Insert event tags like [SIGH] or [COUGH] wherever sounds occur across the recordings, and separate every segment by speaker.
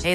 Speaker 1: Hey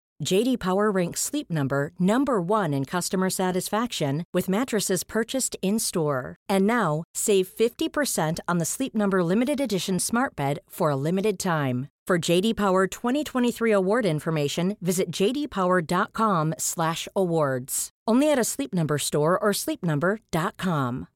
Speaker 2: JD Power ranks Sleep Number number 1 in customer satisfaction with mattresses purchased in-store. And now, save 50% on the Sleep Number limited edition Smart Bed for a limited time. For JD Power 2023 award information, visit jdpower.com/awards. Only at a Sleep Number store or sleepnumber.com.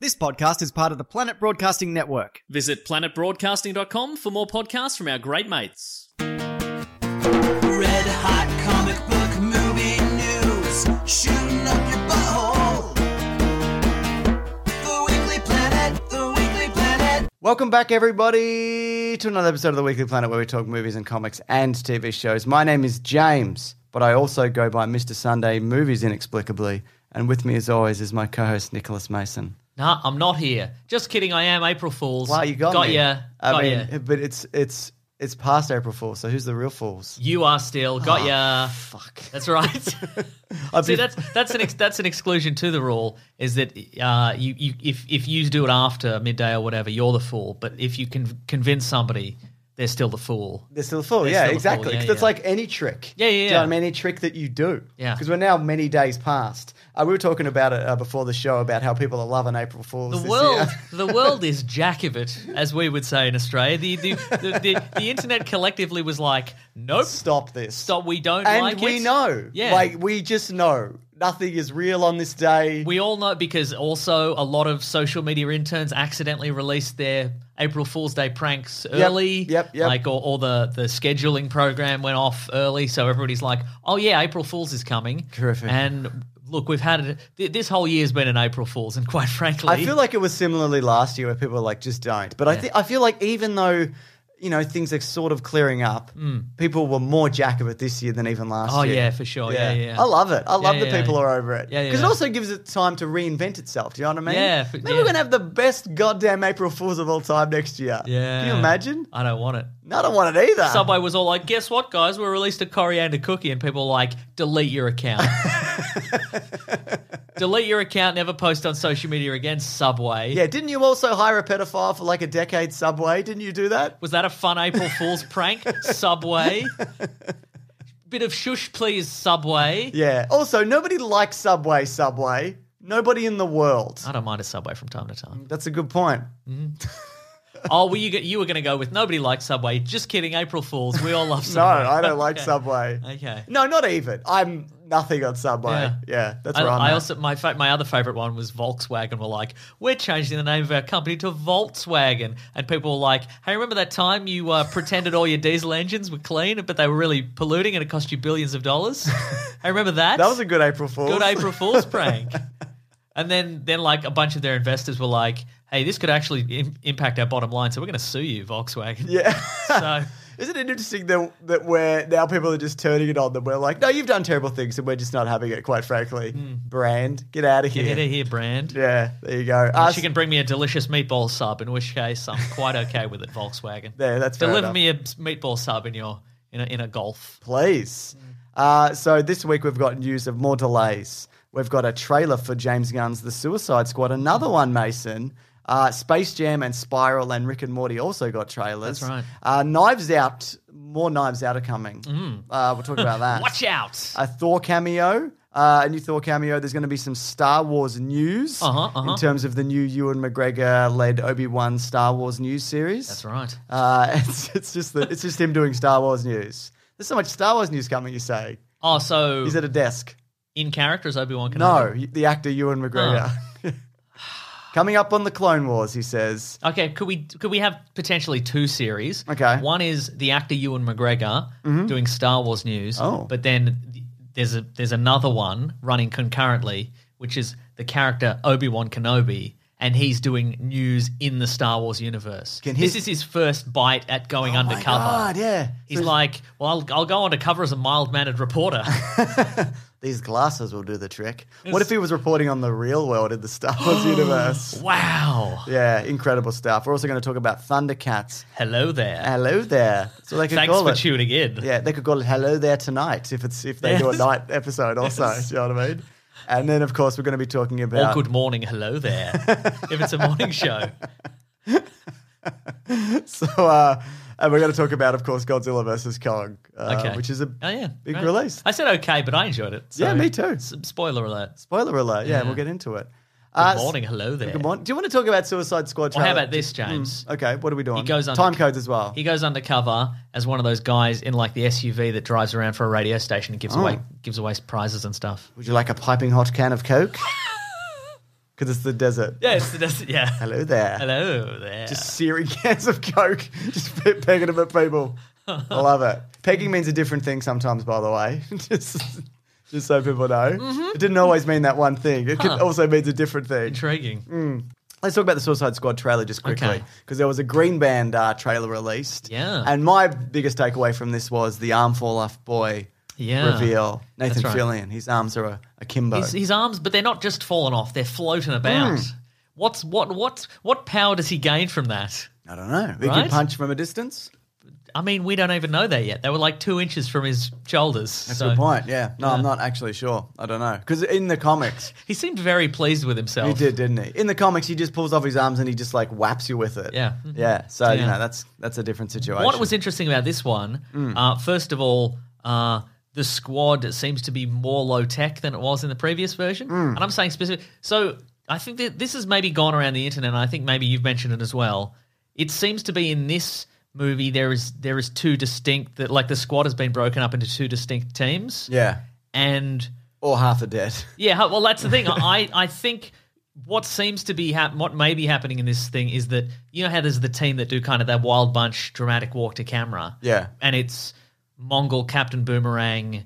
Speaker 3: This podcast is part of the Planet Broadcasting Network.
Speaker 4: Visit planetbroadcasting.com for more podcasts from our great mates.
Speaker 5: Red hot comic book movie news, shooting up your butthole. The Weekly Planet, the Weekly Planet.
Speaker 3: Welcome back, everybody, to another episode of the Weekly Planet where we talk movies and comics and TV shows. My name is James, but I also go by Mr. Sunday Movies inexplicably. And with me, as always, is my co host, Nicholas Mason.
Speaker 6: Nah, I'm not here. Just kidding. I am April Fools.
Speaker 3: Wow, you got,
Speaker 6: got
Speaker 3: me.
Speaker 6: ya.
Speaker 3: I
Speaker 6: got
Speaker 3: mean,
Speaker 6: ya.
Speaker 3: but it's it's it's past April Fool's, so who's the real fools?
Speaker 6: You are still got
Speaker 3: Ah.
Speaker 6: ya.
Speaker 3: Fuck.
Speaker 6: That's
Speaker 3: [LAUGHS]
Speaker 6: right. [LAUGHS]
Speaker 3: I've
Speaker 6: See,
Speaker 3: been-
Speaker 6: that's that's an ex- that's an exclusion to the rule is that uh, you, you if if you do it after midday or whatever, you're the fool. But if you can convince somebody, they're still the fool.
Speaker 3: They're still a fool.
Speaker 6: They're
Speaker 3: yeah,
Speaker 6: still a fool,
Speaker 3: exactly. 'Cause
Speaker 6: yeah,
Speaker 3: that's
Speaker 6: yeah.
Speaker 3: like any trick.
Speaker 6: Yeah, yeah,
Speaker 3: Do you know what I
Speaker 6: yeah.
Speaker 3: mean? Any trick that you do.
Speaker 6: Yeah.
Speaker 3: Because we're now many days past. Uh, we were talking about it uh, before the show about how people are loving April Fools.
Speaker 6: The
Speaker 3: this
Speaker 6: [LAUGHS] world,
Speaker 3: year. [LAUGHS]
Speaker 6: the world is jack of it, as we would say in Australia. The the, the, the, the internet collectively was like, nope,
Speaker 3: Stop this.
Speaker 6: stop. We don't
Speaker 3: And
Speaker 6: like
Speaker 3: we
Speaker 6: it.
Speaker 3: know.
Speaker 6: Yeah.
Speaker 3: Like, we just know. Nothing is real on this day.
Speaker 6: We all know because also a lot of social media interns accidentally released their April Fool's Day pranks early.
Speaker 3: yep, yep.
Speaker 6: Like, or, or the, the scheduling program went off early. So everybody's like, oh, yeah, April Fool's is coming.
Speaker 3: Terrific.
Speaker 6: And look, we've had it. th- This whole year's been an April Fool's. And quite frankly,
Speaker 3: I feel like it was similarly last year where people were like, just don't. But I, thi- I feel like even though, you know, things are sort of clearing up, people were more jack of it this year than even last
Speaker 6: Hmm. oh,
Speaker 3: year.
Speaker 6: yeah, for sure. Yeah, yeah.
Speaker 3: I love it. I love
Speaker 6: yeah,
Speaker 3: that
Speaker 6: yeah.
Speaker 3: people are over it.
Speaker 6: Yeah, yeah.
Speaker 3: Because it also gives it time to reinvent itself. Do you know what I mean?
Speaker 6: Yeah, f-
Speaker 3: Maybe
Speaker 6: yeah.
Speaker 3: we're going to have the best goddamn April Fools of all time next year.
Speaker 6: Yeah.
Speaker 3: Can you imagine?
Speaker 6: I don't want it.
Speaker 3: No, I don't want it either.
Speaker 6: Subway was all like, guess what, guys? We released a coriander cookie, and people were like, delete
Speaker 3: [LAUGHS]
Speaker 6: your account. delete your account, never post on social media again, Subway.
Speaker 3: Yeah, didn't you also hire a pedophile for like a decade Subway? Didn't you do that?
Speaker 6: Was that a
Speaker 3: [LAUGHS]
Speaker 6: fun April Fool's prank? Subway. Bit of shush, please, Subway.
Speaker 3: Yeah. Also, nobody likes Subway, Subway. Nobody in the world.
Speaker 6: I don't mind a Subway from time to time.
Speaker 3: That's a good point.
Speaker 6: Mm. Oh, well, you, you were going to go with nobody likes Subway. Just kidding, April Fools. We all
Speaker 3: [LAUGHS]
Speaker 6: love
Speaker 3: No,
Speaker 6: Subway.
Speaker 3: I
Speaker 6: [LAUGHS]
Speaker 3: don't like
Speaker 6: Okay.
Speaker 3: Subway.
Speaker 6: Okay.
Speaker 3: No, not even. I'm nothing on Subway. Yeah,
Speaker 6: Yeah.
Speaker 3: that's
Speaker 6: I,
Speaker 3: where I'm
Speaker 6: I
Speaker 3: at.
Speaker 6: also my fa- my other favorite one was Volkswagen. Were like, we're changing the name of our company to Volkswagen, and people were like, hey, remember that time you uh, pretended all your diesel engines were clean, but they were really polluting, and it cost you billions
Speaker 3: [LAUGHS]
Speaker 6: of dollars? hey, remember that?
Speaker 3: That was a good April Fool's.
Speaker 6: good April Fool's prank. [LAUGHS] And then, then like a bunch of their investors were like, hey, this could actually Im- impact our bottom line, so we're going to sue you, Volkswagen.
Speaker 3: [LAUGHS] Yeah.
Speaker 6: [LAUGHS] So
Speaker 3: Isn't it interesting that that we're now people are just turning it on them? We're like, no, you've done terrible things, and we're just not having it. Quite frankly, brand, get out of
Speaker 6: Mm. get
Speaker 3: here.
Speaker 6: out of here, brand.
Speaker 3: Yeah, there you go. Us-
Speaker 6: She can bring me a delicious meatball sub, in which case I'm quite okay with it, [LAUGHS] Volkswagen.
Speaker 3: There, that's fair
Speaker 6: Deliver
Speaker 3: enough.
Speaker 6: me a meatball sub in your in a, in a golf.
Speaker 3: please.
Speaker 6: Mm.
Speaker 3: Uh, so this week we've got news of more delays. We've got a trailer for James Gunn's The Suicide Squad, another one, Mason. Uh, Space Jam and Spiral and Rick and Morty also got trailers.
Speaker 6: That's right.
Speaker 3: Uh, Knives Out, more Knives Out are coming. Uh, we'll talk about that.
Speaker 6: Mm. Watch out!
Speaker 3: a Thor cameo, uh, a new Thor cameo. There's going to be some Star Wars news
Speaker 6: Uh-huh, uh-huh.
Speaker 3: in terms of the new Ewan McGregor led Obi Wan Star Wars news series.
Speaker 6: That's right.
Speaker 3: [LAUGHS] Uh, it's, it's just the, it's just him doing Star Wars news. There's so much Star Wars news coming. You say
Speaker 6: Oh, so
Speaker 3: He's at a desk.
Speaker 6: in character as Obi Wan
Speaker 3: No,
Speaker 6: Kenobi?
Speaker 3: the actor Ewan
Speaker 6: Oh. [LAUGHS]
Speaker 3: McGregor. [LAUGHS] Coming up on the Clone Wars, he says.
Speaker 6: Okay, could we could we have potentially two series?
Speaker 3: Okay. Mm-hmm.
Speaker 6: One is the actor Ewan McGregor doing Star Wars news.
Speaker 3: Oh.
Speaker 6: But then th- there's a there's another one running concurrently, which is the character Obi Wan Kenobi, and he's doing news in the Star Wars universe.
Speaker 3: Can
Speaker 6: this
Speaker 3: his-
Speaker 6: is his first bite at going
Speaker 3: Oh my
Speaker 6: undercover.
Speaker 3: God, yeah.
Speaker 6: He's
Speaker 3: So
Speaker 6: like, well, I'll, I'll go undercover as a mild
Speaker 3: [LAUGHS]
Speaker 6: mannered reporter.
Speaker 3: these glasses will do the trick. What if he was reporting on the real world in the
Speaker 6: [GASPS]
Speaker 3: Star Wars universe?
Speaker 6: wow.
Speaker 3: Yeah, incredible stuff. We're also going to talk about Thundercats.
Speaker 6: Hello there.
Speaker 3: Hello there. So they could
Speaker 6: Thanks
Speaker 3: call
Speaker 6: for
Speaker 3: it.
Speaker 6: tuning in.
Speaker 3: Yeah, they could call it "Hello There Tonight" if it's if they do a
Speaker 6: Yes.
Speaker 3: night episode also. Do you know what I mean? And then, of course, we're going to be talking
Speaker 6: Or
Speaker 3: about
Speaker 6: good morning,
Speaker 3: [LAUGHS]
Speaker 6: hello there. if it's a morning show.
Speaker 3: [LAUGHS] so, uh, and we're going to talk about, of course, Godzilla versus Kong, uh,
Speaker 6: Okay.
Speaker 3: which is a
Speaker 6: Oh yeah,
Speaker 3: big
Speaker 6: right.
Speaker 3: release.
Speaker 6: I said okay, but I enjoyed it. so-
Speaker 3: Yeah, me too.
Speaker 6: S- Spoiler alert. Good
Speaker 3: Spoiler alert. Yeah,
Speaker 6: Yeah.
Speaker 3: we'll get into it. Uh,
Speaker 6: morning, hello there.
Speaker 3: Good morning. Mm, Do you want to talk about Suicide Squad?
Speaker 6: Well, how
Speaker 3: trailer?
Speaker 6: about this, James?
Speaker 3: Okay, what are we doing?
Speaker 6: He goes under-
Speaker 3: time codes as well.
Speaker 6: He goes undercover as one of those guys in like the SUV that drives around for a radio station and gives
Speaker 3: Oh.
Speaker 6: away gives away prizes
Speaker 3: [LAUGHS]
Speaker 6: and stuff.
Speaker 3: Would you like a piping hot can of Coke?
Speaker 6: [LAUGHS]
Speaker 3: Because it's the desert.
Speaker 6: Yeah, it's the [LAUGHS] that's, yeah.
Speaker 3: Hello there.
Speaker 6: Hello there.
Speaker 3: Just searing [LAUGHS] cans of Coke, just pe- pegging them at people.
Speaker 6: [LAUGHS]
Speaker 3: I love it. Pegging means a different thing sometimes, by the way. [LAUGHS] just, just so people know.
Speaker 6: Mm-hmm.
Speaker 3: It didn't always mean that one thing, it could also means a different thing.
Speaker 6: intriguing.
Speaker 3: Mm, Let's talk about the Suicide Squad trailer just quickly
Speaker 6: Okay.
Speaker 3: because there was a Green Band uh, trailer released.
Speaker 6: Yeah.
Speaker 3: and my biggest takeaway from this was the arm fall off boy
Speaker 6: Yeah.
Speaker 3: reveal. Nathan
Speaker 6: Ah, That's right.
Speaker 3: Fillion, his arms are a, akimbo.
Speaker 6: His, his arms, but they're not just falling off; they're floating about.
Speaker 3: Mm.
Speaker 6: What's what what what power does he gain from that?
Speaker 3: I don't know. He can
Speaker 6: Right?
Speaker 3: punch from a distance.
Speaker 6: I mean, we don't even know that yet. They were like two inches from his shoulders.
Speaker 3: That's a
Speaker 6: so
Speaker 3: good point. Yeah. No, I'm not actually sure. I don't know because in the
Speaker 6: [LAUGHS]
Speaker 3: comics.
Speaker 6: He seemed very pleased with himself.
Speaker 3: He did, didn't he? In the comics, he just pulls off his arms and he just like whaps you with it.
Speaker 6: Yeah. Mm-hmm.
Speaker 3: yeah. So you
Speaker 6: Yeah.
Speaker 3: know that's that's a different situation.
Speaker 6: What was interesting about this one,
Speaker 3: Mm.
Speaker 6: uh, first of all, uh, the squad seems to be more low tech than it was in the previous version.
Speaker 3: Mm.
Speaker 6: And I'm saying specific. So I think that this has maybe gone around the internet. And I think maybe you've mentioned it as well. It seems to be in this movie there is there is two distinct that like the squad has been broken up into two distinct teams.
Speaker 3: Yeah,
Speaker 6: And
Speaker 3: or half a dead. [LAUGHS]
Speaker 6: yeah, how- well, that's the thing. I, I think what seems to be hap- what may be happening in this thing is that you know how there's the team that do kind of that wild bunch dramatic walk to camera.
Speaker 3: Yeah.
Speaker 6: and it's Mongol Captain Boomerang,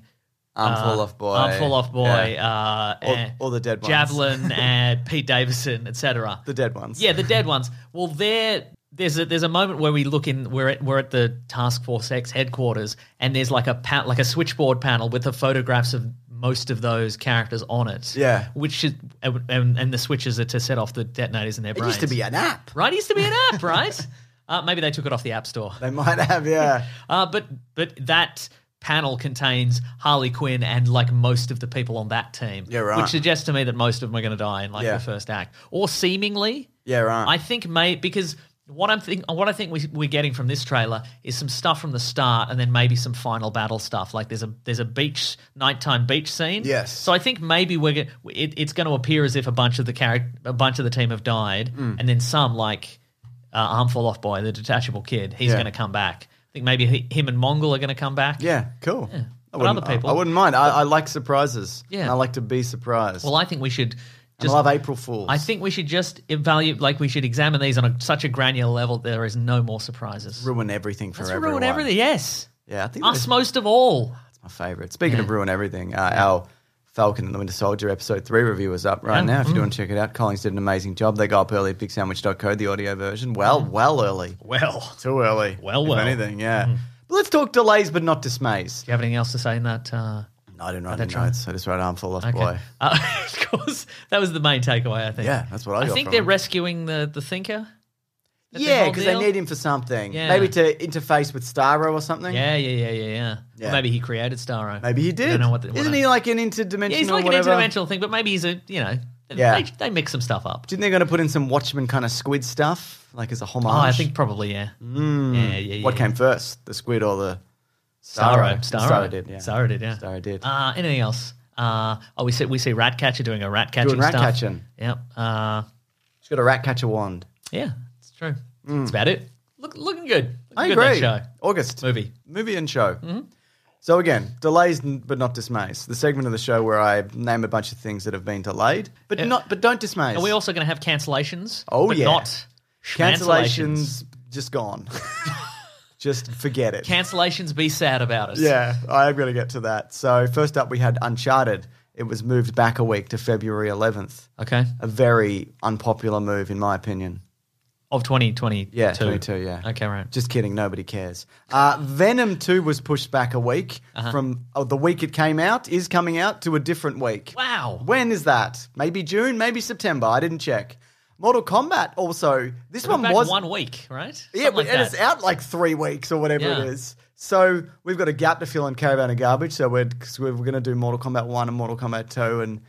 Speaker 3: Arm
Speaker 6: uh,
Speaker 3: fall off boy.
Speaker 6: Arm Fall Off Boy,
Speaker 3: Yeah.
Speaker 6: uh,
Speaker 3: All-
Speaker 6: eh,
Speaker 3: all the dead ones. [LAUGHS]
Speaker 6: Javelin, and Pete Davison, etc.
Speaker 3: The dead ones.
Speaker 6: Yeah, the dead ones. Well, there, there's a, there's a moment where we look in. We're at we're at the Task Force X headquarters, and there's like a pa- like a switchboard panel with the photographs of most of those characters on it.
Speaker 3: Yeah.
Speaker 6: which is and, and the switches are to set off the detonators in their
Speaker 3: It
Speaker 6: brains.
Speaker 3: used to be an app.
Speaker 6: right. It used to be an
Speaker 3: [LAUGHS]
Speaker 6: app, right? uh, maybe they took it off the app store.
Speaker 3: They might [LAUGHS] have. Yeah.
Speaker 6: Uh, but but that panel contains Harley Quinn and like most of the people on that team.
Speaker 3: Yeah, right.
Speaker 6: Which suggests to me that most of them are going to die in like
Speaker 3: Yeah.
Speaker 6: the first act, or seemingly.
Speaker 3: Yeah, right.
Speaker 6: I think may because what I'm think what I think we, we're getting from this trailer is some stuff from the start, and then maybe some final battle stuff. Like there's a there's a beach nighttime beach scene.
Speaker 3: Yes.
Speaker 6: So I think maybe we're g- it, it's going to appear as if a bunch of the character a bunch of the team have died,
Speaker 3: Mm.
Speaker 6: and then some like uh, armful off boy, the detachable kid, he's
Speaker 3: Yeah.
Speaker 6: going to come back. I think maybe he, him and Mongol are going to come back.
Speaker 3: yeah. Cool. I
Speaker 6: But
Speaker 3: wouldn't-
Speaker 6: other people-
Speaker 3: I, I wouldn't mind. I, I like surprises.
Speaker 6: Yeah.
Speaker 3: And I like to be surprised.
Speaker 6: Well, I think we should.
Speaker 3: and
Speaker 6: Just
Speaker 3: I love April Fools.
Speaker 6: I think we should just evaluate, like we should examine these on a, such a granular level. that There is no more surprises.
Speaker 3: ruin everything for
Speaker 6: Let's
Speaker 3: everyone.
Speaker 6: ruin everything. Yes,
Speaker 3: Yeah, I think
Speaker 6: us
Speaker 3: that's
Speaker 6: most of all.
Speaker 3: my favorite. Speaking of ruin everything, uh, our Falcon and the Winter Soldier episode three review is up right now. If
Speaker 6: Mm.
Speaker 3: you do want to check it out, Collins did an amazing job. They go up early at bigsandwich.co, the audio version. Well, well early.
Speaker 6: Well, do
Speaker 3: Too early.
Speaker 6: Mm. Well,
Speaker 3: if
Speaker 6: well. Mm-hmm.
Speaker 3: anything, yeah. But let's talk delays, but not dismays.
Speaker 6: you have anything else to say in that? Uh,
Speaker 3: No, I didn't write any notes. I just wrote armful off
Speaker 6: okay.
Speaker 3: boy.
Speaker 6: [LAUGHS] Uh, of course, that was the main takeaway. I think.
Speaker 3: Yeah, that's what I
Speaker 6: I
Speaker 3: got
Speaker 6: think
Speaker 3: from
Speaker 6: they're
Speaker 3: it.
Speaker 6: rescuing the the thinker. That the
Speaker 3: Yeah,
Speaker 6: whole
Speaker 3: because they
Speaker 6: deal?
Speaker 3: need him for something.
Speaker 6: Yeah.
Speaker 3: Maybe to interface with Starro or something.
Speaker 6: Yeah, yeah, yeah, yeah, yeah.
Speaker 3: Yeah.
Speaker 6: Or maybe he created Starro.
Speaker 3: Maybe he did.
Speaker 6: I don't know what. The, what
Speaker 3: Isn't
Speaker 6: I-
Speaker 3: he like an interdimensional
Speaker 6: Yeah, he's like
Speaker 3: whatever?
Speaker 6: an interdimensional thing, but maybe he's a you know.
Speaker 3: Yeah.
Speaker 6: They, they mix some stuff up.
Speaker 3: Do you think they're going to put in some Watchmen kind of squid stuff, like as a homage?
Speaker 6: Oh, I think probably yeah. Yeah, yeah, yeah.
Speaker 3: What came first, the squid or the
Speaker 6: Starro?
Speaker 3: Starro.
Speaker 6: Starro,
Speaker 3: Starro did, yeah.
Speaker 6: Starro did. Yeah.
Speaker 3: Starro did.
Speaker 6: Uh, anything else? Uh, oh, we see we see Ratcatcher doing a rat catching
Speaker 3: Doing rat
Speaker 6: stuff.
Speaker 3: catching.
Speaker 6: Yep. Uh,
Speaker 3: She's got a rat catcher wand.
Speaker 6: yeah, it's true. That's about it. Look, looking good.
Speaker 3: Mm.
Speaker 6: Looking
Speaker 3: I
Speaker 6: good,
Speaker 3: agree.
Speaker 6: That show
Speaker 3: August
Speaker 6: movie. Mm-hmm.
Speaker 3: movie and show. So again, delays n- but not dismays. The segment of the show where I name a bunch of things that have been delayed, but not but don't dismay.
Speaker 6: Are we also going to have cancellations?
Speaker 3: Oh,
Speaker 6: but
Speaker 3: yeah.
Speaker 6: Not cancellations.
Speaker 3: cancellations just gone. [LAUGHS] just forget it.
Speaker 6: Cancellations. Be sad about it.
Speaker 3: Yeah, I am going to get to that. So first up, we had Uncharted. It was moved back a week to February 11th.
Speaker 6: Okay.
Speaker 3: A very unpopular move, in my opinion.
Speaker 6: Of 2022.
Speaker 3: Yeah, 22, yeah.
Speaker 6: Okay, right.
Speaker 3: Just kidding, nobody cares. Uh, Venom 2 was pushed back a week
Speaker 6: Uh-huh.
Speaker 3: from oh, the week it came out, is coming out, to a different week.
Speaker 6: Wow.
Speaker 3: When is that? Maybe June, maybe September. I didn't check. Mortal Kombat also, this
Speaker 6: We're
Speaker 3: one
Speaker 6: back
Speaker 3: was.
Speaker 6: one week, right?
Speaker 3: Yeah, but
Speaker 6: Something like
Speaker 3: and
Speaker 6: that.
Speaker 3: it's out like three weeks or whatever
Speaker 6: Yeah.
Speaker 3: it is. So we've got a gap to fill in Caravan of Garbage. So we're cause we're going to do Mortal Kombat One and Mortal Kombat Two, and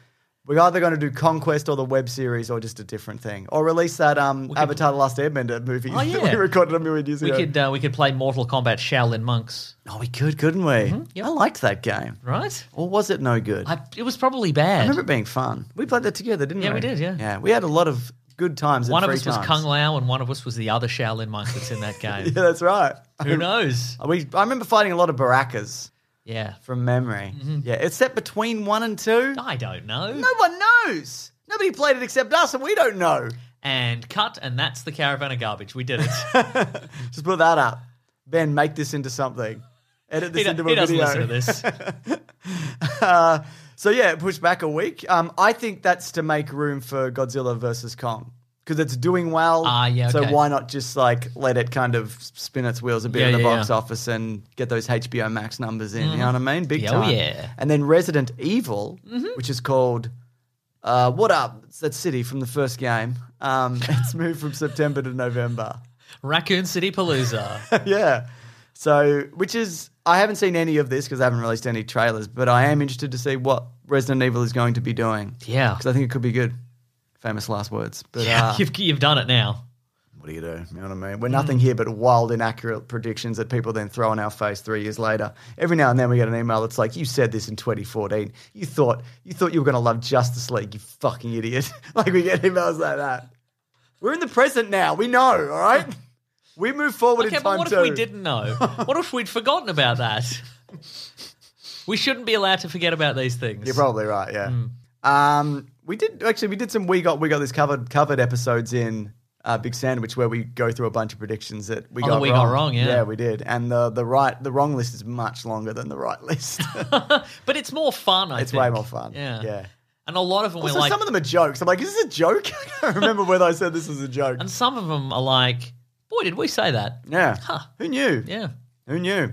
Speaker 3: we're either going to do Conquest or the web series or just a different thing, or release that um, Avatar: The Last Airbender movie [LAUGHS]
Speaker 6: Oh,
Speaker 3: that
Speaker 6: yeah.
Speaker 3: we recorded a million years
Speaker 6: We
Speaker 3: ago.
Speaker 6: could uh, we could play Mortal Kombat Shaolin monks,
Speaker 3: oh, we could, couldn't we? I liked that game.
Speaker 6: right?
Speaker 3: Or was it no good? I,
Speaker 6: Mm-hmm, I, it was probably bad.
Speaker 3: remember it being fun. We played that together, didn't
Speaker 6: Yeah,
Speaker 3: we?
Speaker 6: we did, yeah.
Speaker 3: yeah. We had a lot of good times.
Speaker 6: one
Speaker 3: and
Speaker 6: of
Speaker 3: free
Speaker 6: us was
Speaker 3: times.
Speaker 6: Kung Lao, and one of us was the other Shaolin monk that's in that
Speaker 3: [LAUGHS]
Speaker 6: game.
Speaker 3: Yeah, that's right. [LAUGHS]
Speaker 6: Who knows?
Speaker 3: We, I remember fighting a lot of Barakas.
Speaker 6: Yeah,
Speaker 3: from memory.
Speaker 6: Mm-hmm.
Speaker 3: Yeah, it's set between one and two.
Speaker 6: I don't know.
Speaker 3: No one knows. Nobody played it except us, and we don't know.
Speaker 6: And cut, and that's the caravan of garbage. We did it.
Speaker 3: Just put that up. Ben, make this into something. Edit
Speaker 6: he
Speaker 3: this
Speaker 6: do-
Speaker 3: into a
Speaker 6: he doesn't
Speaker 3: video.
Speaker 6: listen to this.
Speaker 3: [LAUGHS] Uh, so yeah, it pushed back a week. Um, I think that's to make room for Godzilla versus Kong because it's doing well.
Speaker 6: Ah, yeah,
Speaker 3: So
Speaker 6: okay.
Speaker 3: why not just like let it kind of spin its wheels a bit
Speaker 6: Yeah,
Speaker 3: in the
Speaker 6: yeah,
Speaker 3: box
Speaker 6: yeah.
Speaker 3: office and get those HBO Max numbers in? You know what I mean? Big
Speaker 6: Yeah, oh,
Speaker 3: time.
Speaker 6: yeah. Mm-hmm.
Speaker 3: And then Resident Evil, which is called uh, what up? It's that city from the first game. Um, [LAUGHS] it's moved from September to November.
Speaker 6: Raccoon City Palooza. [LAUGHS]
Speaker 3: yeah. So, which is, I haven't seen any of this because I haven't released any trailers, but I am interested to see what Resident Evil is going to be doing
Speaker 6: Yeah,
Speaker 3: because I think it could be good. Famous last words, but [LAUGHS]
Speaker 6: [LAUGHS]
Speaker 3: uh, Mm.
Speaker 6: you've you've done it now.
Speaker 3: what do you do? You know what I mean? We're nothing here but wild, inaccurate predictions that people then throw in our face three years later. Every now and then we get an email that's like, "You said this in 2014. You thought you thought you were going to love Justice League. You fucking idiot!" [LAUGHS] like we get emails like that. We're in the present now. We know, all
Speaker 6: [LAUGHS]
Speaker 3: right. We move forward
Speaker 6: Okay,
Speaker 3: in
Speaker 6: but
Speaker 3: time
Speaker 6: what
Speaker 3: too.
Speaker 6: if we didn't [LAUGHS] know? What if we'd forgotten about that? We shouldn't be allowed to forget about these things.
Speaker 3: You're probably right. Yeah.
Speaker 6: Mm.
Speaker 3: Um, we did actually. We did some. We got we got this covered covered episodes in uh, Big Sandwich where we go through a bunch of predictions that we
Speaker 6: Oh,
Speaker 3: got
Speaker 6: that we
Speaker 3: wrong.
Speaker 6: got wrong, yeah.
Speaker 3: yeah, we did. And the the right the wrong list is much longer than the right list.
Speaker 6: But it's more fun. [LAUGHS] I
Speaker 3: it's
Speaker 6: think.
Speaker 3: way more fun.
Speaker 6: Yeah,
Speaker 3: Yeah.
Speaker 6: And a lot of them
Speaker 3: Also,
Speaker 6: were like,
Speaker 3: some of them are jokes. I'm like, is this a joke? [LAUGHS] I don't remember whether I said this was a joke.
Speaker 6: and some of them are like, boy, did we say that?
Speaker 3: Yeah.
Speaker 6: Huh.
Speaker 3: Who knew?
Speaker 6: Yeah.
Speaker 3: Who knew?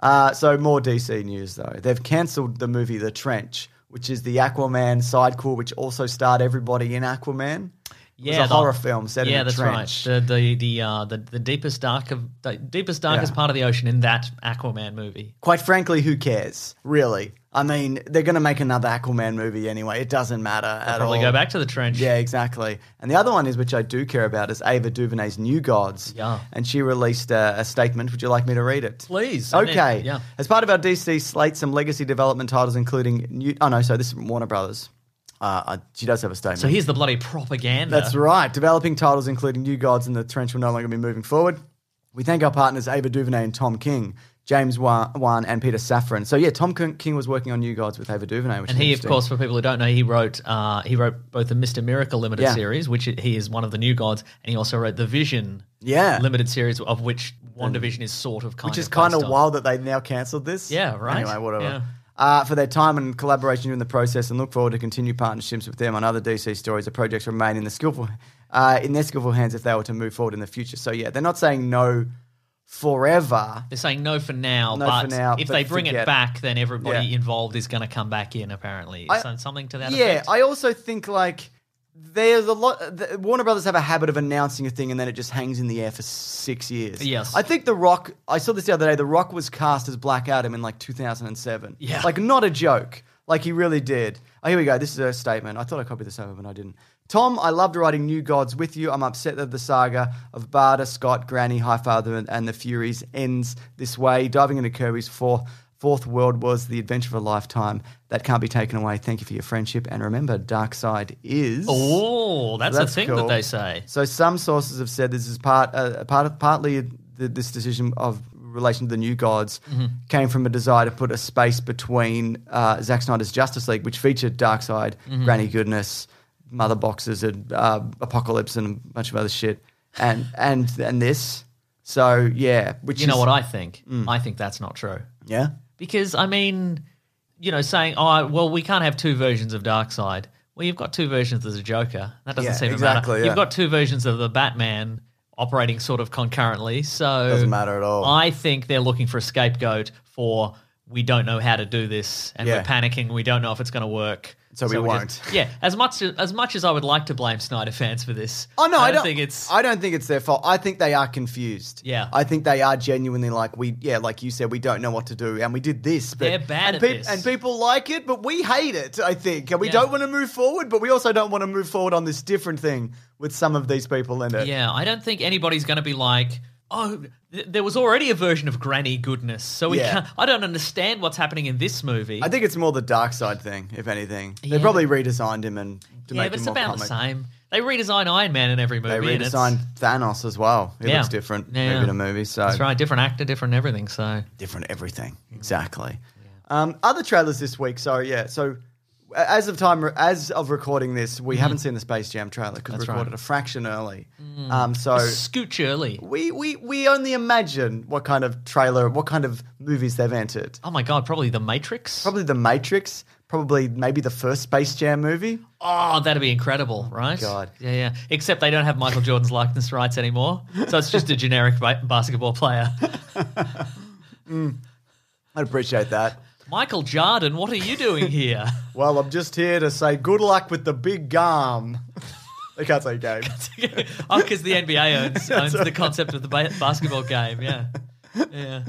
Speaker 3: Uh, so more DC news though. They've cancelled the movie The Trench, which is the Aquaman sidequel, which also starred everybody in Aquaman. It was
Speaker 6: Yeah,
Speaker 3: a
Speaker 6: the-
Speaker 3: horror film set
Speaker 6: yeah,
Speaker 3: in a
Speaker 6: that's
Speaker 3: trench.
Speaker 6: right. The the the, uh, the the deepest dark of the deepest darkest
Speaker 3: Yeah.
Speaker 6: part of the ocean in that Aquaman movie.
Speaker 3: Quite frankly, who cares? Really? I mean, they're going to make another Aquaman movie anyway. It doesn't matter at
Speaker 6: Probably
Speaker 3: all.
Speaker 6: go back to the trench.
Speaker 3: Oh. Yeah, exactly. And the other one is, which I do care about, is Ava DuVernay's New Gods.
Speaker 6: Yeah.
Speaker 3: And she released a, a statement. Would you like me to read it?
Speaker 6: Please. And then-
Speaker 3: Okay.
Speaker 6: yeah.
Speaker 3: As part of our DC slate, some legacy development titles, including new. Oh no, so this is from Warner Brothers. Uh, I- she does have a statement.
Speaker 6: So here's the bloody propaganda.
Speaker 3: That's right. Developing titles including New Gods and The Trench will no longer be moving forward. We thank our partners Ava DuVernay and Tom King, James Wa- Wan, and Peter Safran. So yeah, Tom King King was working on New Gods with Ava DuVernay, which
Speaker 6: And
Speaker 3: is
Speaker 6: he, of
Speaker 3: interesting.
Speaker 6: course, for people who don't know, he wrote uh, he wrote both the Mister Miracle limited
Speaker 3: Yeah.
Speaker 6: series, which he is one of the new gods, and he also wrote the Vision
Speaker 3: yeah,
Speaker 6: limited series, of which WandaVision is sort of kind
Speaker 3: which
Speaker 6: of
Speaker 3: is kind
Speaker 6: based
Speaker 3: of
Speaker 6: on.
Speaker 3: wild that they now cancelled this.
Speaker 6: Yeah, right.
Speaker 3: Anyway, whatever.
Speaker 6: Yeah.
Speaker 3: Uh, for their time and collaboration during the process, and look forward to continued partnerships with them on other DC stories. The projects remain in the skillful, uh, in their skillful hands if they were to move forward in the future. So yeah, they're not saying no forever.
Speaker 6: They're saying no for now,
Speaker 3: No
Speaker 6: but
Speaker 3: for now,
Speaker 6: if
Speaker 3: but
Speaker 6: they bring
Speaker 3: forget it.
Speaker 6: it back, then everybody
Speaker 3: Yeah.
Speaker 6: involved is going to come back in. Apparently, So- something to that
Speaker 3: yeah,
Speaker 6: effect.
Speaker 3: I also think like there's a lot. The, Warner Brothers have a habit of announcing a thing and then it just hangs in the air for six years.
Speaker 6: Yes.
Speaker 3: I think The Rock. I saw this the other day. The Rock was cast as Black Adam in like 2007.
Speaker 6: Yeah.
Speaker 3: like not a joke. Like he really did. Oh, here we go. This is a statement. I thought I copied this over, but I didn't. Tom, I loved writing New Gods with you. I'm upset that the saga of Barda, Scott, Granny, Highfather, and, and the Furies ends this way. Diving into Kirby's fourth, fourth world was the adventure of a lifetime. That can't be taken away. Thank you for your friendship. And remember, Dark Side is.
Speaker 6: Oh, that's,
Speaker 3: That's
Speaker 6: a thing
Speaker 3: cool.
Speaker 6: that they say.
Speaker 3: So some sources have said this is part, uh, part of, partly the, this decision of relation to the New Gods
Speaker 6: Mm-hmm.
Speaker 3: came from a desire to put a space between uh, Zack Snyder's Justice League, which featured Darkseid,
Speaker 6: Mm-hmm.
Speaker 3: Granny Goodness, Mother Boxes, and uh, Apocalypse, and a bunch of other shit, and and and this. So yeah, which
Speaker 6: You
Speaker 3: is, Mm.
Speaker 6: know what I think? I think that's not true.
Speaker 3: yeah.
Speaker 6: Because I mean, you know, saying, "Oh, well, we can't have two versions of Darkseid." Well, you've got two versions of the Joker. That doesn't
Speaker 3: Yeah,
Speaker 6: seem to
Speaker 3: exactly,
Speaker 6: matter.
Speaker 3: yeah.
Speaker 6: You've got two versions of the Batman operating sort of concurrently, so
Speaker 3: Doesn't matter at all.
Speaker 6: I think they're looking for a scapegoat for we don't know how to do this, and
Speaker 3: Yeah.
Speaker 6: we're panicking. We don't know if it's going to work,
Speaker 3: So we
Speaker 6: we
Speaker 3: won't.
Speaker 6: just- yeah, as much as, as much as I would like to blame Snyder fans for this,
Speaker 3: Oh no, I don't,
Speaker 6: think it's.
Speaker 3: I don't think it's their fault. I think they are confused.
Speaker 6: Yeah.
Speaker 3: I think they are genuinely like we. Yeah, like you said, we don't know what to do, and we did this. But,
Speaker 6: They're bad
Speaker 3: and
Speaker 6: at this.
Speaker 3: and people like it, but we hate it. I think, and we
Speaker 6: Yeah.
Speaker 3: don't want to move forward, but we also don't want to move forward on this different thing with some of these people in it.
Speaker 6: Yeah, I don't think anybody's going to be like, oh, th- there was already a version of Granny goodness, so we
Speaker 3: Yeah.
Speaker 6: can't, I don't understand what's happening in this movie.
Speaker 3: I think it's more the dark side thing, if anything. They
Speaker 6: Yeah,
Speaker 3: probably redesigned him and to
Speaker 6: yeah,
Speaker 3: make
Speaker 6: but
Speaker 3: him
Speaker 6: it's
Speaker 3: more
Speaker 6: about
Speaker 3: comic.
Speaker 6: the same. They redesign Iron Man in every movie.
Speaker 3: They
Speaker 6: and it's-
Speaker 3: redesigned Thanos as well. It
Speaker 6: Yeah.
Speaker 3: looks different
Speaker 6: Yeah.
Speaker 3: movie to movie. So
Speaker 6: That's right, different actor, different everything. So
Speaker 3: different everything.
Speaker 6: Mm-hmm.
Speaker 3: Exactly. Um, other trailers this week. So yeah. So a- as of time, as of recording this, we haven't seen the Space Jam trailer because we
Speaker 6: Mm-hmm. That's
Speaker 3: recorded
Speaker 6: right. Mm.
Speaker 3: a fraction early. Um, so
Speaker 6: scooch early.
Speaker 3: we, we we only imagine what kind of trailer, what kind of movies they've entered.
Speaker 6: Oh my god, probably The Matrix.
Speaker 3: Probably The Matrix. Probably maybe the first Space Jam movie.
Speaker 6: Oh, that'd be incredible, right?
Speaker 3: God.
Speaker 6: Yeah, yeah. Except they don't have Michael Jordan's likeness rights anymore, so it's just a generic ba- basketball player. [LAUGHS]
Speaker 3: I'd appreciate that.
Speaker 6: Michael Jordan, what are you doing here?
Speaker 3: Well, I'm just here to say good luck with the big gum. [LAUGHS] I can't say game.
Speaker 6: [LAUGHS] oh, because the
Speaker 3: [LAUGHS]
Speaker 6: NBA owns, owns the concept of the ba- basketball game. Yeah, yeah.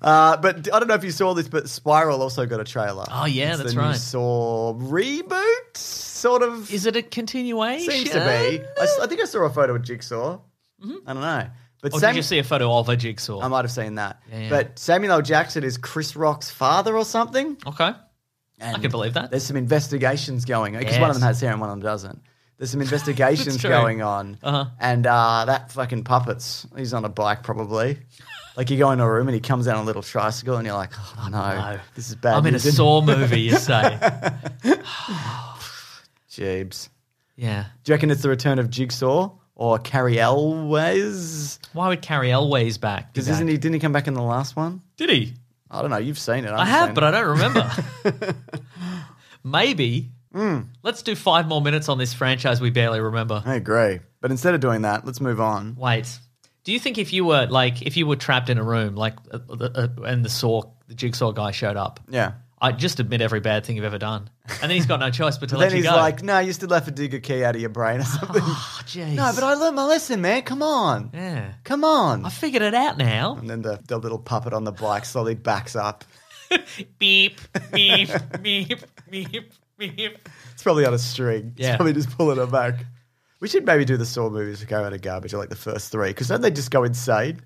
Speaker 3: Uh, but I don't know if you saw this, but Spiral also got a trailer.
Speaker 6: Oh, yeah,
Speaker 3: It's
Speaker 6: that's
Speaker 3: the new
Speaker 6: right.
Speaker 3: Saw reboot, sort of.
Speaker 6: Is it a continuation?
Speaker 3: seems to be. I, s- I think I saw a photo of Jigsaw. I don't know, but
Speaker 6: Or
Speaker 3: Sam-
Speaker 6: Mm-hmm. Oh, did you see a photo of a jigsaw?
Speaker 3: I might have seen that.
Speaker 6: yeah.
Speaker 3: But Samuel L. Jackson is Chris Rock's father or something.
Speaker 6: okay.
Speaker 3: And
Speaker 6: I can believe that.
Speaker 3: There's some investigations going on because one of them
Speaker 6: Yes.
Speaker 3: has hair and one of them doesn't. There's
Speaker 6: [LAUGHS]
Speaker 3: some investigations
Speaker 6: That's true.
Speaker 3: going on,
Speaker 6: Uh-huh.
Speaker 3: and uh, that fucking puppets. He's on a bike
Speaker 6: [LAUGHS]
Speaker 3: probably. Like you go into a room and he comes out on a little tricycle, and you're like, oh no,
Speaker 6: no.
Speaker 3: this is bad.
Speaker 6: I'm in a
Speaker 3: news, isn't it?"
Speaker 6: Saw movie, you say?
Speaker 3: [LAUGHS] Jeebs.
Speaker 6: yeah.
Speaker 3: Do you reckon it's the return of Jigsaw or Carrie Elwes?
Speaker 6: Why would Carrie Elway's back?
Speaker 3: Because isn't he? Didn't he come back in the last one?
Speaker 6: Did he?
Speaker 3: I don't know. You've seen it.
Speaker 6: I have, but I don't remember.
Speaker 3: [LAUGHS]
Speaker 6: Maybe.
Speaker 3: Hmm.
Speaker 6: Let's do five more minutes on this franchise we barely remember.
Speaker 3: I agree. But instead of doing that, let's move on.
Speaker 6: Wait. Do you think if you were like if you were trapped in a room like uh, uh, uh, and the saw the jigsaw guy showed up,
Speaker 3: Yeah.
Speaker 6: I just admit every bad thing you've ever done, and then he's got no choice but
Speaker 3: [LAUGHS]
Speaker 6: to
Speaker 3: But
Speaker 6: let
Speaker 3: then
Speaker 6: you
Speaker 3: he's
Speaker 6: go.
Speaker 3: like, no, you still have to dig a key out of your
Speaker 6: [LAUGHS]
Speaker 3: brain or something.
Speaker 6: oh, jeez.
Speaker 3: no, but I learned my lesson, man. Come on.
Speaker 6: yeah,
Speaker 3: Come on.
Speaker 6: I figured it
Speaker 3: [LAUGHS]
Speaker 6: out now.
Speaker 3: and then the, the little puppet on the bike slowly backs up.
Speaker 6: Beep, beep, beep, beep, beep.
Speaker 3: It's probably on a string. It's
Speaker 6: Yeah.
Speaker 3: probably just pulling it back. We should maybe do the Saw movies that go out of garbage, like the first three, because don't they just go insane?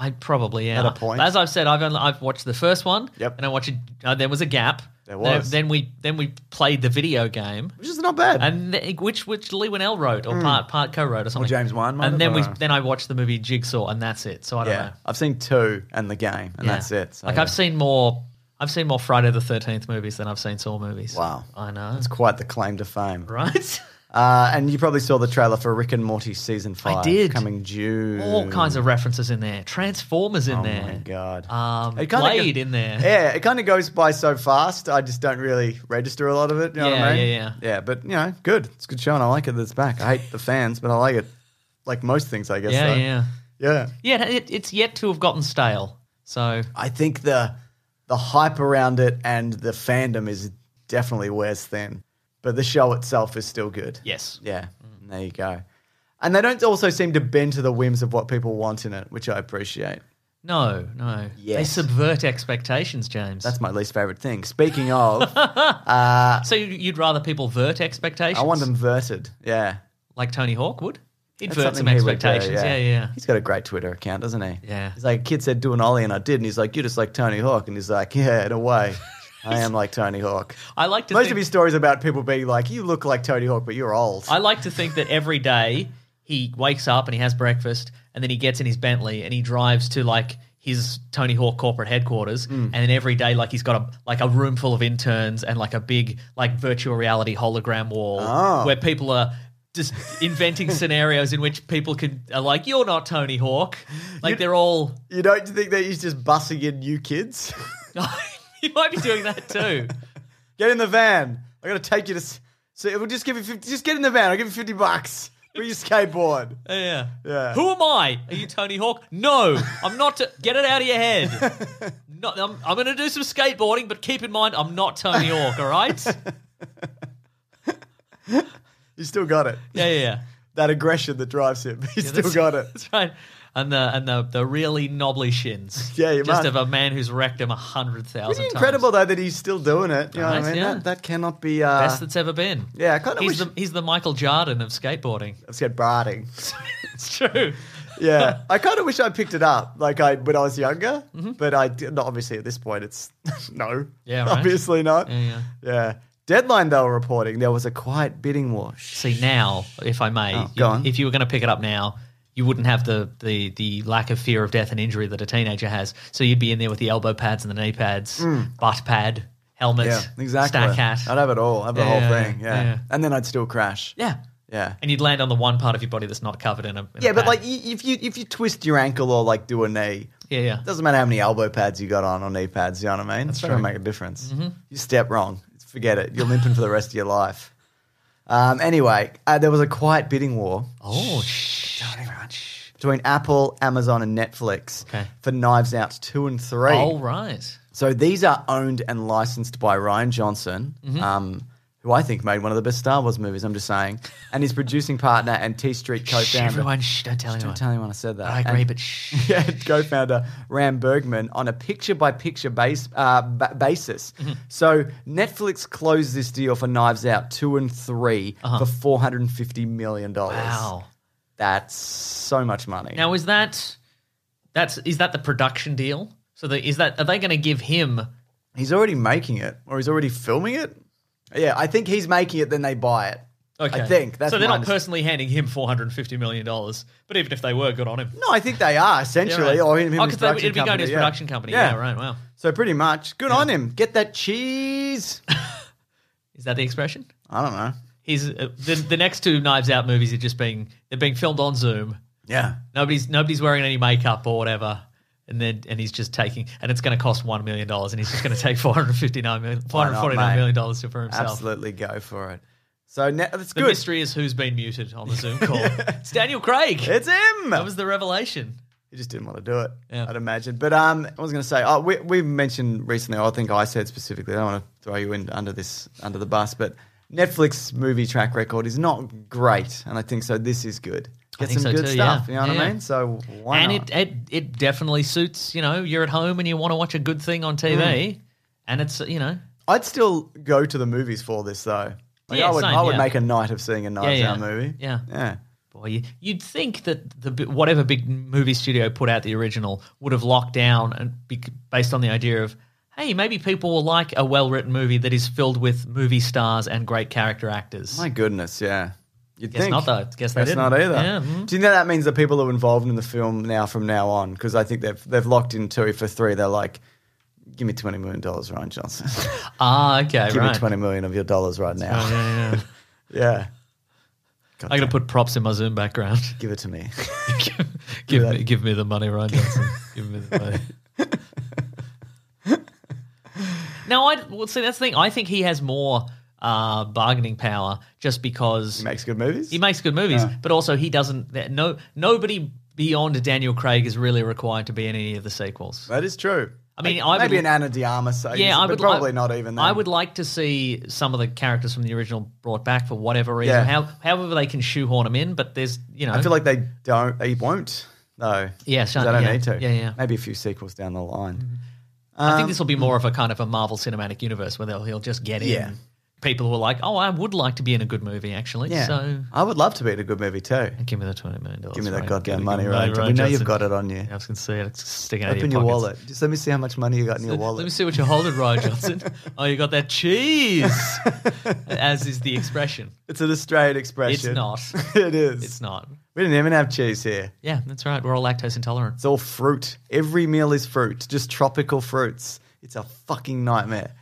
Speaker 6: I probably am.
Speaker 3: At a point.
Speaker 6: As I've said, I've only, I've watched the first one.
Speaker 3: Yep.
Speaker 6: And I watched. it- Uh, there was a gap.
Speaker 3: There was.
Speaker 6: Then, then we then we played the video game.
Speaker 3: Which is not bad.
Speaker 6: and th- which which Lee Winnell wrote or part part co-wrote or something.
Speaker 3: Hmm. James Wan might have,
Speaker 6: And then
Speaker 3: I
Speaker 6: we
Speaker 3: don't know.
Speaker 6: then I watched the movie Jigsaw, and that's it. So I don't
Speaker 3: yeah,
Speaker 6: know.
Speaker 3: I've seen two and the game, and
Speaker 6: Yeah.
Speaker 3: that's it. So,
Speaker 6: like
Speaker 3: yeah.
Speaker 6: I've seen more. I've seen more Friday the Thirteenth movies than I've seen Saw movies.
Speaker 3: Wow.
Speaker 6: I know.
Speaker 3: It's quite the claim to fame,
Speaker 6: [LAUGHS] right.
Speaker 3: Uh, and you probably saw the trailer for Rick and Morty season five.
Speaker 6: did.
Speaker 3: coming June.
Speaker 6: All kinds of references in there. Transformers in
Speaker 3: Oh
Speaker 6: there.
Speaker 3: my god!
Speaker 6: Um,
Speaker 3: It kinda
Speaker 6: Blade
Speaker 3: go-
Speaker 6: in there.
Speaker 3: Yeah, it kind of goes by so fast. I just don't really register a lot of it. You know what I
Speaker 6: Yeah,
Speaker 3: mean?
Speaker 6: yeah, yeah.
Speaker 3: yeah. But you know, good. It's a good show, and I like it. That it's back. I hate the fans, but I like it. Like most things, I guess.
Speaker 6: yeah,
Speaker 3: though.
Speaker 6: yeah,
Speaker 3: yeah.
Speaker 6: yeah. It, it's yet to have gotten stale. So
Speaker 3: I think the the hype around it and the fandom is definitely wears thin, but the show itself is still good.
Speaker 6: yes,
Speaker 3: Yeah,
Speaker 6: Mm.
Speaker 3: there you go. And they don't also seem to bend to the whims of what people want in it, which I appreciate.
Speaker 6: no, no. They
Speaker 3: Yes.
Speaker 6: subvert expectations, James.
Speaker 3: That's my least favorite thing. Speaking
Speaker 6: [LAUGHS]
Speaker 3: of,
Speaker 6: so you- you'd rather people vert expectations.
Speaker 3: I want them verted. Yeah.
Speaker 6: like Tony Hawk would. He'd
Speaker 3: That's
Speaker 6: vert
Speaker 3: something
Speaker 6: some
Speaker 3: he would do,
Speaker 6: expectations. yeah. yeah,
Speaker 3: He's got a great Twitter account, doesn't he?
Speaker 6: Yeah.
Speaker 3: He's like, a kid said, do an Ollie, and I did. And he's like, you're just like Tony Hawk. And he's like, yeah, in a
Speaker 6: [LAUGHS]
Speaker 3: way, I am like Tony Hawk.
Speaker 6: I like to
Speaker 3: Most
Speaker 6: think,
Speaker 3: of his stories about people being like, you look like Tony Hawk, but you're old.
Speaker 6: I like to think that every day he wakes up and he has breakfast, and then he gets in his Bentley and he drives to like his Tony Hawk corporate headquarters, and then every day, like he's got a like a room full of interns and like a big like virtual reality hologram wall where people are just inventing scenarios in which people could are like, "You're not Tony Hawk," like they're all. [LAUGHS]
Speaker 3: You don't think that he's just bussing in new kids? [LAUGHS]
Speaker 6: he might be doing that too.
Speaker 3: get in the van. I gotta take you to. s- So we'll just give you 50, just get in the van. I'll give you fifty bucks. Bring your skateboard.
Speaker 6: Yeah.
Speaker 3: Yeah.
Speaker 6: Who am I? Are you Tony Hawk? No, I'm not. To, get it out of your head.
Speaker 3: [LAUGHS]
Speaker 6: No, I'm, I'm going to do some skateboarding, but keep in mind, I'm not Tony Hawk.
Speaker 3: [LAUGHS]
Speaker 6: All right. Yeah,
Speaker 3: You still got it.
Speaker 6: yeah, yeah.
Speaker 3: That aggression that drives him. [LAUGHS] He's still
Speaker 6: that's-
Speaker 3: got
Speaker 6: [LAUGHS]
Speaker 3: it.
Speaker 6: That's right. And the and the, the really knobbly shins.
Speaker 3: Yeah, you
Speaker 6: just
Speaker 3: must.
Speaker 6: of a man who's wrecked him a hundred thousand
Speaker 3: Pretty
Speaker 6: times.
Speaker 3: incredible though that he's still doing it. You know what I
Speaker 6: Nice,
Speaker 3: mean?
Speaker 6: yeah.
Speaker 3: That, that cannot be. Uh,
Speaker 6: Best that's ever been.
Speaker 3: yeah, I kind of wish.
Speaker 6: He's the he's the Michael Jordan
Speaker 3: [LAUGHS]
Speaker 6: of skateboarding.
Speaker 3: Let's get barding.
Speaker 6: It's true.
Speaker 3: Yeah, [LAUGHS] I kind of wish I picked it up, like I when I was younger. But I did- not obviously at this point. It's [LAUGHS] no,
Speaker 6: Mm-hmm. Yeah, right.
Speaker 3: obviously not.
Speaker 6: Yeah, yeah.
Speaker 3: Yeah. Deadline they were reporting there was a quiet bidding war.
Speaker 6: See now, if I may,
Speaker 3: Oh,
Speaker 6: you-
Speaker 3: go on.
Speaker 6: if you were going to pick it up now, you wouldn't have the, the the lack of fear of death and injury that a teenager has. So you'd be in there with the elbow pads and the knee pads, butt pad, helmet,
Speaker 3: Hmm. Yeah, exactly.
Speaker 6: stack hat,
Speaker 3: I'd have it all. I'd have
Speaker 6: Yeah,
Speaker 3: the whole
Speaker 6: yeah,
Speaker 3: thing.
Speaker 6: yeah,
Speaker 3: Yeah.
Speaker 6: yeah.
Speaker 3: and then I'd still crash.
Speaker 6: yeah,
Speaker 3: yeah.
Speaker 6: and you'd land on the one part of your body that's not covered in a in a
Speaker 3: Yeah, but
Speaker 6: pad.
Speaker 3: like y- if you if you twist your ankle or like do a knee,
Speaker 6: yeah, yeah,
Speaker 3: doesn't matter how many elbow pads you got on or knee pads. You know what I mean? That's it's
Speaker 6: true. Mm-hmm.
Speaker 3: going to make a difference. You step wrong, forget it. You're limping for the rest of your life. Um, anyway, uh, there was a quiet bidding war
Speaker 6: oh shh,
Speaker 3: between Apple, Amazon, and Netflix
Speaker 6: Okay.
Speaker 3: for Knives Out two and three.
Speaker 6: all right,
Speaker 3: So these are owned and licensed by Ryan Johnson,
Speaker 6: Mm-hmm.
Speaker 3: um, who I think made one of the best Star Wars movies. I'm just saying, and his producing partner and T Street
Speaker 6: shh,
Speaker 3: co-founder.
Speaker 6: everyone, shh, don't tell anyone.
Speaker 3: Don't tell anyone I said that.
Speaker 6: I agree,
Speaker 3: And- [LAUGHS]
Speaker 6: but shh.
Speaker 3: yeah, co-founder Ram Bergman on a picture-by-picture base, uh, ba- basis.
Speaker 6: Mm-hmm.
Speaker 3: So Netflix closed this deal for Knives Out two and 3 for four hundred and fifty million dollars.
Speaker 6: Uh-huh. Wow.
Speaker 3: that's so much money.
Speaker 6: Now is that that's is that the production deal? So the, is that are they going to give him?
Speaker 3: he's already making it, or he's already filming it. Yeah, I think he's making it. Then they buy it.
Speaker 6: Okay.
Speaker 3: I think that's
Speaker 6: so. They're
Speaker 3: my
Speaker 6: not
Speaker 3: understanding.
Speaker 6: personally handing him four hundred and fifty million dollars, but even if they were, good on him.
Speaker 3: No, I think they are essentially,
Speaker 6: Yeah, right.
Speaker 3: or him, him
Speaker 6: oh,
Speaker 3: his
Speaker 6: because
Speaker 3: production
Speaker 6: it'd be going
Speaker 3: company,
Speaker 6: to his
Speaker 3: yeah.
Speaker 6: production company. Yeah. right. Wow.
Speaker 3: So pretty much, good on him. Get that
Speaker 6: [LAUGHS]
Speaker 3: cheese.
Speaker 6: Is that the expression?
Speaker 3: I don't know.
Speaker 6: He's uh, the the next two Knives Out movies are just being they're being filmed on Zoom.
Speaker 3: Yeah,
Speaker 6: Nobody's nobody's wearing any makeup or whatever, and then and he's just taking and it's going to cost one million dollars, and he's just going to take [LAUGHS] four hundred fifty nine million four
Speaker 3: Why
Speaker 6: hundred
Speaker 3: not,
Speaker 6: forty nine
Speaker 3: mate?
Speaker 6: million dollars for himself.
Speaker 3: absolutely go for it. So now that's
Speaker 6: The
Speaker 3: good.
Speaker 6: mystery is who's been muted on the
Speaker 3: [LAUGHS]
Speaker 6: Zoom call. It's Daniel Craig.
Speaker 3: It's him.
Speaker 6: that was the revelation.
Speaker 3: he just didn't want to do it.
Speaker 6: Yeah.
Speaker 3: I'd imagine. But um, I was going to say, oh, we we mentioned recently. I think I said specifically. I don't want to throw you in under this under the bus, but Netflix movie track record is not great, and I think so. This is good.
Speaker 6: I
Speaker 3: Get
Speaker 6: think
Speaker 3: some
Speaker 6: so
Speaker 3: good
Speaker 6: too,
Speaker 3: stuff.
Speaker 6: yeah.
Speaker 3: You know what
Speaker 6: Yeah.
Speaker 3: I mean? So why
Speaker 6: and
Speaker 3: not?
Speaker 6: it, it it definitely suits you know you're at home and you want to watch a good thing on TV,
Speaker 3: Hmm.
Speaker 6: and it's you know
Speaker 3: I'd still go to the movies for this though. Like,
Speaker 6: Yeah,
Speaker 3: I would,
Speaker 6: same,
Speaker 3: I would
Speaker 6: yeah.
Speaker 3: make a night of seeing a Knives
Speaker 6: yeah.
Speaker 3: Out movie.
Speaker 6: Yeah.
Speaker 3: yeah.
Speaker 6: boy you, you'd think that the bi- whatever big movie studio put out the original would have locked down and be, based on the idea of hey maybe people will like a well written movie that is filled with movie stars and great character actors.
Speaker 3: My goodness, yeah. You'd
Speaker 6: Guess
Speaker 3: think.
Speaker 6: not, though. Guess they didn't.
Speaker 3: not either.
Speaker 6: Yeah, mhm.
Speaker 3: Do you know that means the people who are involved in the film now from now on? Because I think they've they've locked in two for three. They're like, give me twenty million dollars, Ryan Johnson.
Speaker 6: [LAUGHS] ah okay
Speaker 3: give
Speaker 6: right.
Speaker 3: me twenty million of your dollars right now.
Speaker 6: Oh, yeah, yeah.
Speaker 3: yeah. God
Speaker 6: I'm gonna
Speaker 3: damn,
Speaker 6: put props in my Zoom background.
Speaker 3: give it to me. [LAUGHS]
Speaker 6: give me give me the money, Ryan Johnson. give me the money. now I well see that's the thing. I think he has more uh, bargaining power just because
Speaker 3: he makes good movies.
Speaker 6: he makes good movies, but also he doesn't. there- No, nobody beyond Daniel Craig is really required to be in any of the sequels.
Speaker 3: that is true.
Speaker 6: I mean,
Speaker 3: Like,
Speaker 6: I
Speaker 3: maybe
Speaker 6: would-
Speaker 3: an Anna de Armas. so-
Speaker 6: Yeah, I
Speaker 3: but
Speaker 6: would
Speaker 3: probably
Speaker 6: I-
Speaker 3: not even. Then.
Speaker 6: I would like to see some of the characters from the original brought back for whatever reason.
Speaker 3: Yeah.
Speaker 6: How, however, they can shoehorn them in, but there's you know.
Speaker 3: I feel like they don't. They won't. though.
Speaker 6: Yeah,
Speaker 3: 'Cause
Speaker 6: sure,
Speaker 3: they don't
Speaker 6: yeah,
Speaker 3: need to.
Speaker 6: yeah, Mm-hmm. yeah.
Speaker 3: Maybe a few sequels down the line. Um,
Speaker 6: I think this will be more of a kind of a Marvel Cinematic Universe where they'll, he'll just get
Speaker 3: hmm. Yeah.
Speaker 6: in people who are like, "Oh, I would like to be in a good movie, actually."
Speaker 3: Yeah.
Speaker 6: So
Speaker 3: I would love to be in a good movie too.
Speaker 6: give me the twenty million dollars.
Speaker 3: Give me that
Speaker 6: right?
Speaker 3: goddamn
Speaker 6: Give me-
Speaker 3: money,
Speaker 6: give me
Speaker 3: Ryan.
Speaker 6: that,
Speaker 3: We know you've
Speaker 6: Johnson.
Speaker 3: got it on you.
Speaker 6: Yeah, I was going to say it. It's sticking out of
Speaker 3: Open
Speaker 6: your,
Speaker 3: your
Speaker 6: pockets.
Speaker 3: wallet. Just let me see how much money you got in your wallet.
Speaker 6: Let me see what you're holding, Ryan
Speaker 3: [LAUGHS]
Speaker 6: Johnson. oh, you got that cheese, as is the expression.
Speaker 3: It's an Australian expression.
Speaker 6: It's
Speaker 3: [LAUGHS]
Speaker 6: not.
Speaker 3: it is.
Speaker 6: It's not.
Speaker 3: We didn't even have cheese here.
Speaker 6: Yeah, that's right. We're all lactose intolerant.
Speaker 3: It's all fruit. Every meal is fruit, just tropical fruits. It's a fucking nightmare.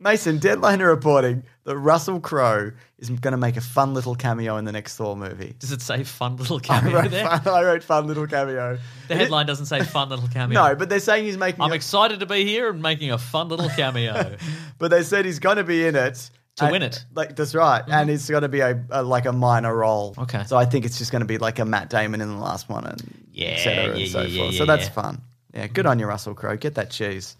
Speaker 3: Mason, Deadline are reporting that Russell Crowe is going to make a fun little cameo in the next Thor movie. [LAUGHS]
Speaker 6: Does it say fun little
Speaker 3: I
Speaker 6: cameo
Speaker 3: wrote,
Speaker 6: there?
Speaker 3: fun, I wrote fun little cameo.
Speaker 6: The headline doesn't say fun little cameo.
Speaker 3: [LAUGHS] No, but they're saying he's making
Speaker 6: I'm
Speaker 3: a-
Speaker 6: excited to be here and making a fun little cameo.
Speaker 3: [LAUGHS] but they said he's going to be in it
Speaker 6: To
Speaker 3: And-
Speaker 6: win it. Mm-hmm.
Speaker 3: Like that's right, and it's going to be a, a like a minor role.
Speaker 6: Okay.
Speaker 3: so I think it's just going to be like a Matt Damon in the last one, and
Speaker 6: Yeah,
Speaker 3: et cetera and
Speaker 6: yeah,
Speaker 3: so
Speaker 6: yeah, yeah,
Speaker 3: forth.
Speaker 6: yeah,
Speaker 3: so that's
Speaker 6: yeah.
Speaker 3: fun. Yeah, good on you, Russell Crowe. Get that cheese.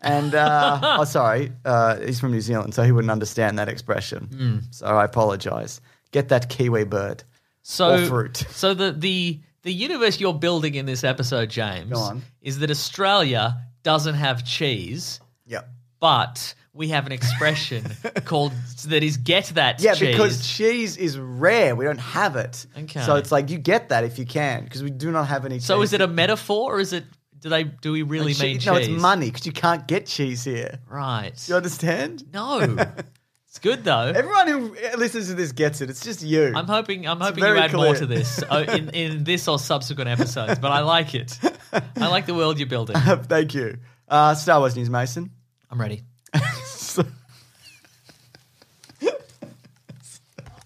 Speaker 3: And uh,
Speaker 6: [LAUGHS]
Speaker 3: oh, sorry, uh, he's from New Zealand, so he wouldn't understand that expression.
Speaker 6: Mm.
Speaker 3: So I apologise. Get that kiwi bird.
Speaker 6: So
Speaker 3: Or fruit. [LAUGHS]
Speaker 6: So the the the universe you're building in this episode, James,
Speaker 3: Go on.
Speaker 6: is that Australia doesn't have cheese,
Speaker 3: Yep.
Speaker 6: but we have an expression
Speaker 3: [LAUGHS]
Speaker 6: called that is get that
Speaker 3: Yeah,
Speaker 6: cheese.
Speaker 3: because cheese is rare. We don't have it.
Speaker 6: Okay.
Speaker 3: So it's like you get that if you can, because we do not have any.
Speaker 6: so
Speaker 3: cheese
Speaker 6: is it a metaphor or is it do they do we really
Speaker 3: Like,
Speaker 6: mean
Speaker 3: che-
Speaker 6: cheese?
Speaker 3: No, it's money because you can't get cheese here.
Speaker 6: Right.
Speaker 3: Do you understand? [LAUGHS]
Speaker 6: No. it's good though.
Speaker 3: Everyone who listens to this gets it. It's just you.
Speaker 6: I'm hoping I'm hoping you
Speaker 3: very
Speaker 6: add more
Speaker 3: clear.
Speaker 6: to this uh, in in this or subsequent episodes. But I like it.
Speaker 3: [LAUGHS]
Speaker 6: I like the world you're
Speaker 3: [LAUGHS]
Speaker 6: building.
Speaker 3: Thank you. Uh, Star Wars news, Mason. [LAUGHS]
Speaker 6: I'm ready.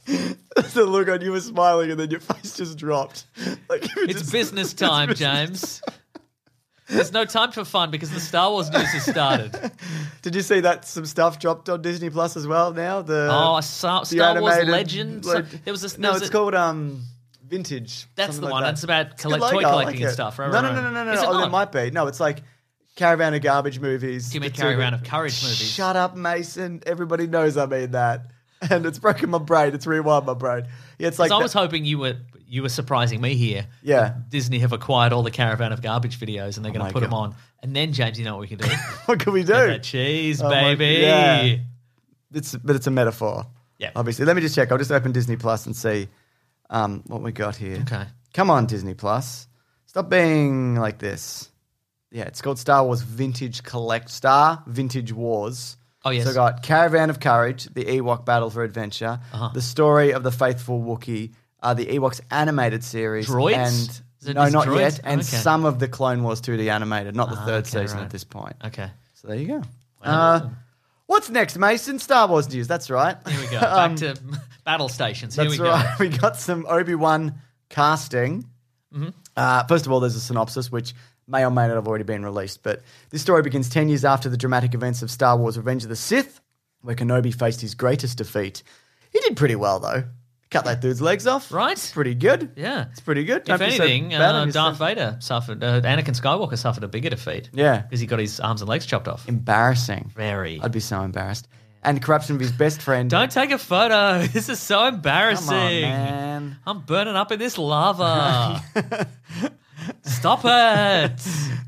Speaker 3: the look on you was smiling, and then your [LAUGHS] face just dropped. [LAUGHS] Like you were
Speaker 6: It's
Speaker 3: just- [LAUGHS]
Speaker 6: business time, James. There's no time for fun because the Star Wars news
Speaker 3: [LAUGHS]
Speaker 6: has started.
Speaker 3: Did you see that some stuff dropped on Disney Plus as well? Now the
Speaker 6: Oh, Star,
Speaker 3: the
Speaker 6: Star Wars
Speaker 3: animated-
Speaker 6: Legend. So-
Speaker 3: like-
Speaker 6: there was this. there
Speaker 3: no,
Speaker 6: was
Speaker 3: it's
Speaker 6: a-
Speaker 3: called um vintage.
Speaker 6: That's
Speaker 3: something
Speaker 6: the
Speaker 3: like
Speaker 6: one.
Speaker 3: that.
Speaker 6: That's about
Speaker 3: It's a good
Speaker 6: collect- toy
Speaker 3: logo. I
Speaker 6: collecting
Speaker 3: like
Speaker 6: and
Speaker 3: it.
Speaker 6: stuff, right,
Speaker 3: No,
Speaker 6: right,
Speaker 3: no, no,
Speaker 6: right.
Speaker 3: no, no,
Speaker 6: Is
Speaker 3: no.
Speaker 6: it
Speaker 3: Oh, there
Speaker 6: not?
Speaker 3: might be. No, it's like Caravan of Garbage movies.
Speaker 6: Give me
Speaker 3: The two-
Speaker 6: Caravan of Courage movies.
Speaker 3: Shut up, Mason. Everybody knows I mean that. [LAUGHS] And it's broken my brain. It's rewired my brain. Yeah, it's like
Speaker 6: 'Cause I was
Speaker 3: that-
Speaker 6: hoping you were you were surprising me here.
Speaker 3: Yeah. [LAUGHS] Oh
Speaker 6: Disney have acquired all the Caravan of Garbage videos and they're going
Speaker 3: my
Speaker 6: to put them
Speaker 3: God.
Speaker 6: on. And then James, you know what we
Speaker 3: [LAUGHS]
Speaker 6: can do?
Speaker 3: what can we do?
Speaker 6: that cheese,
Speaker 3: Oh my-
Speaker 6: baby.
Speaker 3: yeah. It's but it's a metaphor.
Speaker 6: Yeah.
Speaker 3: Obviously. Let me just check. I'll just open Disney Plus and see um, what we got here.
Speaker 6: Okay.
Speaker 3: Come on, Disney Plus. Stop being like this. Yeah, it's called Star Wars Vintage Collect Star Vintage Wars.
Speaker 6: Oh, yes.
Speaker 3: So I got Caravan of Courage, the Ewok Battle for Adventure,
Speaker 6: Uh-huh.
Speaker 3: the story of the faithful Wookiee, uh, the Ewoks animated series,
Speaker 6: Droids?
Speaker 3: and
Speaker 6: Is it
Speaker 3: no,
Speaker 6: just
Speaker 3: not
Speaker 6: droids?
Speaker 3: yet, and
Speaker 6: Okay. Ah,
Speaker 3: some of the Clone Wars 2D animated, not the third
Speaker 6: okay,
Speaker 3: season
Speaker 6: right.
Speaker 3: at this point.
Speaker 6: Okay.
Speaker 3: So there you go. Uh, what's next, Mason? Star Wars news. That's right.
Speaker 6: [LAUGHS] Here we go. Back to battle stations. Here
Speaker 3: um, That's
Speaker 6: we go.
Speaker 3: right. [LAUGHS] We got some Obi Wan casting.
Speaker 6: Mm-hmm.
Speaker 3: Uh, first of all, there's a synopsis which may or may not have already been released, but this story begins 10 years after the dramatic events of Star Wars Revenge of the Sith, where Kenobi faced his greatest defeat. He did pretty well, though. Cut that dude's legs off.
Speaker 6: Right.
Speaker 3: It's pretty good.
Speaker 6: Yeah.
Speaker 3: It's pretty good. Don't
Speaker 6: If
Speaker 3: be so
Speaker 6: anything,
Speaker 3: bad on
Speaker 6: uh,
Speaker 3: yourself.
Speaker 6: Darth Vader suffered. Uh, Anakin Skywalker suffered a bigger defeat.
Speaker 3: Yeah.
Speaker 6: because he got his arms and legs chopped off.
Speaker 3: Embarrassing.
Speaker 6: Very.
Speaker 3: I'd be so embarrassed. And corruption of his best friend.
Speaker 6: Don't take a photo. [LAUGHS] This is so embarrassing.
Speaker 3: Come on, man.
Speaker 6: I'm burning up in
Speaker 3: [LAUGHS]
Speaker 6: this lava. Stop it.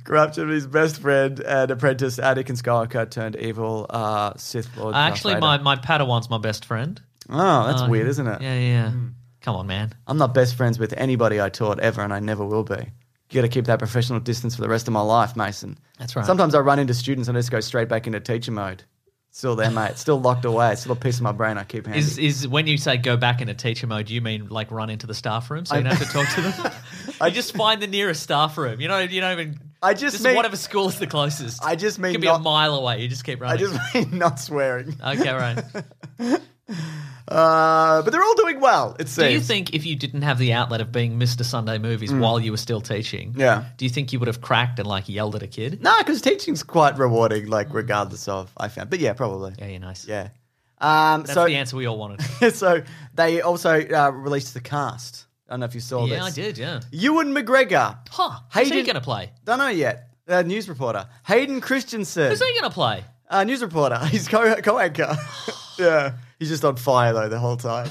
Speaker 3: Corruption of his best friend and apprentice Anakin Skywalker turned evil uh, Sith Lord. Darth
Speaker 6: Actually,
Speaker 3: Vader.
Speaker 6: my, my Padawan's my best friend.
Speaker 3: oh, that's weird, isn't it?
Speaker 6: Yeah, yeah.
Speaker 3: Hmm.
Speaker 6: Come on, man.
Speaker 3: I'm not best friends with anybody I taught ever, and I never will be. You got to keep that professional distance for the rest of my life, Mason.
Speaker 6: That's right.
Speaker 3: Sometimes I run into students and I just go straight back into teacher mode. Still there, mate. Still locked away. It's still a piece of my brain I keep handy.
Speaker 6: Is is when you say go back into teacher mode, you mean like run into the staff room so you don't have to talk to them?
Speaker 3: [LAUGHS]
Speaker 6: you just find the nearest staff room. You know, you don't even.
Speaker 3: I just mean-
Speaker 6: whatever school is the closest.
Speaker 3: I just mean
Speaker 6: could be a
Speaker 3: not-
Speaker 6: mile away. You just keep running.
Speaker 3: I just [LAUGHS] mean not swearing.
Speaker 6: okay, right.
Speaker 3: Uh, but they're all doing well, it seems.
Speaker 6: Do you think if you didn't have the outlet of being Mr. Sunday Movies while you were still teaching,
Speaker 3: Mm. Yeah.
Speaker 6: do you think you would have cracked and like yelled at a kid?
Speaker 3: No, because teaching's quite rewarding, like, regardless of, I found. But yeah, probably.
Speaker 6: Yeah, you're nice.
Speaker 3: Yeah. Um,
Speaker 6: That's
Speaker 3: so,
Speaker 6: the answer we all
Speaker 3: [LAUGHS]
Speaker 6: wanted.
Speaker 3: so they also uh, released the cast. I don't know if you saw this.
Speaker 6: yeah, I did. Yeah.
Speaker 3: Ewan McGregor.
Speaker 6: Huh? Who's he going to play?
Speaker 3: Don't know yet. Uh, news reporter. Hayden Christensen.
Speaker 6: Who's he going to play?
Speaker 3: Uh, news reporter. [LAUGHS] He's co-
Speaker 6: [SIGHS]
Speaker 3: co-anchor. yeah. He's just on fire, though, the whole
Speaker 6: [LAUGHS]
Speaker 3: time.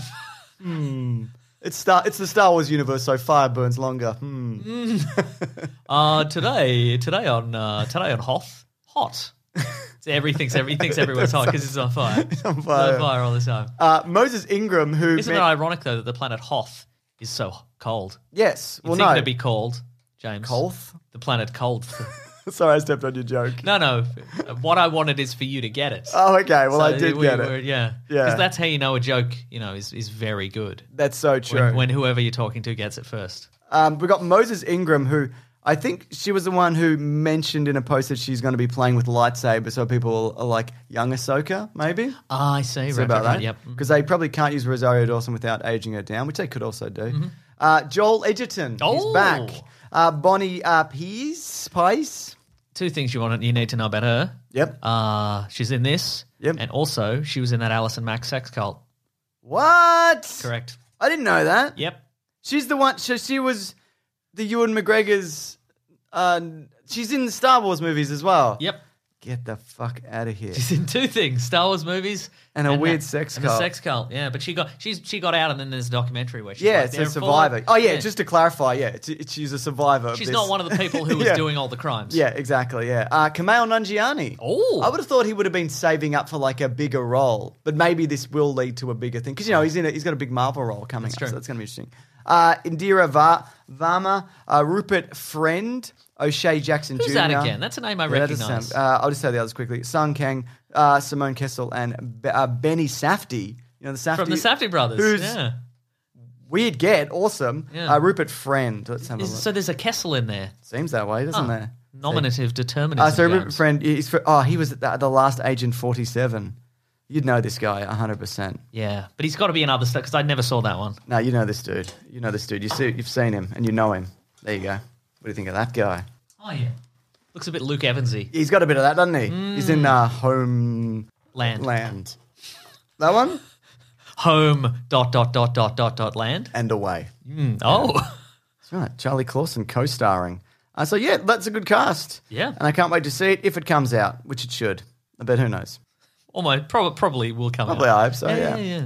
Speaker 3: hmm. It's, Star- it's the Star Wars universe, so fire burns longer. Hmm.
Speaker 6: Uh, today, today on uh, today on Hoth, hot. So
Speaker 3: [LAUGHS]
Speaker 6: everything's everything's everyone's hot because it's on fire. It's
Speaker 3: on fire.
Speaker 6: on fire all the time.
Speaker 3: Uh, Moses Ingram, who
Speaker 6: Isn't
Speaker 3: met-
Speaker 6: it ironic though that the planet Hoth is so cold?
Speaker 3: yes,
Speaker 6: You
Speaker 3: well
Speaker 6: think
Speaker 3: no,
Speaker 6: it'd be cold, James?
Speaker 3: Kolth.
Speaker 6: The planet cold.
Speaker 3: [LAUGHS] Sorry, I stepped on your joke.
Speaker 6: no, no. What I wanted is for you to get it.
Speaker 3: Oh, okay. Well,
Speaker 6: So
Speaker 3: I did
Speaker 6: we
Speaker 3: get
Speaker 6: were-
Speaker 3: it.
Speaker 6: Yeah,
Speaker 3: Yeah.
Speaker 6: Because that's how you know a joke, you know, is is very good
Speaker 3: That's so true.
Speaker 6: when, when whoever you're talking to gets it first.
Speaker 3: Um, we got Moses Ingram, who I think she was the one who mentioned in a post that she's going to be playing with lightsabers, so people are like young Ahsoka, maybe.
Speaker 6: Ah, I see.
Speaker 3: Is
Speaker 6: right,
Speaker 3: about
Speaker 6: right, right,
Speaker 3: that.
Speaker 6: Yep.
Speaker 3: Because they probably can't use Rosario Dawson without aging her down, which they could also do. Uh, Joel Edgerton, he's
Speaker 6: Mm-hmm. Oh.
Speaker 3: back. Uh, Bonnie uh, Pease, Pies.
Speaker 6: Two things you want you need to know about her.
Speaker 3: Yep.
Speaker 6: Uh she's in this.
Speaker 3: Yep.
Speaker 6: And also she was in that Alison Mack sex cult.
Speaker 3: what?
Speaker 6: Correct.
Speaker 3: I didn't know that.
Speaker 6: Yep.
Speaker 3: She's the one. So she was the Ewan McGregor's. Uh, she's in the Star Wars movies as well.
Speaker 6: Yep.
Speaker 3: Get the fuck out of here.
Speaker 6: She's in two things: Star Wars movies
Speaker 3: And a weird sex
Speaker 6: and
Speaker 3: cult.
Speaker 6: A sex cult. Yeah, but she got she's she got out, and then there's a documentary where she's
Speaker 3: Yeah,
Speaker 6: like,
Speaker 3: it's
Speaker 6: they're
Speaker 3: a
Speaker 6: full-
Speaker 3: survivor. Oh yeah, just to clarify, yeah, it's, it's, she's a survivor. of
Speaker 6: she's
Speaker 3: this.
Speaker 6: not one of the
Speaker 3: [LAUGHS]
Speaker 6: people who was
Speaker 3: Yeah.
Speaker 6: doing all the crimes.
Speaker 3: Yeah, exactly. Yeah, uh, Kamal Nanjiani.
Speaker 6: Oh.
Speaker 3: I would have thought he would have been saving up for like a bigger role, but maybe this will lead to a bigger thing because you know he's in a, he's got a big Marvel role coming up,
Speaker 6: true.
Speaker 3: so that's going to be interesting. Uh, Indira Va- Varma, uh, Rupert Friend, O'Shea Jackson
Speaker 6: Who's
Speaker 3: Jr.
Speaker 6: that again? That's a name I
Speaker 3: Yeah, that does
Speaker 6: recognise.
Speaker 3: sound- uh, I'll just say the others quickly: Sung Kang, uh, Simone Kessel, and Be- uh, Benny Safdie. You know the Safdie
Speaker 6: from the Safdie brothers.
Speaker 3: uh, Who's
Speaker 6: yeah.
Speaker 3: weird get awesome.
Speaker 6: Yeah.
Speaker 3: Uh, Rupert Friend. Let's have a look.
Speaker 6: Is- so there's a Kessel in there.
Speaker 3: Seems that way, doesn't there?
Speaker 6: Nominative determinism.
Speaker 3: Uh, so Rupert
Speaker 6: James.
Speaker 3: Friend, he's fr- oh, he was at the, the last Agent 47. You'd know this guy 100%.
Speaker 6: Yeah, but he's got to be in other stuff because I never saw that one.
Speaker 3: No, you know this dude. You know this dude. You see, you've seen him and you know him. There you go. What do you think of that guy?
Speaker 6: Oh yeah, looks a bit Luke Evansy.
Speaker 3: He's got a bit of that, doesn't he? He's in uh, Homeland.
Speaker 6: Land.
Speaker 3: That one?
Speaker 6: Home. Dot. Dot. Dot. Dot. Dot. Dot. Land.
Speaker 3: And Away.
Speaker 6: Oh. [LAUGHS]
Speaker 3: That's right. Charlie Clausen co starring. Uh, so, yeah, that's a good cast.
Speaker 6: Yeah.
Speaker 3: And I can't wait to see it if it comes out, which it should. I bet who knows.
Speaker 6: Almost, prob- probably will come
Speaker 3: Probably,
Speaker 6: out.
Speaker 3: I hope so, yeah.
Speaker 6: yeah, yeah.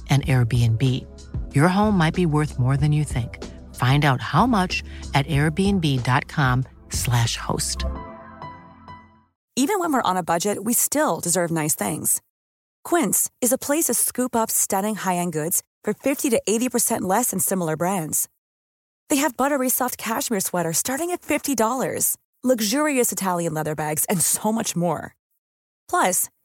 Speaker 1: an Airbnb. Your home might be worth more than you think. Find out how much at airbnb.com/slash host.
Speaker 7: Even when we're on a budget, we still deserve nice things. Quince is a place to scoop up stunning high-end goods for 50 to 80% less than similar brands. They have buttery soft cashmere sweaters starting at $50, luxurious Italian leather bags, and so much more. Plus,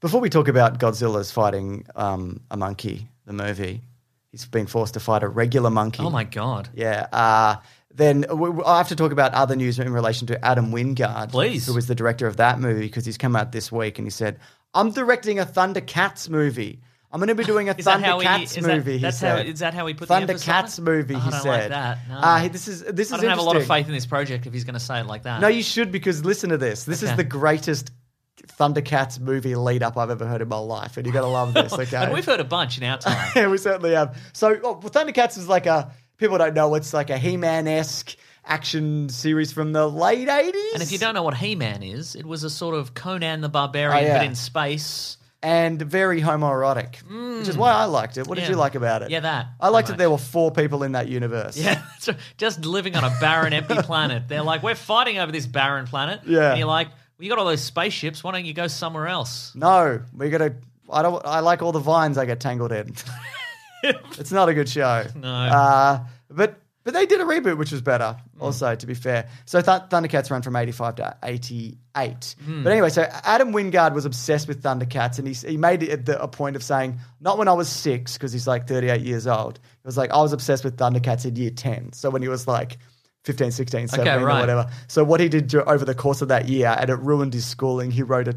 Speaker 3: Before we talk about Godzilla's fighting um, a monkey, the movie, he's been forced to fight a regular monkey.
Speaker 6: Oh my god.
Speaker 3: Yeah. Uh, then w- w- I have to talk about other news in relation to Adam Wingard,
Speaker 6: Please.
Speaker 3: who was the director of that movie, because he's come out this week and he said, I'm directing a Thundercats movie. I'm going to be doing a
Speaker 6: Is that how he-
Speaker 3: Thundercats
Speaker 6: is that-
Speaker 3: movie. he
Speaker 6: that's how-
Speaker 3: said.
Speaker 6: is that how he put the emphasis on
Speaker 3: Thundercats
Speaker 6: it?
Speaker 3: movie?
Speaker 6: Oh, I
Speaker 3: he
Speaker 6: don't like
Speaker 3: said.
Speaker 6: that. No.
Speaker 3: Uh, he- this is this
Speaker 6: I
Speaker 3: is
Speaker 6: don't have a lot of
Speaker 3: interesting.
Speaker 6: faith in this project if he's going to say it like that.
Speaker 3: No, you should because listen to this. This is
Speaker 6: Okay.
Speaker 3: the greatest Thundercats movie lead up I've ever heard in my life, and you're gonna love this. Okay,
Speaker 6: [LAUGHS] [LAUGHS] and we've heard a bunch in our time.
Speaker 3: [LAUGHS] yeah, we certainly have. So oh, well, Thundercats is like a people don't know it's like a He-Man esque action series from the late '80s.
Speaker 6: and if you don't know what He Man is, it was a sort of Conan the Barbarian,
Speaker 3: Oh, yeah.
Speaker 6: but in space. [LAUGHS]
Speaker 3: and very homoerotic, which is why I liked it. What
Speaker 6: Mm. Yeah.
Speaker 3: did you like about it?
Speaker 6: Yeah, that.
Speaker 3: I liked
Speaker 6: Pretty
Speaker 3: that there were four people in that universe.
Speaker 6: Yeah, so just living on a
Speaker 3: [LAUGHS]
Speaker 6: barren, empty planet. They're like, we're fighting over this barren planet.
Speaker 3: Yeah.
Speaker 6: And you're like, well, you got all those spaceships. Why don't you go somewhere else?
Speaker 3: No, we gotta. I don't. I like all the vines I get tangled
Speaker 6: [LAUGHS]
Speaker 3: in. it's not a good show.
Speaker 6: No.
Speaker 3: Uh, but but they did a reboot, which was better.
Speaker 6: Mm.
Speaker 3: Also, to be fair, so Th- Thundercats ran from eighty five to eighty eight.
Speaker 6: Hmm.
Speaker 3: But anyway, so Adam Wingard was obsessed with Thundercats, and he s- he made it the, a point of saying, not when I was six, because he's like thirty eight years old. He was like, I was obsessed with Thundercats in year ten. So when he was like. 15, 16, 17,
Speaker 6: right.
Speaker 3: or whatever. So what he did dur- over the course of that year, and it ruined his schooling, he wrote a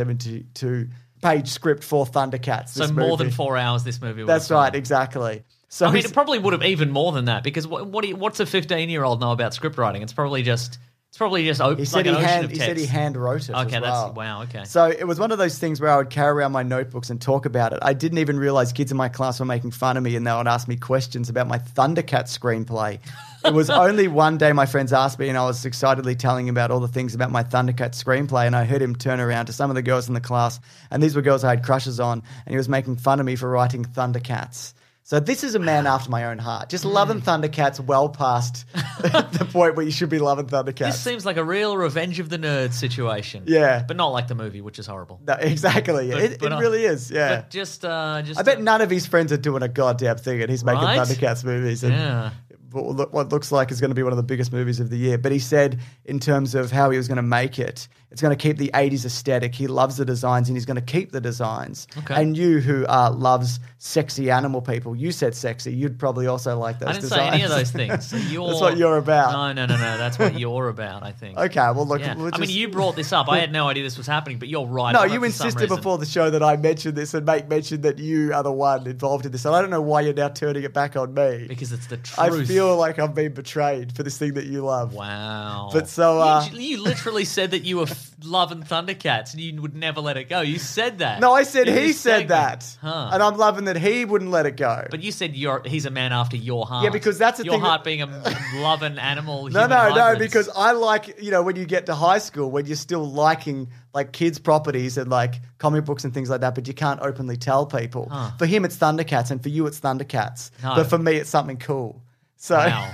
Speaker 3: 272 page script for Thundercats.
Speaker 6: So
Speaker 3: this
Speaker 6: more than
Speaker 3: movie.
Speaker 6: four hours this movie was.
Speaker 3: That's right, exactly. So
Speaker 6: I
Speaker 3: [LAUGHS]
Speaker 6: mean,
Speaker 3: he's-
Speaker 6: it probably would have even more than that because what, what do you, what's a 15 year old know about script writing? It's probably just it's probably just op-
Speaker 3: He
Speaker 6: like
Speaker 3: said
Speaker 6: an
Speaker 3: he
Speaker 6: ocean
Speaker 3: hand
Speaker 6: of
Speaker 3: he
Speaker 6: text.
Speaker 3: said he hand wrote it. as
Speaker 6: Okay, that's-
Speaker 3: well.
Speaker 6: wow, okay.
Speaker 3: So it was one of those things where I would carry around my notebooks and talk about it. I didn't even realize kids in my class were making fun of me, and they would ask me questions about my Thundercat screenplay. it
Speaker 6: [LAUGHS]
Speaker 3: was only one day my friends asked me, and I was excitedly telling him about all the things about my Thundercat screenplay. And I heard him turn around to some of the girls in the class, and these were girls I had crushes on, and he was making fun of me for writing Thundercats. So this is a man after my own heart,
Speaker 6: Hmm.
Speaker 3: just loving Thundercats well
Speaker 6: [LAUGHS]
Speaker 3: past [LAUGHS] the point where you should be loving Thundercats.
Speaker 6: this seems like a real Revenge of the Nerds situation.
Speaker 3: Yeah.
Speaker 6: but not like the movie, which is horrible.
Speaker 3: No, [LAUGHS] exactly.
Speaker 6: But-
Speaker 3: it
Speaker 6: but,
Speaker 3: it
Speaker 6: uh,
Speaker 3: really is. Yeah.
Speaker 6: But just uh, just
Speaker 3: I bet
Speaker 6: uh,
Speaker 3: none of his friends are doing a goddamn thing, and he's making
Speaker 6: Right?
Speaker 3: Thundercats movies. And
Speaker 6: Yeah.
Speaker 3: what look- what looks like is going to be one of the biggest movies of the year. But he said, in terms of how he was going to make it, it's going to keep the 80s aesthetic. He loves the designs, and he's going to keep the designs.
Speaker 6: Okay.
Speaker 3: And you, who uh, loves sexy animal people, you said sexy. You'd probably also like those
Speaker 6: I didn't
Speaker 3: designs.
Speaker 6: say any of those things. So you're,
Speaker 3: That's what you're about.
Speaker 6: No, no, no, no. That's what you're about. I think.
Speaker 3: [LAUGHS] Okay, well, look.
Speaker 6: Yeah.
Speaker 3: we'll
Speaker 6: I mean,
Speaker 3: just-
Speaker 6: you brought this up. I had no idea this was happening, but you're right.
Speaker 3: No,
Speaker 6: on it
Speaker 3: you
Speaker 6: for some
Speaker 3: insisted
Speaker 6: reason.
Speaker 3: before the show that I mentioned this and make mention that you are the one involved in this. And I don't know why you're now turning it back on me.
Speaker 6: because it's the truth.
Speaker 3: I feel like I've been betrayed for this thing that you love.
Speaker 6: Wow.
Speaker 3: But so, uh,
Speaker 6: you, you literally said that you were f- loving Thundercats and you would never let it go. You said that.
Speaker 3: No, I said
Speaker 6: In
Speaker 3: he
Speaker 6: this
Speaker 3: said
Speaker 6: segment.
Speaker 3: that.
Speaker 6: Huh.
Speaker 3: And I'm loving that he wouldn't let it go.
Speaker 6: but you said you're, he's a man after your heart.
Speaker 3: Yeah, because that's the
Speaker 6: your
Speaker 3: thing
Speaker 6: heart
Speaker 3: that-
Speaker 6: being a loving animal.
Speaker 3: [LAUGHS] no,
Speaker 6: human
Speaker 3: no, no,
Speaker 6: hybrids.
Speaker 3: because I like, you know, when you get to high school, when you're still liking like kids' properties and like comic books and things like that, but you can't openly tell people. For him, it's Thundercats, and for you, it's Thundercats.
Speaker 6: No.
Speaker 3: But for me, it's something cool. So, [LAUGHS]
Speaker 6: Wow.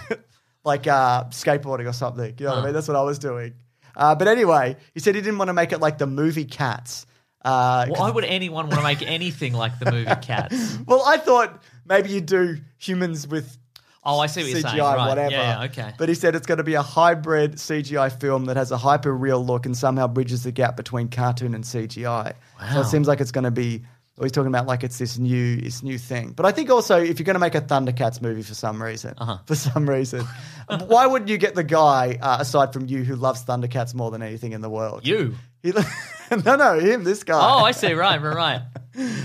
Speaker 3: like uh, skateboarding or something. You know what I mean? That's what I was doing. Uh, but anyway, he said he didn't want to make it like the movie Cats. Uh, 'cause
Speaker 6: Why would anyone want to make anything like the movie
Speaker 3: [LAUGHS]
Speaker 6: Cats?
Speaker 3: Well, I thought maybe you do humans with
Speaker 6: Oh, I see what you're
Speaker 3: CGI,
Speaker 6: saying. Right.
Speaker 3: whatever.
Speaker 6: Yeah, yeah, okay.
Speaker 3: But he said it's going to be a hybrid CGI film that has a hyper real look and somehow bridges the gap between cartoon and CGI. So
Speaker 6: Wow.
Speaker 3: it seems like it's going to be. Well, he's talking about like it's this new, this new thing. But I think also if you're going to make a Thundercats movie for some reason,
Speaker 6: Uh-huh.
Speaker 3: [LAUGHS] for some reason, why wouldn't you get the guy uh, aside from you who loves Thundercats more than anything in the world?
Speaker 6: you.
Speaker 3: He- [LAUGHS] no, no, him, this guy
Speaker 6: Oh, I see. Right, right, right.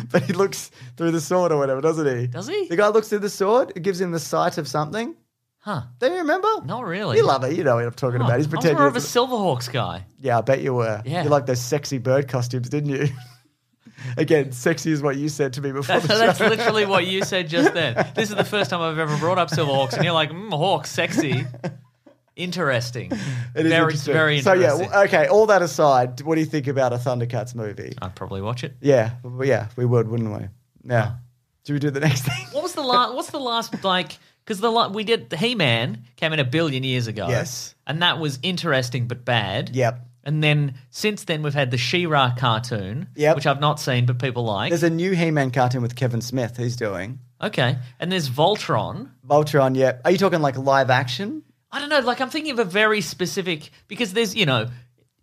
Speaker 3: [LAUGHS] but he looks through the sword or whatever, doesn't he?
Speaker 6: Does he?
Speaker 3: The guy looks through the sword. It gives him the sight of something.
Speaker 6: Huh.
Speaker 3: Do you remember?
Speaker 6: Not really.
Speaker 3: You love it. You know what I'm talking about. He's
Speaker 6: I was
Speaker 3: pretending.
Speaker 6: more of a
Speaker 3: it's-
Speaker 6: Silverhawks
Speaker 3: [LAUGHS]
Speaker 6: guy.
Speaker 3: yeah, I bet you were.
Speaker 6: Yeah.
Speaker 3: You like those sexy bird costumes, didn't you? [LAUGHS] Again, sexy is what you said to me before the
Speaker 6: [LAUGHS] That's
Speaker 3: show.
Speaker 6: literally what you said just then. This is the first time I've ever brought up Silverhawks, and you're like, mm, Hawks, sexy.
Speaker 3: [LAUGHS]
Speaker 6: Interesting.
Speaker 3: It is
Speaker 6: very,
Speaker 3: interesting.
Speaker 6: very
Speaker 3: So
Speaker 6: interesting.
Speaker 3: yeah, w- okay. All that aside, what do you think about a Thundercats movie?
Speaker 6: I'd probably watch it.
Speaker 3: Yeah, well, yeah, we would, wouldn't we? Yeah.
Speaker 6: Oh.
Speaker 3: Do we do the [LAUGHS] next thing?
Speaker 6: What was the last? What's the last like? Because the la- we did He Man came in a billion years ago.
Speaker 3: Yes.
Speaker 6: and that was interesting but bad.
Speaker 3: Yep.
Speaker 6: And then since then we've had the She-Ra cartoon,
Speaker 3: Yep.
Speaker 6: which I've not seen but people like.
Speaker 3: There's a new He-Man cartoon with Kevin Smith. He's doing
Speaker 6: okay, and there's Voltron.
Speaker 3: Voltron. Yeah. Are you talking like live action?
Speaker 6: I don't know. Like I'm thinking of a very specific because there's you know.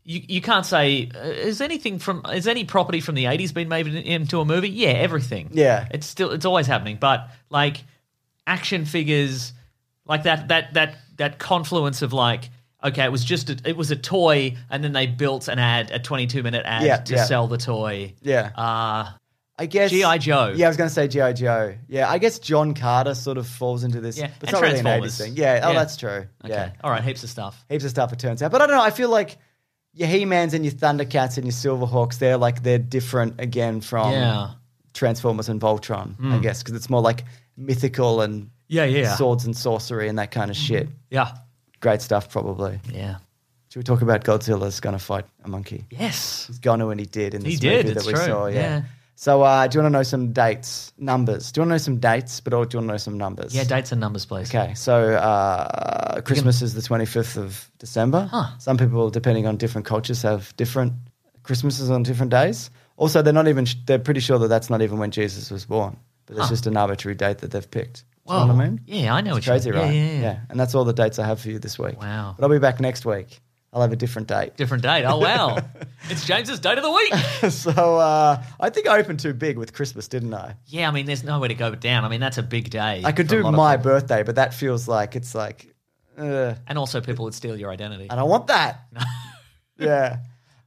Speaker 6: You, you can't say uh, is anything from is any property from the 80s been made in- into a movie? Yeah, everything.
Speaker 3: Yeah.
Speaker 6: It's still it's always happening, but like action figures like that that that that confluence of like okay, it was just a, it was a toy, and then they built an ad, a 22 minute ad
Speaker 3: Yeah,
Speaker 6: to
Speaker 3: yeah.
Speaker 6: sell the toy.
Speaker 3: Yeah.
Speaker 6: Uh,
Speaker 3: I guess
Speaker 6: G.I. Joe.
Speaker 3: Yeah, I was going to say GI Joe. Yeah, I guess John Carter sort of falls into this.
Speaker 6: Yeah,
Speaker 3: It's
Speaker 6: and
Speaker 3: not really an 80s
Speaker 6: Transformers.
Speaker 3: thing. Yeah. Oh,
Speaker 6: Yeah.
Speaker 3: that's true.
Speaker 6: okay,
Speaker 3: Yeah,
Speaker 6: all right, heaps of stuff.
Speaker 3: heaps of stuff it turns out. But I don't know. I feel like your He Mans and your Thundercats and your Silverhawks. They're like they're different again from
Speaker 6: yeah,
Speaker 3: Transformers and Voltron. I guess because it's more like mythical and
Speaker 6: yeah, yeah, Mm-hmm.
Speaker 3: swords and sorcery and that kind of shit.
Speaker 6: yeah,
Speaker 3: Great stuff, probably.
Speaker 6: yeah.
Speaker 3: Should we talk about Godzilla's going to fight a monkey?
Speaker 6: Yes,
Speaker 3: He's going to, and he did in this
Speaker 6: He did,
Speaker 3: movie that
Speaker 6: it's
Speaker 3: we
Speaker 6: true,
Speaker 3: saw. Yeah.
Speaker 6: yeah.
Speaker 3: So, uh, do you want to know some dates, numbers? Do you want to know some dates, but or do you want to know some numbers?
Speaker 6: yeah. Dates and numbers, please.
Speaker 3: Okay, so uh, Christmas is the 25th of December.
Speaker 6: Huh.
Speaker 3: Some people, depending on different cultures, have different Christmases on different days. Also, they're not even, they're pretty sure that that's not even when Jesus was born, but it's just an arbitrary date that they've picked. Do you know what I mean?
Speaker 6: Yeah, I know
Speaker 3: It's
Speaker 6: what you
Speaker 3: crazy,
Speaker 6: mean.
Speaker 3: right?
Speaker 6: Yeah, yeah, yeah.
Speaker 3: And that's all the dates I have for you this week.
Speaker 6: Wow.
Speaker 3: But I'll be back next week. I'll have a different date.
Speaker 6: Different date.
Speaker 3: [LAUGHS]
Speaker 6: Oh wow, it's James's date of the week.
Speaker 3: so uh, I think I opened too big with Christmas, didn't I?
Speaker 6: yeah, I mean, there's nowhere to go but down. I mean, that's a big day.
Speaker 3: I could
Speaker 6: for a
Speaker 3: do
Speaker 6: lot of
Speaker 3: my
Speaker 6: people.
Speaker 3: birthday, but that feels like it's like, uh,
Speaker 6: and also people would steal your identity.
Speaker 3: I don't want that.
Speaker 6: [LAUGHS]
Speaker 3: yeah.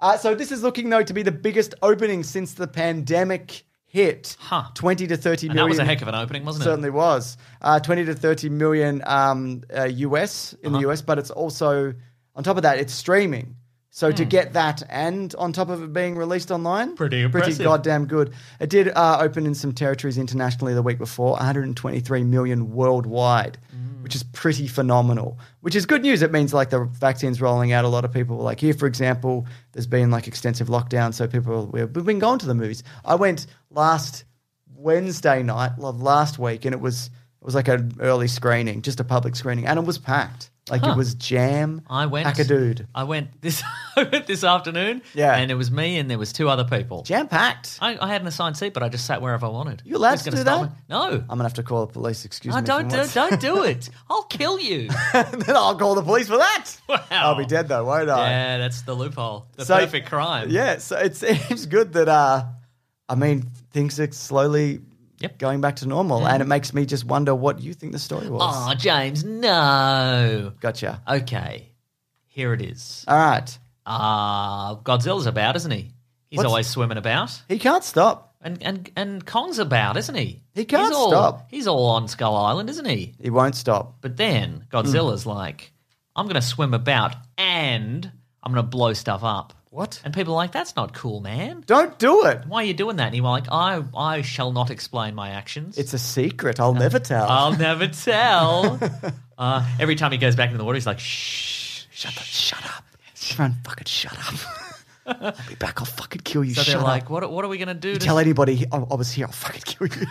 Speaker 3: Uh, so this is looking though to be the biggest opening since the pandemic hit.
Speaker 6: Huh.
Speaker 3: Twenty to thirty
Speaker 6: And that
Speaker 3: million.
Speaker 6: was a heck of an opening, wasn't it?
Speaker 3: Certainly was. Uh, 20 to 30 million um, uh, US in
Speaker 6: Uh-huh.
Speaker 3: the US, but it's also, on top of that, it's streaming. So to get that and on top of it being released online,
Speaker 6: Hmm. Pretty
Speaker 3: Pretty
Speaker 6: impressive.
Speaker 3: goddamn good. It did uh, open in some territories internationally the week before, 123 million worldwide,
Speaker 6: Mm.
Speaker 3: which is pretty phenomenal. Which is good news. It means like the vaccine's rolling out. A lot of people, like here, for example, there's been like extensive lockdown, so people we've been going to the movies. I went last Wednesday night of last week, and it was it was like an early screening, just a public screening, and it was packed. Like it was jam.
Speaker 6: I went.
Speaker 3: dude,
Speaker 6: I went this [LAUGHS] I went this afternoon.
Speaker 3: Yeah.
Speaker 6: and it was me and there was two other people.
Speaker 3: jam packed.
Speaker 6: I, I had an assigned seat, but I just sat wherever I wanted.
Speaker 3: You allowed
Speaker 6: Who's
Speaker 3: to
Speaker 6: gonna
Speaker 3: do
Speaker 6: stop
Speaker 3: that?
Speaker 6: me? No.
Speaker 3: I'm gonna have to call the police. Excuse
Speaker 6: No,
Speaker 3: me. for
Speaker 6: Oh, don't do,
Speaker 3: once.
Speaker 6: don't
Speaker 3: [LAUGHS]
Speaker 6: do it. I'll kill you.
Speaker 3: then I'll call the police for that.
Speaker 6: Wow.
Speaker 3: I'll be dead though, won't I?
Speaker 6: yeah, that's the loophole. The
Speaker 3: So-
Speaker 6: perfect crime.
Speaker 3: Yeah, so [LAUGHS] it seems good that uh I mean things are slowly
Speaker 6: Yep. Mm.
Speaker 3: going back to normal and it makes me just wonder what you think the story was.
Speaker 6: Oh, James, no.
Speaker 3: Gotcha.
Speaker 6: Okay, here it is.
Speaker 3: All right.
Speaker 6: Ah, Godzilla's about, isn't he? He's
Speaker 3: What's-
Speaker 6: always swimming about.
Speaker 3: He can't stop.
Speaker 6: And, and and Kong's about, isn't he?
Speaker 3: He can't
Speaker 6: he's all,
Speaker 3: stop.
Speaker 6: He's all on Skull Island, isn't he?
Speaker 3: He won't stop.
Speaker 6: But then Godzilla's like, I'm going to swim about and I'm going to blow stuff up.
Speaker 3: What?
Speaker 6: And people are like, that's not cool, man.
Speaker 3: Don't do it.
Speaker 6: Why are you doing that? And you're like, I, I shall not explain my actions.
Speaker 3: It's a secret. I'll never tell.
Speaker 6: Uh, I'll never
Speaker 3: [LAUGHS]
Speaker 6: tell. uh, every time he goes back into the water, he's like, shh, shut the shut up.
Speaker 3: Everyone fucking shut up.
Speaker 6: [LAUGHS]
Speaker 3: I'll be back. I'll fucking kill you.
Speaker 6: So
Speaker 3: shut
Speaker 6: they're
Speaker 3: up.
Speaker 6: like, what, what are we going to do to
Speaker 3: tell anybody I, I was here. I'll fucking kill you.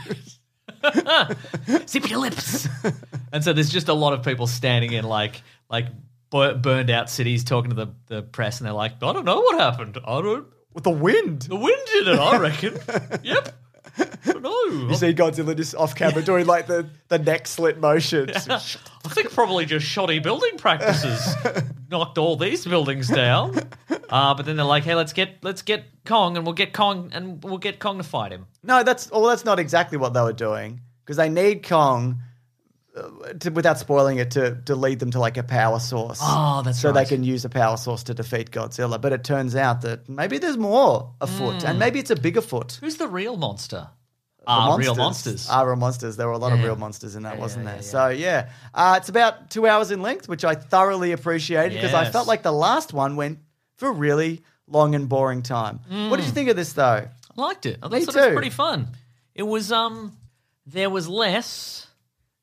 Speaker 3: [LAUGHS]
Speaker 6: zip your lips. [LAUGHS] and so there's just a lot of people standing in like like bu- burned out cities talking to the, the press, and they're like, I don't know what happened. I don't.
Speaker 3: With the wind.
Speaker 6: The wind did it, I [LAUGHS] reckon. yep. No,
Speaker 3: You see Godzilla just off camera doing like the, the neck slit motion. Just-
Speaker 6: [LAUGHS] I think probably just shoddy building [LAUGHS] practices knocked all these buildings down. Uh, but then they're like, "Hey, let's get let's get Kong, and we'll get Kong, and we'll get Kong to fight him."
Speaker 3: No, that's well, that's not exactly what they were doing because they need Kong, uh, to, without spoiling it, to, to lead them to like a power source.
Speaker 6: Oh, that's
Speaker 3: so
Speaker 6: right.
Speaker 3: they can use a power source to defeat Godzilla. But it turns out that maybe there's more afoot,
Speaker 6: Hmm.
Speaker 3: and maybe it's a bigger foot.
Speaker 6: Who's the real monster?
Speaker 3: The
Speaker 6: Ah, real monsters.
Speaker 3: Are real monsters. There were a lot of
Speaker 6: Yeah.
Speaker 3: real monsters in that,
Speaker 6: Yeah,
Speaker 3: wasn't
Speaker 6: yeah,
Speaker 3: there?
Speaker 6: yeah,
Speaker 3: So yeah, uh, it's about two hours in length, which I thoroughly appreciated because I
Speaker 6: Yes.
Speaker 3: felt like the last one went for a really long and boring time. What
Speaker 6: Mm.
Speaker 3: did you think of this though?
Speaker 6: I liked it. I thought it was
Speaker 3: too.
Speaker 6: pretty fun. It was um there was less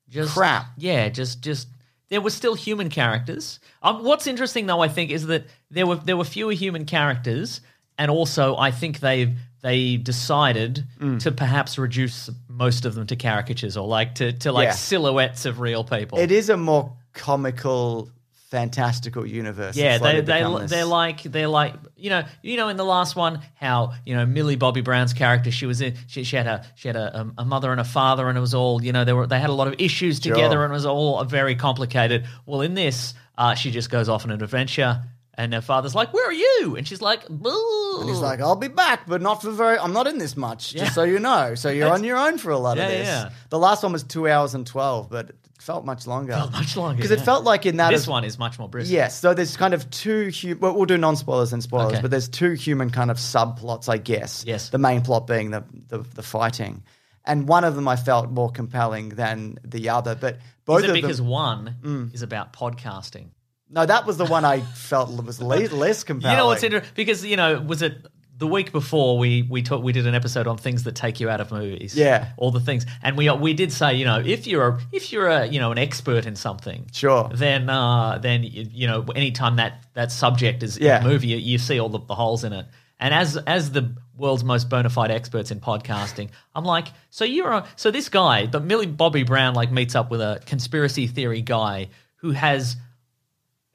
Speaker 6: just
Speaker 3: Crap.
Speaker 6: Yeah, just just there were still human characters. Um, what's interesting though, I think, is that there were there were fewer human characters, and also I think they they decided
Speaker 3: Mm.
Speaker 6: to perhaps reduce most of them to caricatures or like to to like
Speaker 3: Yeah.
Speaker 6: silhouettes of real people.
Speaker 3: It is a more comical, fantastical universe.
Speaker 6: Yeah,
Speaker 3: It's
Speaker 6: they
Speaker 3: slowly
Speaker 6: they
Speaker 3: become this.
Speaker 6: they're like they're like you know you know in the last one how you know Millie Bobby Brown's character she was in she, she had a she had a, um, a mother and a father and it was all you know they were they had a lot of issues together
Speaker 3: Sure.
Speaker 6: and it was all very complicated. Well, in this, uh, she just goes off on an adventure And her father's like, "Where are you?" And she's like, "Boo."
Speaker 3: And he's like, I'll be back, but not for very. I'm not in this much, just so you know. So you're on your own for a lot
Speaker 6: Yeah,
Speaker 3: of this.
Speaker 6: yeah.
Speaker 3: The last one was two hours and 12, but it felt much longer.
Speaker 6: Felt much longer,
Speaker 3: Because it
Speaker 6: yeah.
Speaker 3: felt like in that.
Speaker 6: "This
Speaker 3: as-
Speaker 6: one is much more bristle."
Speaker 3: Yes, so there's kind of two. Hu- well, we'll do non spoilers and spoilers,
Speaker 6: Okay.
Speaker 3: but there's two human kind of subplots, I guess.
Speaker 6: Yes.
Speaker 3: The main plot being the, the the fighting, and one of them I felt more compelling than the other. But both
Speaker 6: Is it
Speaker 3: of
Speaker 6: because
Speaker 3: them. Mm.
Speaker 6: one is about podcasting?
Speaker 3: No, that was the one I felt was
Speaker 6: [LAUGHS]
Speaker 3: le- less compelling.
Speaker 6: You know what's interesting? Because you know, was it the week before we we talked? We did an episode on things that take you out of movies.
Speaker 3: Yeah.
Speaker 6: all the things, and we we did say, you know, if you're a if you're a you know an expert in something,
Speaker 3: Sure.
Speaker 6: then uh, then you you know, anytime that that subject is
Speaker 3: Yeah.
Speaker 6: in a movie, you, you see all the, the holes in it. And as as the world's most bona fide experts in podcasting, I'm like, so you're a, so this guy, but Millie Bobby Brown like meets up with a conspiracy theory guy who has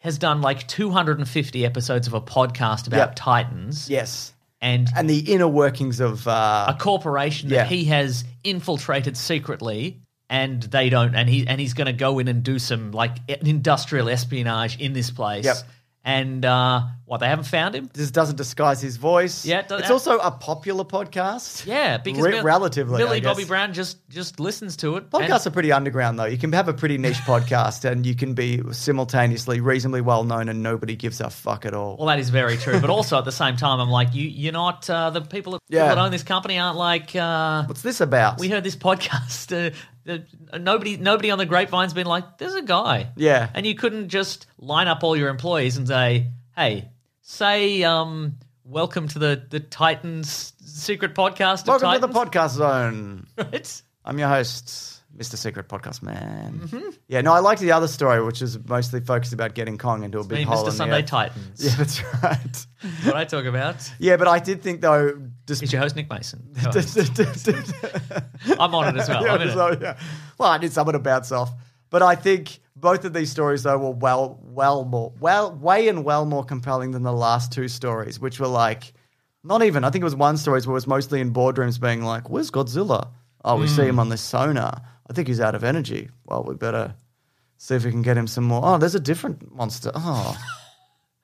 Speaker 6: has done like 250 episodes of a podcast about
Speaker 3: Yep.
Speaker 6: Titans
Speaker 3: Yes.
Speaker 6: and
Speaker 3: And the inner workings of. Uh,
Speaker 6: a corporation
Speaker 3: Yeah.
Speaker 6: that he has infiltrated secretly and they don't and he and he's going to go in and do some like e- industrial espionage in this place
Speaker 3: Yep.
Speaker 6: and uh what they haven't found him
Speaker 3: this doesn't disguise his voice.
Speaker 6: Yeah, it does-
Speaker 3: it's also a popular podcast.
Speaker 6: yeah because
Speaker 3: Re-
Speaker 6: Mil-
Speaker 3: relatively, I
Speaker 6: Millie
Speaker 3: guess.
Speaker 6: Bobby Brown just just listens to it and-
Speaker 3: Podcasts are pretty underground, though. You can have a pretty niche podcast, and you can be simultaneously reasonably well known, and nobody gives a fuck at all.
Speaker 6: well, that is very true, but also at the same time, I'm like, you, you're not uh, the people that,
Speaker 3: Yeah.
Speaker 6: people that own this company aren't like uh,
Speaker 3: What's this about?
Speaker 6: we heard this [LAUGHS] podcast. Uh, uh, nobody, nobody on the grapevine's been like, "There's a guy."
Speaker 3: Yeah.
Speaker 6: and you couldn't just line up all your employees and say, "Hey, say, um, welcome to the the Titans secret podcast." Of
Speaker 3: Welcome to the
Speaker 6: Titans." [LAUGHS]
Speaker 3: podcast zone.
Speaker 6: It's-
Speaker 3: I'm your host, Mr. Secret Podcast Man.
Speaker 6: Mm-hmm.
Speaker 3: Yeah, no, I liked the other story, which is mostly focused about getting Kong into a big
Speaker 6: me,
Speaker 3: hole.
Speaker 6: Mr.
Speaker 3: in
Speaker 6: Sunday
Speaker 3: the earth.
Speaker 6: Titans.
Speaker 3: [LAUGHS] Yeah, that's right.
Speaker 6: what I talk about
Speaker 3: Yeah, but I did think though, just
Speaker 6: is your host Nick
Speaker 3: [LAUGHS]
Speaker 6: Mason. I'm on it as well.
Speaker 3: Yeah,
Speaker 6: I'm in it.
Speaker 3: [LAUGHS] so, yeah. Well, I need someone to bounce off. But I think both of these stories though were well, well more, well, way and well more compelling than the last two stories, which were like, not even. I think it was one story where it was mostly in boardrooms being like, "Where's Godzilla? Oh, we see
Speaker 6: Mm.
Speaker 3: him on this sonar. I think he's out of energy. Well, we better see if we can get him some more. Oh, there's a different monster. Oh,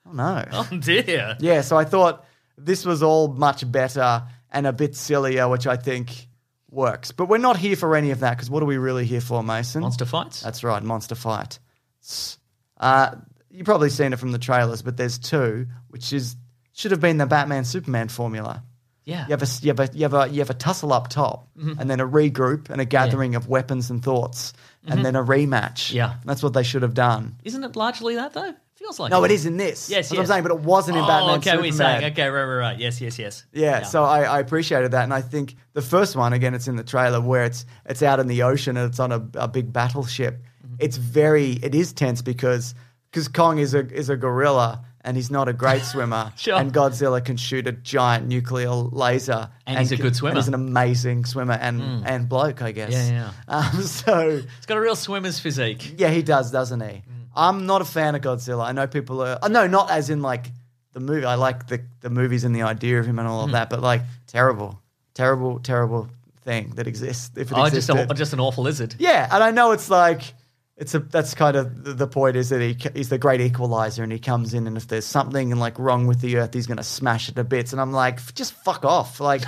Speaker 3: oh no.
Speaker 6: [LAUGHS] Oh dear.
Speaker 3: Yeah, so I thought this was all much better and a bit sillier, which I think works. But we're not here for any of that because what are we really here for, Mason?
Speaker 6: Monster fights.
Speaker 3: That's right, monster fight. S- Uh, you've probably seen it from the trailers, but there's two, which is should have been the Batman Superman formula.
Speaker 6: yeah.
Speaker 3: You have a you have a you have a, you have a tussle up top,
Speaker 6: Mm-hmm.
Speaker 3: and then a regroup and a gathering of weapons and thoughts, and then a rematch.
Speaker 6: Mm-hmm. Yeah.
Speaker 3: that's what they should have done.
Speaker 6: Isn't it largely that though? Feels like
Speaker 3: No,
Speaker 6: it
Speaker 3: it is in this. That's
Speaker 6: Yes,
Speaker 3: what I'm
Speaker 6: yes.
Speaker 3: saying, but it wasn't in
Speaker 6: oh,
Speaker 3: Batman
Speaker 6: okay,
Speaker 3: Superman.
Speaker 6: we're saying okay, right, right, right. Yes, yes, yes.
Speaker 3: Yeah, so I, I appreciated that, and I think the first one again, it's in the trailer where it's it's out in the ocean and it's on a, a big battleship.
Speaker 6: Mm-hmm.
Speaker 3: It's very it is tense because because Kong is a is a gorilla and he's not a
Speaker 6: [LAUGHS]
Speaker 3: great swimmer,
Speaker 6: Sure.
Speaker 3: and Godzilla can shoot a giant nuclear laser,
Speaker 6: And he's a
Speaker 3: can-
Speaker 6: good swimmer. Mm.
Speaker 3: and he's an amazing swimmer and and bloke, I guess.
Speaker 6: Yeah,
Speaker 3: yeah. Um, [LAUGHS] so
Speaker 6: It's got a real swimmer's physique.
Speaker 3: yeah, he does, doesn't
Speaker 6: Mm.
Speaker 3: he? I'm not a fan of Godzilla. I know people are. Oh, no, not as in like the movie. I like the, the movies and the idea of him and all
Speaker 6: Mm.
Speaker 3: of that, but like terrible, terrible, terrible thing that exists. If it
Speaker 6: Oh, just,
Speaker 3: existed.
Speaker 6: a, just an awful lizard.
Speaker 3: yeah, and I know it's like it's a that's kind of the- the point is that he c- he's the great equalizer and he comes in and if there's something like wrong with the earth, he's gonna smash it to bits. And I'm like, "F- just fuck off,
Speaker 6: [LAUGHS]
Speaker 3: like.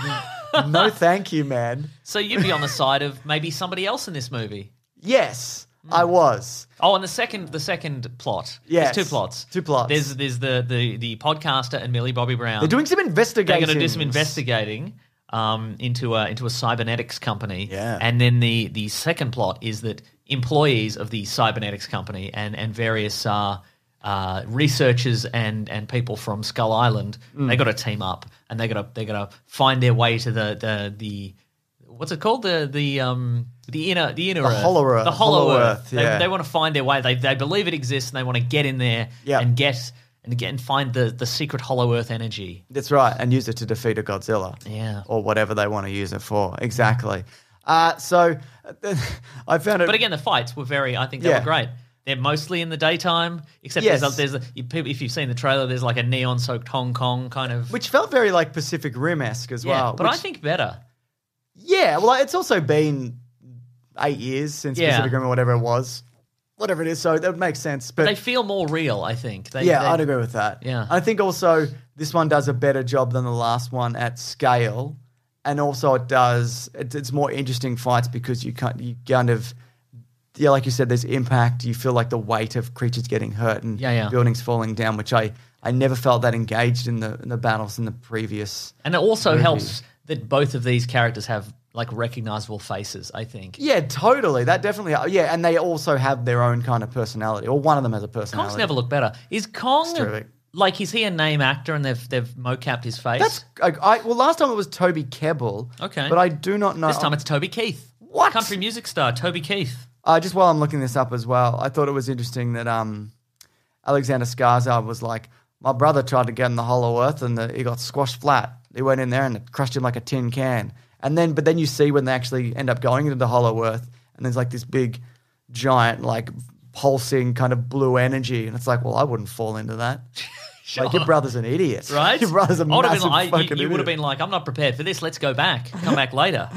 Speaker 3: No, thank you, man.
Speaker 6: So you'd be on the side of maybe somebody else in this movie.
Speaker 3: Yes, I was.
Speaker 6: Oh, and the second the second plot.
Speaker 3: Yes.
Speaker 6: There's two plots.
Speaker 3: Two plots.
Speaker 6: There's there's the the, the podcaster and Millie Bobby Brown.
Speaker 3: They're doing some
Speaker 6: They're
Speaker 3: investigation.
Speaker 6: going to do some investigating um, into a into a cybernetics company.
Speaker 3: Yeah.
Speaker 6: And then the the second plot is that employees of the cybernetics company and and various uh, uh, researchers and and people from Skull Island
Speaker 3: Mm.
Speaker 6: they got to team up and they got to they got to find their way to the the the what's it called the the um the inner the inner
Speaker 3: The
Speaker 6: earth.
Speaker 3: hollow earth.
Speaker 6: the hollow,
Speaker 3: Hollow
Speaker 6: earth,
Speaker 3: earth,
Speaker 6: They-
Speaker 3: yeah.
Speaker 6: they, want to find their way they they believe it exists and they want to get in there
Speaker 3: Yeah.
Speaker 6: and get and get and find the the secret hollow earth energy
Speaker 3: That's right, and use it to defeat a Godzilla.
Speaker 6: Yeah.
Speaker 3: Or whatever they want to use it for. Exactly. Uh, so [LAUGHS] uh, I found it.
Speaker 6: But again, the fights were very. I think they
Speaker 3: Yeah.
Speaker 6: were great. They're mostly in the daytime, except
Speaker 3: Yes.
Speaker 6: there's, a, there's a, you- people- if you've seen the trailer, there's like a neon-soaked Hong Kong kind of.
Speaker 3: which felt very like Pacific Rim esque as
Speaker 6: yeah,
Speaker 3: well.
Speaker 6: but I
Speaker 3: which-
Speaker 6: think better.
Speaker 3: Yeah, well, it's also been eight years since
Speaker 6: Yeah.
Speaker 3: Pacific Rim or whatever it was. whatever it is. So that makes sense. But
Speaker 6: They feel more real, I think. They,
Speaker 3: yeah,
Speaker 6: they-
Speaker 3: I'd agree with that.
Speaker 6: Yeah.
Speaker 3: I think also this one does a better job than the last one at scale, and also it does it, it's more interesting fights because you can you kind of yeah, like you said, there's impact. You feel like the weight of creatures getting hurt and
Speaker 6: Yeah, yeah.
Speaker 3: buildings falling down, which I I never felt that engaged in the in the battles in the previous.
Speaker 6: And it also helps that both of these characters have like recognizable faces, I think.
Speaker 3: Yeah, totally. That definitely. Yeah, and they also have their own kind of personality, or one of them has a personality.
Speaker 6: Kong's never looked better. Is Kong
Speaker 3: It's terrific.
Speaker 6: like is he a name actor and they've they've mocapped his face?
Speaker 3: That's I, I, well. Last time it was Toby Kebbell.
Speaker 6: Okay.
Speaker 3: but I do not know
Speaker 6: this time it's Toby Keith.
Speaker 3: uh, What?
Speaker 6: Country music star Toby Keith.
Speaker 3: Uh, just while I'm looking this up as well, I thought it was interesting that um, Alexander Skarsgård was like, my brother tried to get in the Hollow Earth and the, he got squashed flat. He went in there and it crushed him like a tin can. And then, but then you see when they actually end up going into the Hollow Earth, and there's like this big, giant, like pulsing kind of blue energy, and it's like, well, I wouldn't fall into
Speaker 6: [LAUGHS]
Speaker 3: that. Like your brother's an idiot,
Speaker 6: Right?
Speaker 3: [LAUGHS] Your brother's a
Speaker 6: I would've
Speaker 3: massive
Speaker 6: been like, you-
Speaker 3: fucking
Speaker 6: you, would
Speaker 3: idiot.
Speaker 6: have been like, I'm not prepared for this. Let's go back. Come back later.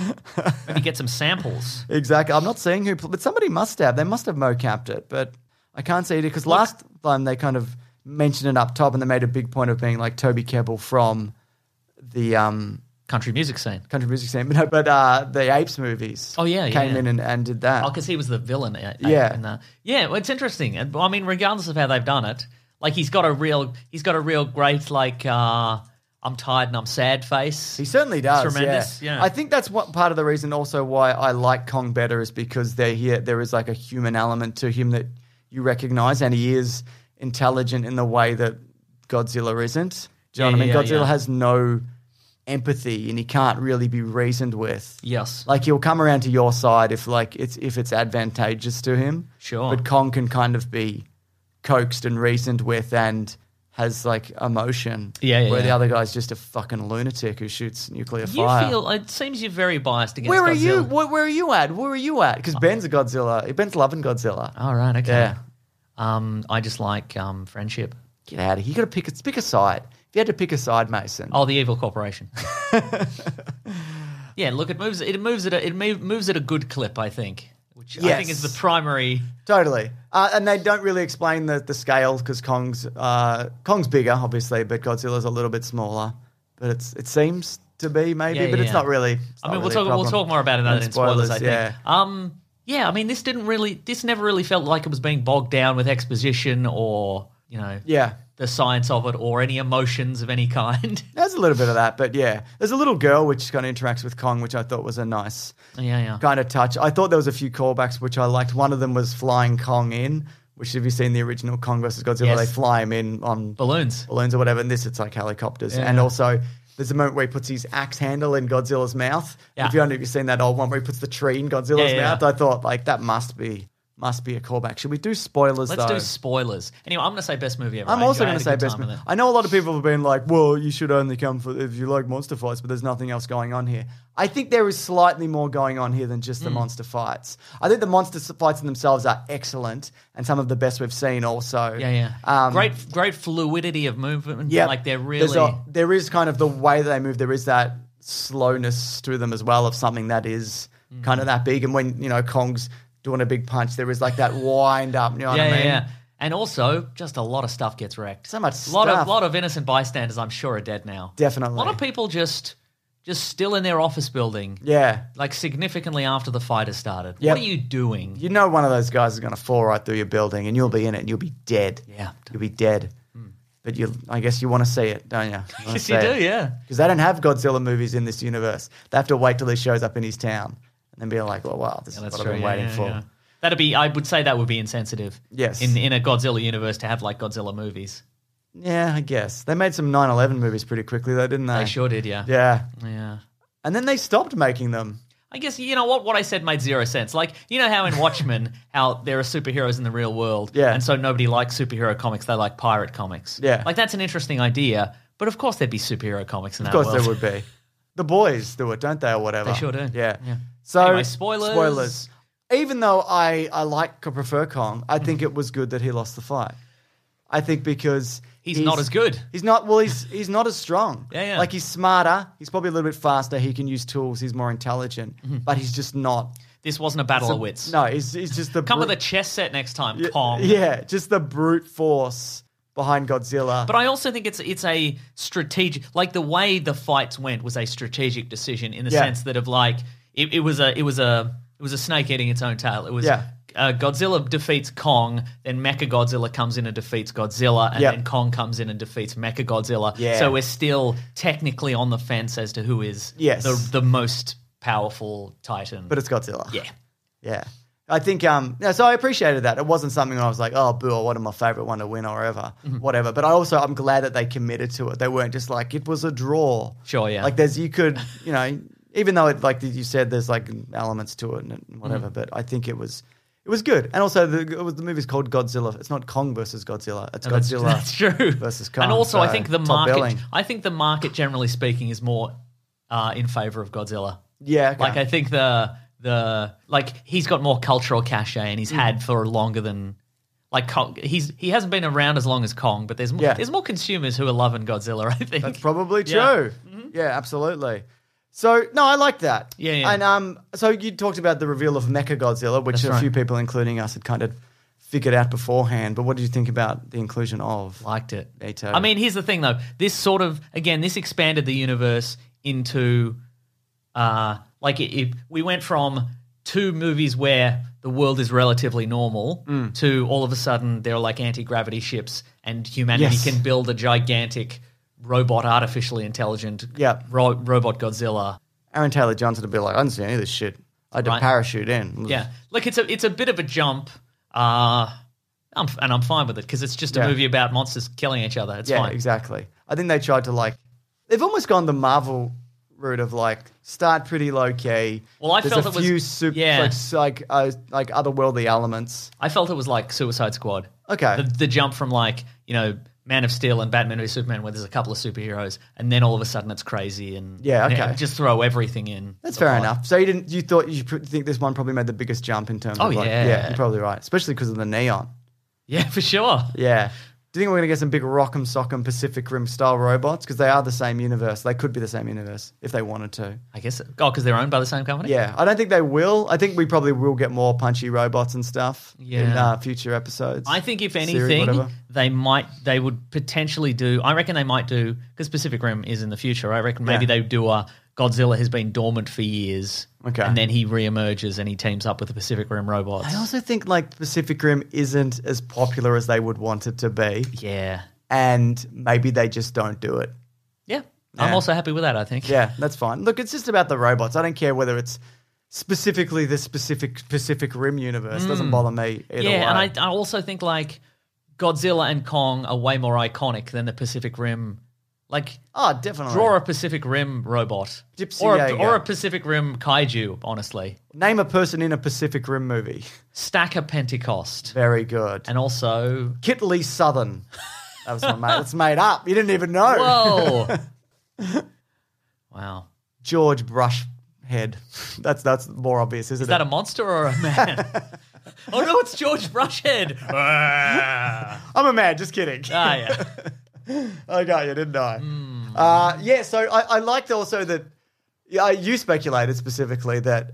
Speaker 6: Maybe get some samples.
Speaker 3: Exactly. I'm not seeing who, but somebody must have. They must have mocapped it, but I can't see it because last time they kind of mentioned it up top and they made a big point of being like Toby Kebbell from the um,
Speaker 6: Country music scene.
Speaker 3: country music scene, [LAUGHS] but, no, but uh, the Apes movies.
Speaker 6: Oh, yeah, yeah,
Speaker 3: came
Speaker 6: yeah.
Speaker 3: in and, and did that.
Speaker 6: Oh, because he was the villain. uh,
Speaker 3: Yeah.
Speaker 6: in the- yeah. Well, it's interesting. And, I mean, regardless of how they've done it, like he's got a real, he's got a real great like, uh, I'm tired and I'm sad face.
Speaker 3: He certainly does.
Speaker 6: tremendous, yeah.
Speaker 3: I think that's what part of the reason also why I like Kong better is because there here there is like a human element to him that you recognize, and he is intelligent in the way that Godzilla isn't. Do you
Speaker 6: Yeah,
Speaker 3: know what
Speaker 6: yeah,
Speaker 3: I mean?
Speaker 6: yeah,
Speaker 3: Godzilla
Speaker 6: yeah.
Speaker 3: has no empathy, and he can't really be reasoned with.
Speaker 6: yes.
Speaker 3: Like he'll come around to your side if like it's if it's advantageous to him.
Speaker 6: Sure.
Speaker 3: But Kong can kind of be coaxed and reasoned with and has like emotion.
Speaker 6: Yeah, yeah,
Speaker 3: Where the
Speaker 6: yeah.
Speaker 3: other guy's just a fucking lunatic who shoots nuclear
Speaker 6: you
Speaker 3: fire.
Speaker 6: feel it seems you're very biased against.
Speaker 3: where are you?
Speaker 6: Godzilla.
Speaker 3: Where, where are you at? Where are you at? Because Ben's a Godzilla. Ben's loving Godzilla.
Speaker 6: All right. Okay.
Speaker 3: Yeah.
Speaker 6: Um, I just like um friendship.
Speaker 3: Get out of here. You got to pick a pick a side. If you had to pick a side, Mason.
Speaker 6: Oh, the
Speaker 3: [LAUGHS]
Speaker 6: evil corporation. [LAUGHS] yeah. Look, it moves. It moves at a, it move, moves at a good clip. I think. Which I think is
Speaker 3: Yes.
Speaker 6: the primary.
Speaker 3: Totally. Uh, and they don't really explain the, the scale because Kong's uh, Kong's bigger, obviously, but Godzilla's a little bit smaller. But it's it seems to be maybe,
Speaker 6: Yeah, yeah,
Speaker 3: but it's
Speaker 6: yeah.
Speaker 3: not really. it's
Speaker 6: I
Speaker 3: not
Speaker 6: mean, we'll
Speaker 3: really a
Speaker 6: talk. We'll
Speaker 3: problem.
Speaker 6: talk more about it in,
Speaker 3: And
Speaker 6: in spoilers. I think. Um. Yeah. I mean, this didn't really. This never really felt like it was being bogged down with exposition or you know.
Speaker 3: Yeah.
Speaker 6: The science of it or any emotions of any [LAUGHS] kind.
Speaker 3: There's a little bit of that, but yeah, there's a little girl which kind of interacts with Kong, which I thought was a nice
Speaker 6: yeah. Yeah.
Speaker 3: kind of touch. I thought there was a few callbacks which I liked. One of them was flying Kong in, which if you've seen the original Kong versus Godzilla,
Speaker 6: Yes.
Speaker 3: they fly him in on
Speaker 6: Balloons.
Speaker 3: balloons or whatever. And this, it's like helicopters. And also, there's a moment where he puts his axe handle in Godzilla's mouth.
Speaker 6: Yeah.
Speaker 3: If you don't know if you've seen that old one where he puts the tree in Godzilla's
Speaker 6: Yeah, yeah,
Speaker 3: mouth,
Speaker 6: yeah.
Speaker 3: I thought like that must be must be a callback. Should we do spoilers
Speaker 6: Let's
Speaker 3: though?
Speaker 6: do spoilers. Anyway, I'm going to say best movie ever.
Speaker 3: I'm
Speaker 6: I
Speaker 3: also
Speaker 6: enjoyed-
Speaker 3: going
Speaker 6: I
Speaker 3: to
Speaker 6: had
Speaker 3: say
Speaker 6: a good
Speaker 3: best
Speaker 6: time
Speaker 3: movie.
Speaker 6: with it.
Speaker 3: I know a lot of people have been like, "Well, you should only come for if you like monster fights," but there's nothing else going on here. I think there is slightly more going on here than
Speaker 6: Hmm.
Speaker 3: just the monster fights. I think the monster s- fights in themselves are excellent and some of the best we've seen. Also,
Speaker 6: Yeah, yeah.
Speaker 3: Um,
Speaker 6: great, great fluidity of movement.
Speaker 3: yeah,
Speaker 6: like they're
Speaker 3: there's
Speaker 6: really.
Speaker 3: a- there is kind of the way that they move. There is that slowness to them as well of something that is
Speaker 6: Hmm.
Speaker 3: kind of that big. And when you know Kong's doing a big punch, there is like that wind up. You know what
Speaker 6: yeah,
Speaker 3: I
Speaker 6: yeah,
Speaker 3: mean?
Speaker 6: yeah. And also, just a lot of stuff gets wrecked.
Speaker 3: So much
Speaker 6: lot
Speaker 3: stuff.
Speaker 6: of lot of innocent bystanders, I'm sure, are dead now.
Speaker 3: Definitely.
Speaker 6: A lot of people just just still in their office building,
Speaker 3: Yeah.
Speaker 6: like significantly after the fight has started.
Speaker 3: Yep.
Speaker 6: What are you doing?
Speaker 3: You know one of those guys is going to fall right through your building, and you'll be in it, and you'll be dead.
Speaker 6: Yeah.
Speaker 3: you'll be dead. But you, I guess you want to see it, don't you?
Speaker 6: Yes, [LAUGHS] [LAUGHS] you do. Yeah.
Speaker 3: Because they don't have Godzilla movies in this universe. They have to wait till he shows up in his town, and then be like, "Well, wow, this is
Speaker 6: That's
Speaker 3: what
Speaker 6: true.
Speaker 3: I've been
Speaker 6: yeah,
Speaker 3: waiting
Speaker 6: yeah,
Speaker 3: for."
Speaker 6: yeah. That'd be. I would say that would be insensitive.
Speaker 3: Yes.
Speaker 6: In in a Godzilla universe to have like Godzilla movies.
Speaker 3: Yeah, I guess they made some 9/11 movies pretty quickly, though, didn't they?
Speaker 6: They sure did. Yeah.
Speaker 3: Yeah,
Speaker 6: Yeah.
Speaker 3: and then they stopped making them.
Speaker 6: I guess you know what what I said made zero sense. Like you know
Speaker 3: [LAUGHS]
Speaker 6: how in Watchmen, how there are superheroes in the real world,
Speaker 3: Yeah.
Speaker 6: and so nobody likes superhero comics; they like pirate comics.
Speaker 3: Yeah.
Speaker 6: like that's an interesting idea. But of course, there'd be superhero comics in
Speaker 3: Of
Speaker 6: that
Speaker 3: course,
Speaker 6: world.
Speaker 3: there would be. The boys do it, don't they, or whatever?
Speaker 6: Oh, They sure do.
Speaker 3: Yeah.
Speaker 6: Yeah.
Speaker 3: So
Speaker 6: Anyway, spoilers.
Speaker 3: Spoilers. Even though I I like I prefer Kong, I think it was good that he lost the fight. I think because
Speaker 6: He's not as good.
Speaker 3: He's not well. He's he's not as strong.
Speaker 6: Yeah, yeah.
Speaker 3: Like he's smarter. He's probably a little bit faster. He can use tools. He's more intelligent. But he's just not.
Speaker 6: This wasn't a battle
Speaker 3: It's a-
Speaker 6: of Mm-hmm. wits.
Speaker 3: No, it's, it's just the
Speaker 6: Come
Speaker 3: brute-
Speaker 6: with a chess set next time,
Speaker 3: Y-
Speaker 6: Kong.
Speaker 3: Yeah, just the brute force behind Godzilla.
Speaker 6: But I also think it's it's a strategic, like the way the fights went was a strategic decision in the
Speaker 3: Yeah.
Speaker 6: sense that of like it, it was a it was a it was a snake eating its own tail. It was
Speaker 3: Yeah.
Speaker 6: uh, Godzilla defeats Kong, then Mecha Godzilla comes in and defeats Godzilla, and
Speaker 3: Yeah.
Speaker 6: then Kong comes in and defeats Mecha Godzilla.
Speaker 3: Yeah.
Speaker 6: So we're still technically on the fence as to who is
Speaker 3: Yes.
Speaker 6: the the most powerful Titan.
Speaker 3: but it's Godzilla.
Speaker 6: yeah.
Speaker 3: Yeah. I think um no, so I appreciated that. It wasn't something where I was like, oh boo, I wanted my favorite one to win or ever.
Speaker 6: Mm-hmm.
Speaker 3: Whatever. But I also I'm glad that they committed to it. They weren't just like it was a draw.
Speaker 6: Sure, yeah.
Speaker 3: Like there's you could, you know, even though it like you said there's like elements to it and whatever,
Speaker 6: Mm.
Speaker 3: but I think it was it was good. And also the it was, the movie's called Godzilla. It's not Kong versus Godzilla. It's
Speaker 6: Oh, That's-
Speaker 3: Godzilla.
Speaker 6: [LAUGHS] That's, true.
Speaker 3: versus Kong,
Speaker 6: And also, I
Speaker 3: so
Speaker 6: think the
Speaker 3: top
Speaker 6: market.
Speaker 3: billing.
Speaker 6: I think the market, generally speaking, is more uh, in favor of Godzilla.
Speaker 3: Yeah. okay.
Speaker 6: Like I think the the like he's got more cultural cachet, and
Speaker 3: Hmm.
Speaker 6: he's had for longer than like Kong. He's he hasn't been around as long as Kong, but there's more,
Speaker 3: Yeah.
Speaker 6: there's more consumers who are loving Godzilla. I think
Speaker 3: That's probably true.
Speaker 6: Yeah. Mm-hmm.
Speaker 3: Yeah, absolutely. So no, I like that.
Speaker 6: Yeah, yeah.
Speaker 3: And um, so you talked about the reveal of Mecha Godzilla, which
Speaker 6: That's
Speaker 3: a
Speaker 6: right.
Speaker 3: few people, including us, had kind of figured out beforehand. But what do you think about the inclusion of?
Speaker 6: [LAUGHS] liked it.
Speaker 3: Me too.
Speaker 6: I mean, here's the thing though. This sort of again, this expanded the universe into uh like it, it, we went from two movies where the world is relatively normal
Speaker 3: Mm.
Speaker 6: to all of a sudden there are like anti-gravity ships and humanity
Speaker 3: Yes.
Speaker 6: can build a gigantic robot artificially intelligent
Speaker 3: Yep.
Speaker 6: ro- robot Godzilla.
Speaker 3: Aaron Taylor Johnson would be like, I didn't see any of this shit. I had to
Speaker 6: Right.
Speaker 3: parachute in.
Speaker 6: Yeah. Look, it's a it's a bit of a jump. Uh I'm, f- and I'm fine with it because it's just a
Speaker 3: Yeah.
Speaker 6: movie about monsters killing each other. It's
Speaker 3: yeah,
Speaker 6: fine.
Speaker 3: exactly. I think they tried to like, they've almost gone the Marvel route of like start pretty low key.
Speaker 6: Well, I
Speaker 3: There's
Speaker 6: felt
Speaker 3: a
Speaker 6: it was-
Speaker 3: few super,
Speaker 6: yeah.
Speaker 3: like like, uh, like otherworldly elements.
Speaker 6: I felt it was like Suicide Squad.
Speaker 3: Okay.
Speaker 6: The, the jump from like, you know, Man of Steel and Batman v Superman where there's a couple of superheroes and then all of a sudden it's crazy and
Speaker 3: Yeah,
Speaker 6: and
Speaker 3: okay.
Speaker 6: it- just throw everything in. Oh,
Speaker 3: That's
Speaker 6: The
Speaker 3: fair
Speaker 6: plot.
Speaker 3: enough. So you didn't. You thought you pr- think this one probably made the biggest jump in terms.
Speaker 6: Oh,
Speaker 3: of like,
Speaker 6: yeah.
Speaker 3: you're probably right, especially because of the neon.
Speaker 6: Yeah, [LAUGHS] for sure.
Speaker 3: Yeah. Do you think we're gonna get some big Rock'em Sock'em Pacific Rim style robots? Because they are the same universe. They could be the same universe if they wanted to.
Speaker 6: I guess oh, cuz they're owned by the same company.
Speaker 3: Yeah, I don't think they will. I think we probably will get more punchy robots and stuff in
Speaker 6: Yeah.
Speaker 3: uh, future episodes.
Speaker 6: I think if
Speaker 3: Series,
Speaker 6: anything,
Speaker 3: whatever.
Speaker 6: they might they would potentially do. I reckon they might do because Pacific Rim is in the future. I reckon maybe
Speaker 3: Yeah.
Speaker 6: they do a Godzilla has been dormant for years,
Speaker 3: Okay.
Speaker 6: and then he reemerges and he teams up with the Pacific Rim robots.
Speaker 3: I also think like Pacific Rim isn't as popular as they would want it to be,
Speaker 6: yeah,
Speaker 3: and maybe they just don't do it.
Speaker 6: yeah. I'm
Speaker 3: Yeah.
Speaker 6: also happy with that. I think.
Speaker 3: Yeah, that's fine. Look, it's just about the robots. I don't care whether it's specifically the specific Pacific Rim universe. Doesn't bother me either
Speaker 6: Mm. yeah,
Speaker 3: way.
Speaker 6: and I, I also think like Godzilla and Kong are way more iconic than the Pacific Rim. Like,
Speaker 3: oh, definitely.
Speaker 6: draw a Pacific Rim robot,
Speaker 3: Gypsy
Speaker 6: or a,
Speaker 3: Jaeger.
Speaker 6: or a Pacific Rim kaiju. Honestly,
Speaker 3: Name a person in a Pacific Rim movie.
Speaker 6: stack a Pentecost,
Speaker 3: Very good.
Speaker 6: and also
Speaker 3: Kitley Southern. That was my mate. That's made up. You didn't even know. [LAUGHS]
Speaker 6: whoa, wow,
Speaker 3: George Brushhead. [LAUGHS] That's that's more obvious, isn't
Speaker 6: is that
Speaker 3: it?
Speaker 6: a monster or a
Speaker 3: [LAUGHS]
Speaker 6: man? oh no, it's George Brushhead. ah,
Speaker 3: I'm a man. Just kidding.
Speaker 6: Uh, yeah.
Speaker 3: I got you, didn't I?
Speaker 6: Hmm.
Speaker 3: Uh, yeah, so I, I liked also that yeah, you speculated specifically that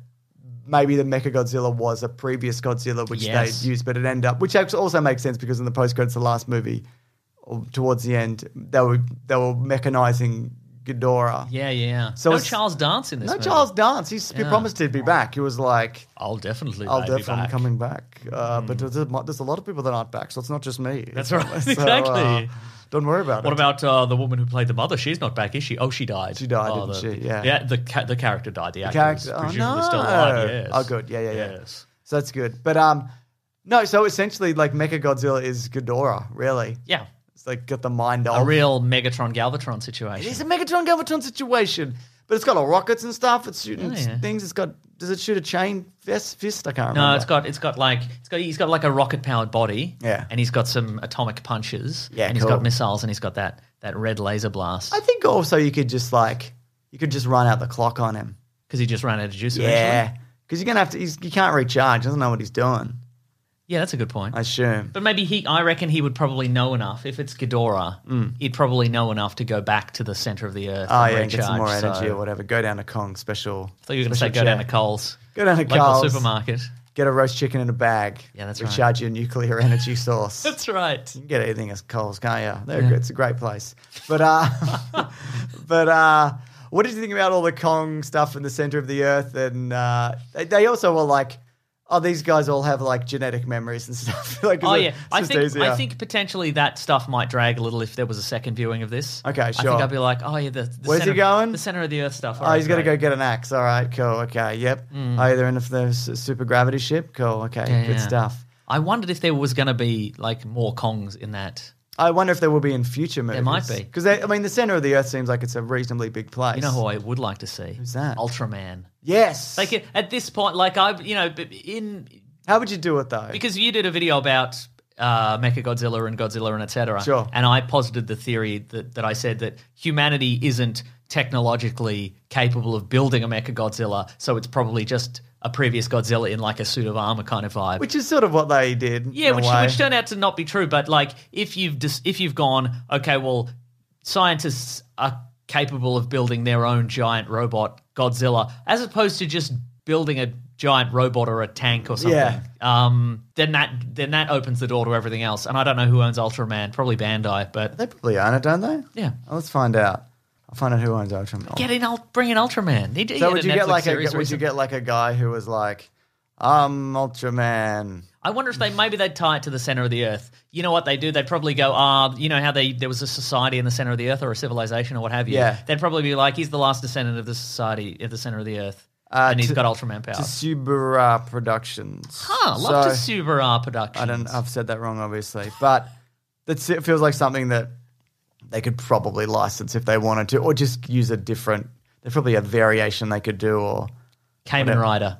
Speaker 3: maybe the Mecha Godzilla was a previous Godzilla, which
Speaker 6: Yes.
Speaker 3: they used, but it ended up, which actually also makes sense because in the post credits, the last movie, or towards the end, they were they were mechanizing Ghidorah.
Speaker 6: yeah, yeah.
Speaker 3: So
Speaker 6: no
Speaker 3: it's-
Speaker 6: Charles Dance in this.
Speaker 3: No,
Speaker 6: movie.
Speaker 3: Charles Dance. He's, He promised he'd be back. He was like,
Speaker 6: I'll definitely.
Speaker 3: "I'll
Speaker 6: baby
Speaker 3: definitely
Speaker 6: back. Hmm.
Speaker 3: coming back," uh, but there's, a- there's a lot of people that aren't back, so it's not just me.
Speaker 6: That's
Speaker 3: [LAUGHS]
Speaker 6: right. [LAUGHS]
Speaker 3: So, uh,
Speaker 6: Exactly.
Speaker 3: don't worry about it.
Speaker 6: What about uh, the woman who played the mother? She's not back, is she? Oh, she died.
Speaker 3: She died,
Speaker 6: oh,
Speaker 3: didn't
Speaker 6: the,
Speaker 3: she? Yeah.
Speaker 6: Yeah. The ca- the character died. The, actor
Speaker 3: character-
Speaker 6: is
Speaker 3: oh,
Speaker 6: presumably
Speaker 3: no.
Speaker 6: still alive. Yes.
Speaker 3: Oh, good. Yeah, yeah, yeah.
Speaker 6: Yes.
Speaker 3: So that's good. But um, no. So essentially, like Mecha Godzilla is Ghidorah, really.
Speaker 6: Yeah.
Speaker 3: It's like got the mind
Speaker 6: A
Speaker 3: of.
Speaker 6: real Megatron Galvatron situation.
Speaker 3: it's a Megatron Galvatron situation, but it's got all rockets and stuff. It's shooting
Speaker 6: Oh, yeah.
Speaker 3: things. It's got. Does it shoot a chain fist? Fist? I can't remember.
Speaker 6: no, it's got it's got like it's got he's got like a rocket powered body.
Speaker 3: Yeah.
Speaker 6: And he's got some atomic punches.
Speaker 3: Yeah,
Speaker 6: And he's
Speaker 3: cool.
Speaker 6: got missiles and he's got that that red laser blast
Speaker 3: I think also you could just like you could just run out the clock on him.
Speaker 6: because he just ran out of juice.
Speaker 3: Yeah,
Speaker 6: Eventually.
Speaker 3: because you're gonna have to. He's, he can't recharge. Doesn't know what he's doing.
Speaker 6: Yeah, that's a good point.
Speaker 3: I assume.
Speaker 6: But maybe he, I reckon he would probably know enough. If it's Ghidorah, he'd probably know enough to go back to the center of the earth.
Speaker 3: Oh
Speaker 6: and
Speaker 3: Mm. yeah, and get some
Speaker 6: recharge,
Speaker 3: more energy
Speaker 6: so-
Speaker 3: or whatever. Go down to Kong special.
Speaker 6: I thought you were going to
Speaker 3: special
Speaker 6: say go down
Speaker 3: chair.
Speaker 6: to Coles.
Speaker 3: Go down to
Speaker 6: Local
Speaker 3: Carl's,
Speaker 6: supermarket. [LAUGHS]
Speaker 3: get a roast chicken in a bag.
Speaker 6: Yeah, that's
Speaker 3: we
Speaker 6: right.
Speaker 3: charge you a nuclear
Speaker 6: [LAUGHS]
Speaker 3: energy sauce. you
Speaker 6: That's right.
Speaker 3: can get anything as Coles, can't you? They're good. It's a great place. But
Speaker 6: [LAUGHS]
Speaker 3: uh, [LAUGHS] but uh, what did you think about all the Kong stuff in the center of the earth? And uh, they, they also were like, oh, these guys all have like genetic memories and [LAUGHS] stuff. like,
Speaker 6: Oh
Speaker 3: it's
Speaker 6: yeah, I
Speaker 3: just
Speaker 6: think
Speaker 3: easier.
Speaker 6: I think potentially that stuff might drag a little if there was a second viewing of this.
Speaker 3: Okay,
Speaker 6: I
Speaker 3: sure.
Speaker 6: think I'd be like, oh yeah, the, the
Speaker 3: Where's he
Speaker 6: center,
Speaker 3: going?
Speaker 6: The center of the earth stuff.
Speaker 3: Oh, he's got to go get an axe. All right, cool. Okay, yep. Oh, they're in the the s- super gravity ship. Cool. Okay,
Speaker 6: Mm. Yeah,
Speaker 3: good
Speaker 6: yeah.
Speaker 3: stuff.
Speaker 6: I wondered if there was going to be like more Kongs in that.
Speaker 3: I wonder if there will be in future movies.
Speaker 6: might be.
Speaker 3: because I mean, the center of the Earth seems like it's a reasonably big place.
Speaker 6: You know who I would like to see? Who's
Speaker 3: that?
Speaker 6: Ultraman.
Speaker 3: Yes.
Speaker 6: Like at this point, like I, you know, b- in
Speaker 3: How would you do it though?
Speaker 6: because you did a video about uh, Mecha Godzilla and Godzilla and etc.
Speaker 3: Sure.
Speaker 6: And I posited the theory that, that I said that humanity isn't technologically capable of building a Mecha Godzilla, so it's probably just a previous Godzilla in like a suit of armor kind of vibe.
Speaker 3: which is sort of what they did.
Speaker 6: yeah,
Speaker 3: in a
Speaker 6: which
Speaker 3: way.
Speaker 6: which turned out to not be true. But like, if you've dis- if you've gone, okay, well, scientists are capable of building their own giant robot Godzilla, as opposed to just building a giant robot or a tank or something.
Speaker 3: Yeah.
Speaker 6: Um. Then that then that opens the door to everything else. And I don't know who owns Ultraman. Probably Bandai. But
Speaker 3: they probably own it, don't they?
Speaker 6: yeah,
Speaker 3: Well, let's find out. I'll find out who owns Ultraman.
Speaker 6: get in. Ul- Bring in Ultraman. He, he
Speaker 3: so
Speaker 6: had
Speaker 3: would
Speaker 6: a
Speaker 3: you
Speaker 6: Netflix
Speaker 3: get like a
Speaker 6: series
Speaker 3: would you
Speaker 6: recently.
Speaker 3: get like a guy who was like, I'm Ultraman.
Speaker 6: I wonder
Speaker 3: [SIGHS]
Speaker 6: if they maybe they'd tie it to the center of the earth. You know what they do? They'd probably go, ah, you know how they there was a society in the center of the earth or a civilization or what have you.
Speaker 3: Yeah.
Speaker 6: They'd probably be like, he's the last descendant of the society at the center of the earth,
Speaker 3: Uh,
Speaker 6: and he's
Speaker 3: to-
Speaker 6: got Ultraman
Speaker 3: To
Speaker 6: powers.
Speaker 3: Subara Productions.
Speaker 6: Oh. Huh, love
Speaker 3: So-
Speaker 6: to Subaru Productions.
Speaker 3: I don't. I've said that wrong, obviously, but that's, it feels like something that they could probably license if they wanted to, or just use a different. There's probably a variation they could do, or
Speaker 6: Cayman Rider,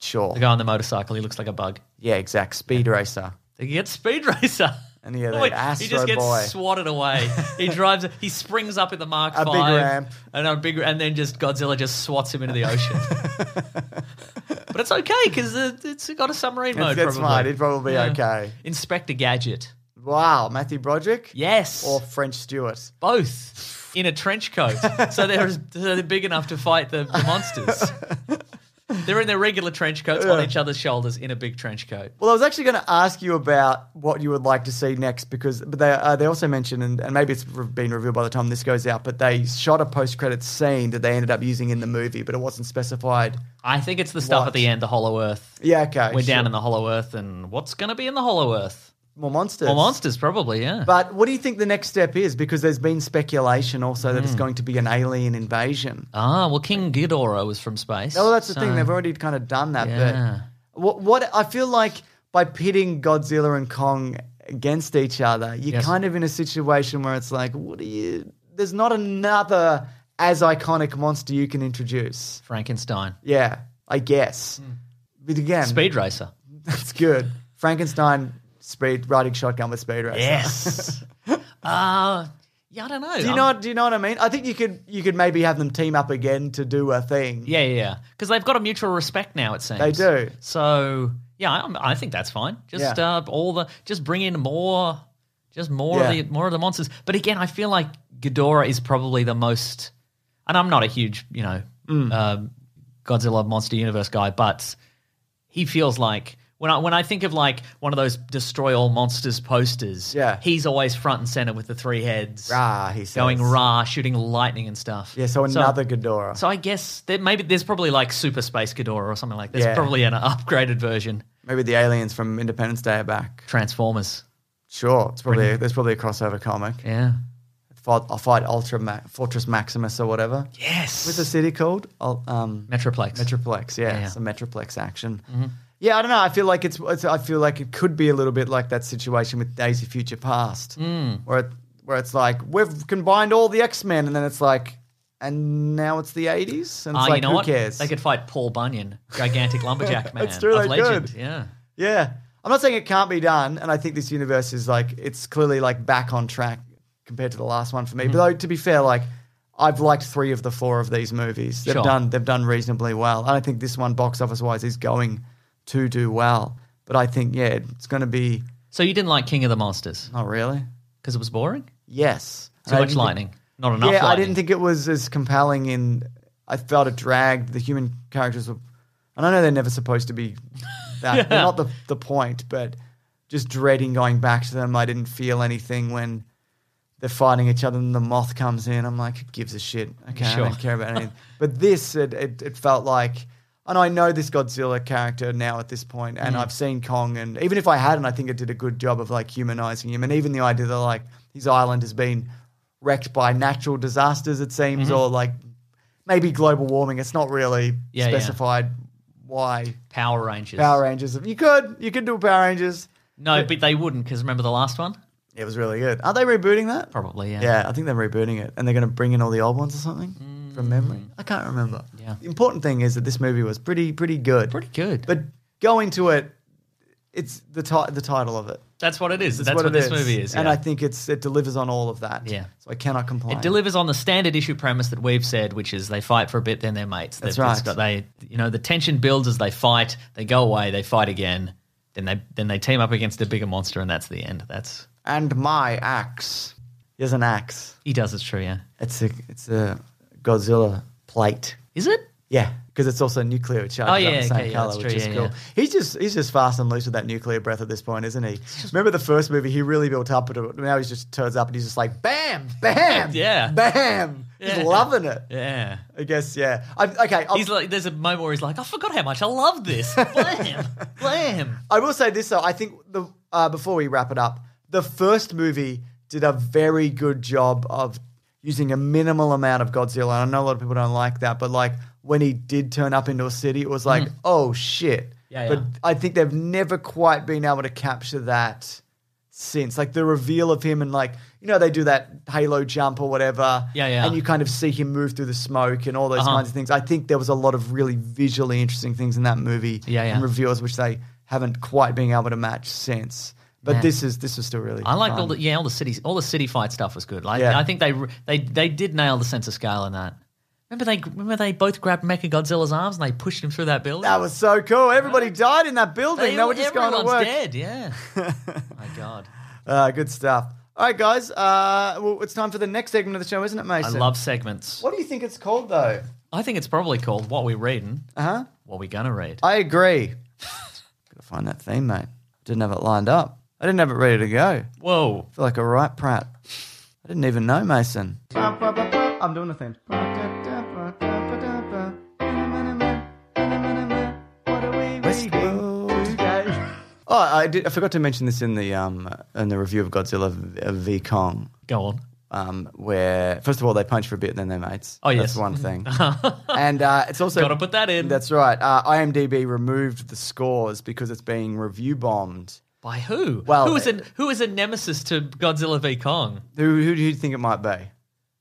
Speaker 3: sure,
Speaker 6: the guy on the motorcycle, he looks like a bug.
Speaker 3: yeah, exact speed racer,
Speaker 6: They get Speed Racer.
Speaker 3: and yeah,
Speaker 6: Oh,
Speaker 3: the
Speaker 6: wait,
Speaker 3: Astro
Speaker 6: he just gets
Speaker 3: Boy.
Speaker 6: swatted away.
Speaker 3: [LAUGHS]
Speaker 6: he drives. He springs up in the Mark
Speaker 3: A big
Speaker 6: Five,
Speaker 3: ramp.
Speaker 6: and a big, and then just Godzilla just swats him into
Speaker 3: [LAUGHS]
Speaker 6: the ocean. but it's okay because it's got a submarine
Speaker 3: It's-
Speaker 6: mode.
Speaker 3: that's
Speaker 6: probably.
Speaker 3: fine. It'd probably be okay.
Speaker 6: Inspector Gadget.
Speaker 3: Wow, Matthew Broderick,
Speaker 6: Yes,
Speaker 3: or French Stewart.
Speaker 6: both in a trench coat, so they're so they're big enough to fight the, the monsters.
Speaker 3: [LAUGHS]
Speaker 6: they're in their regular trench coats on each other's shoulders in a big trench coat.
Speaker 3: Well, I was actually going to ask you about what you would like to see next because, but they uh, they also mentioned, and, and maybe it's re- been revealed by the time this goes out, but they shot a post credits scene that they ended up using in the movie, but it wasn't specified.
Speaker 6: I think it's the stuff
Speaker 3: What?
Speaker 6: at the end, the Hollow Earth.
Speaker 3: Yeah, okay,
Speaker 6: We're down
Speaker 3: sure.
Speaker 6: in the Hollow Earth, and what's going to be in the Hollow Earth?
Speaker 3: more monsters.
Speaker 6: Well, monsters, probably, yeah.
Speaker 3: But what do you think the next step is? Because there's been speculation also that
Speaker 6: Hmm.
Speaker 3: it's going to be an alien invasion.
Speaker 6: ah, well, King Ghidorah was from space.
Speaker 3: Oh, that's the
Speaker 6: so-
Speaker 3: thing. They've already kind of done that.
Speaker 6: Yeah.
Speaker 3: But what, what I feel like by pitting Godzilla and Kong against each other, you're
Speaker 6: Yes.
Speaker 3: kind of in a situation where it's like, what are you? There's not another as iconic monster you can introduce.
Speaker 6: Frankenstein.
Speaker 3: Yeah, I guess. But again, [LAUGHS]
Speaker 6: Hmm. Speed Racer.
Speaker 3: that's good. Frankenstein speed riding shotgun with speed racer.
Speaker 6: Yes. [LAUGHS] uh, yeah, I don't know.
Speaker 3: Do you know? Do you know what I mean? I think you could you could maybe have them team up again to do a thing.
Speaker 6: Yeah, yeah, yeah. Because they've got a mutual respect now, it seems.
Speaker 3: They do.
Speaker 6: So, yeah, I, I think that's fine. Just
Speaker 3: Yeah.
Speaker 6: uh, all the, just bring in more, just more of
Speaker 3: Yeah.
Speaker 6: the more of the monsters. But again, I feel like Ghidorah is probably the most, and I'm not a huge, you know,
Speaker 3: Mm.
Speaker 6: um, Godzilla Monster Universe guy, but he feels like when I when I think of like one of those destroy all monsters posters,
Speaker 3: Yeah.
Speaker 6: he's always front and center with the three heads,
Speaker 3: Rah, Ah, he says.
Speaker 6: going rah, shooting lightning and stuff.
Speaker 3: Yeah, so another Ghidorah.
Speaker 6: So I guess that maybe there's probably like Super Space Ghidorah or something like. There's
Speaker 3: Yeah.
Speaker 6: probably an upgraded version.
Speaker 3: Maybe the aliens from Independence Day are back.
Speaker 6: Transformers.
Speaker 3: Sure, it's probably there's probably a crossover comic.
Speaker 6: Yeah.
Speaker 3: Fight, I'll fight Ultra Ma- Fortress Maximus or whatever.
Speaker 6: Yes.
Speaker 3: What's the city called? Ul- Um,
Speaker 6: Metroplex.
Speaker 3: Metroplex. Yeah,
Speaker 6: Yeah. Mm-hmm.
Speaker 3: it's a Metroplex action. Yeah, I don't know. I feel like it's, it's. I feel like it could be a little bit like that situation with Days of Future Past,
Speaker 6: Mm.
Speaker 3: where it, where it's like we've combined all the X Men, and then it's like, and now it's the eighties, and it's
Speaker 6: Ah,
Speaker 3: like
Speaker 6: you know
Speaker 3: who
Speaker 6: what?
Speaker 3: cares?
Speaker 6: They could fight Paul Bunyan,
Speaker 3: [LAUGHS]
Speaker 6: gigantic lumberjack man
Speaker 3: That's true,
Speaker 6: of
Speaker 3: they
Speaker 6: legend.
Speaker 3: could.
Speaker 6: Yeah.
Speaker 3: Yeah. I'm not saying it can't be done, and I think this universe is like it's clearly like back on track compared to the last one for
Speaker 6: Mm-hmm.
Speaker 3: me. But though to be fair, like I've liked three of the four of these movies. They've
Speaker 6: Sure.
Speaker 3: done they've done reasonably well. I don't think this one box office wise is going to do well. But I think yeah, it's going to be
Speaker 6: So you didn't like King of the Monsters
Speaker 3: not really.
Speaker 6: because it was boring?
Speaker 3: Yes,
Speaker 6: Too
Speaker 3: And I didn't
Speaker 6: much
Speaker 3: think-
Speaker 6: lightning. Not enough
Speaker 3: yeah, I
Speaker 6: lightning.
Speaker 3: didn't think it was as compelling. In I felt it dragged. The human characters were And I know they're never supposed to be that.
Speaker 6: [LAUGHS]
Speaker 3: They're not the, the point, but just dreading going back to them. I didn't feel anything when they're fighting each other and the moth comes in. I'm like, who gives a shit? Okay, I
Speaker 6: Sure.
Speaker 3: don't care about
Speaker 6: [LAUGHS]
Speaker 3: anything. but this, it, it, it felt like, and I know this Godzilla character now at this point,
Speaker 6: Mm.
Speaker 3: and I've seen Kong, and even if I hadn't, I think it did a good job of like humanizing him. And even the idea that like his island has been wrecked by natural disasters, it seems,
Speaker 6: Mm-hmm.
Speaker 3: or like maybe global warming. It's not really
Speaker 6: Yeah, yeah.
Speaker 3: specified why
Speaker 6: Power Rangers.
Speaker 3: Power Rangers. You could, you could do Power Rangers.
Speaker 6: No, but they wouldn't because remember the last one?
Speaker 3: It was really good. Are they rebooting that?
Speaker 6: Probably, yeah.
Speaker 3: Yeah, I think they're rebooting it, and they're going to bring in all the old ones or something from memory. I can't remember.
Speaker 6: Mm. Yeah.
Speaker 3: The important thing is that this movie was pretty, pretty good.
Speaker 6: Pretty good.
Speaker 3: But go into it. It's the ti- the title of it.
Speaker 6: that's what it is. That's,
Speaker 3: It's
Speaker 6: what,
Speaker 3: it
Speaker 6: this movie is.
Speaker 3: and
Speaker 6: yeah.
Speaker 3: I think it's it delivers on all of that.
Speaker 6: Yeah.
Speaker 3: so I cannot complain.
Speaker 6: It delivers on the standard issue premise that we've said, which is they fight for a bit, then they're mates.
Speaker 3: That's
Speaker 6: They've- it's
Speaker 3: right.
Speaker 6: got- they, you know, the tension builds as they fight. They go away. They fight again. Then they then they team up against a bigger monster, and that's the end. That's
Speaker 3: and my axe. He has an axe.
Speaker 6: he does. It's true. Yeah.
Speaker 3: It's a it's a Godzilla plate.
Speaker 6: Is it?
Speaker 3: Yeah, because it's also nuclear charged
Speaker 6: Oh,
Speaker 3: up
Speaker 6: yeah,
Speaker 3: the same
Speaker 6: okay, yeah,
Speaker 3: color,
Speaker 6: that's
Speaker 3: which
Speaker 6: true,
Speaker 3: is
Speaker 6: yeah,
Speaker 3: cool.
Speaker 6: yeah.
Speaker 3: He's just he's just fast and loose with that nuclear breath at this point, isn't he? Remember the first movie? He really built up to it. Now he just turns up and he's just like, bam, bam,
Speaker 6: [LAUGHS] Yeah.
Speaker 3: bam.
Speaker 6: Yeah.
Speaker 3: He's loving it.
Speaker 6: Yeah.
Speaker 3: I guess, yeah. I, okay, I'll,
Speaker 6: He's like, there's a moment where he's like, I forgot how much I love
Speaker 3: [LAUGHS]
Speaker 6: this. Blam, blam.
Speaker 3: I will say this though. I think the uh, before we wrap it up, the first movie did a very good job of using a minimal amount of Godzilla. And I know a lot of people don't like that, but like when he did turn up into a city, it was like, oh shit.
Speaker 6: Mm. Yeah,
Speaker 3: But
Speaker 6: yeah.
Speaker 3: I think they've never quite been able to capture that since. Like the reveal of him and like you know they do that Halo jump or whatever.
Speaker 6: Yeah, yeah. Uh-huh.
Speaker 3: And you kind of see him move through the smoke and all those kinds of things. I think there was a lot of really visually interesting things in that movie
Speaker 6: Yeah, yeah.
Speaker 3: and reviewers, which they haven't quite been able to match since. But this is this is still really.
Speaker 6: I liked
Speaker 3: fun.
Speaker 6: all the yeah all the cities all the city fight stuff was good. Like
Speaker 3: Yeah.
Speaker 6: I think they they they did nail the sense of scale in that. Remember they remember they both grabbed Mecha Godzilla's arms and they pushed him through that building.
Speaker 3: That was so cool. Everybody died in that building. They,
Speaker 6: They-
Speaker 3: were just going to
Speaker 6: everyone's
Speaker 3: work.
Speaker 6: dead, [LAUGHS] yeah. My God.
Speaker 3: Uh, good stuff. All right, guys. Uh, well, it's time for the next segment of the show, isn't it,
Speaker 6: I
Speaker 3: Mason?
Speaker 6: love segments.
Speaker 3: What do you think it's called, though?
Speaker 6: I think it's probably called What We Reading. Uh huh. What We Gonna Read.
Speaker 3: I agree. [SIGHS] Gotta find that theme, mate. Didn't have it lined up. I didn't have it ready to go.
Speaker 6: Whoa.
Speaker 3: feel like a right prat. I didn't even know Mason. I'm doing the thing. Oh, I, did, I forgot to mention this in the um, in the review of Godzilla v Kong,
Speaker 6: Go on.
Speaker 3: um, where first of all they punch for a bit, then they're mates.
Speaker 6: Oh, yes.
Speaker 3: that's one thing.
Speaker 6: [LAUGHS]
Speaker 3: and uh, it's also
Speaker 6: Gotta put that in.
Speaker 3: That's right. Uh, IMDb removed the scores because it's being review bombed.
Speaker 6: By who?
Speaker 3: Well,
Speaker 6: who is a who is a nemesis to Godzilla v Kong?
Speaker 3: Who, who do you think it might be?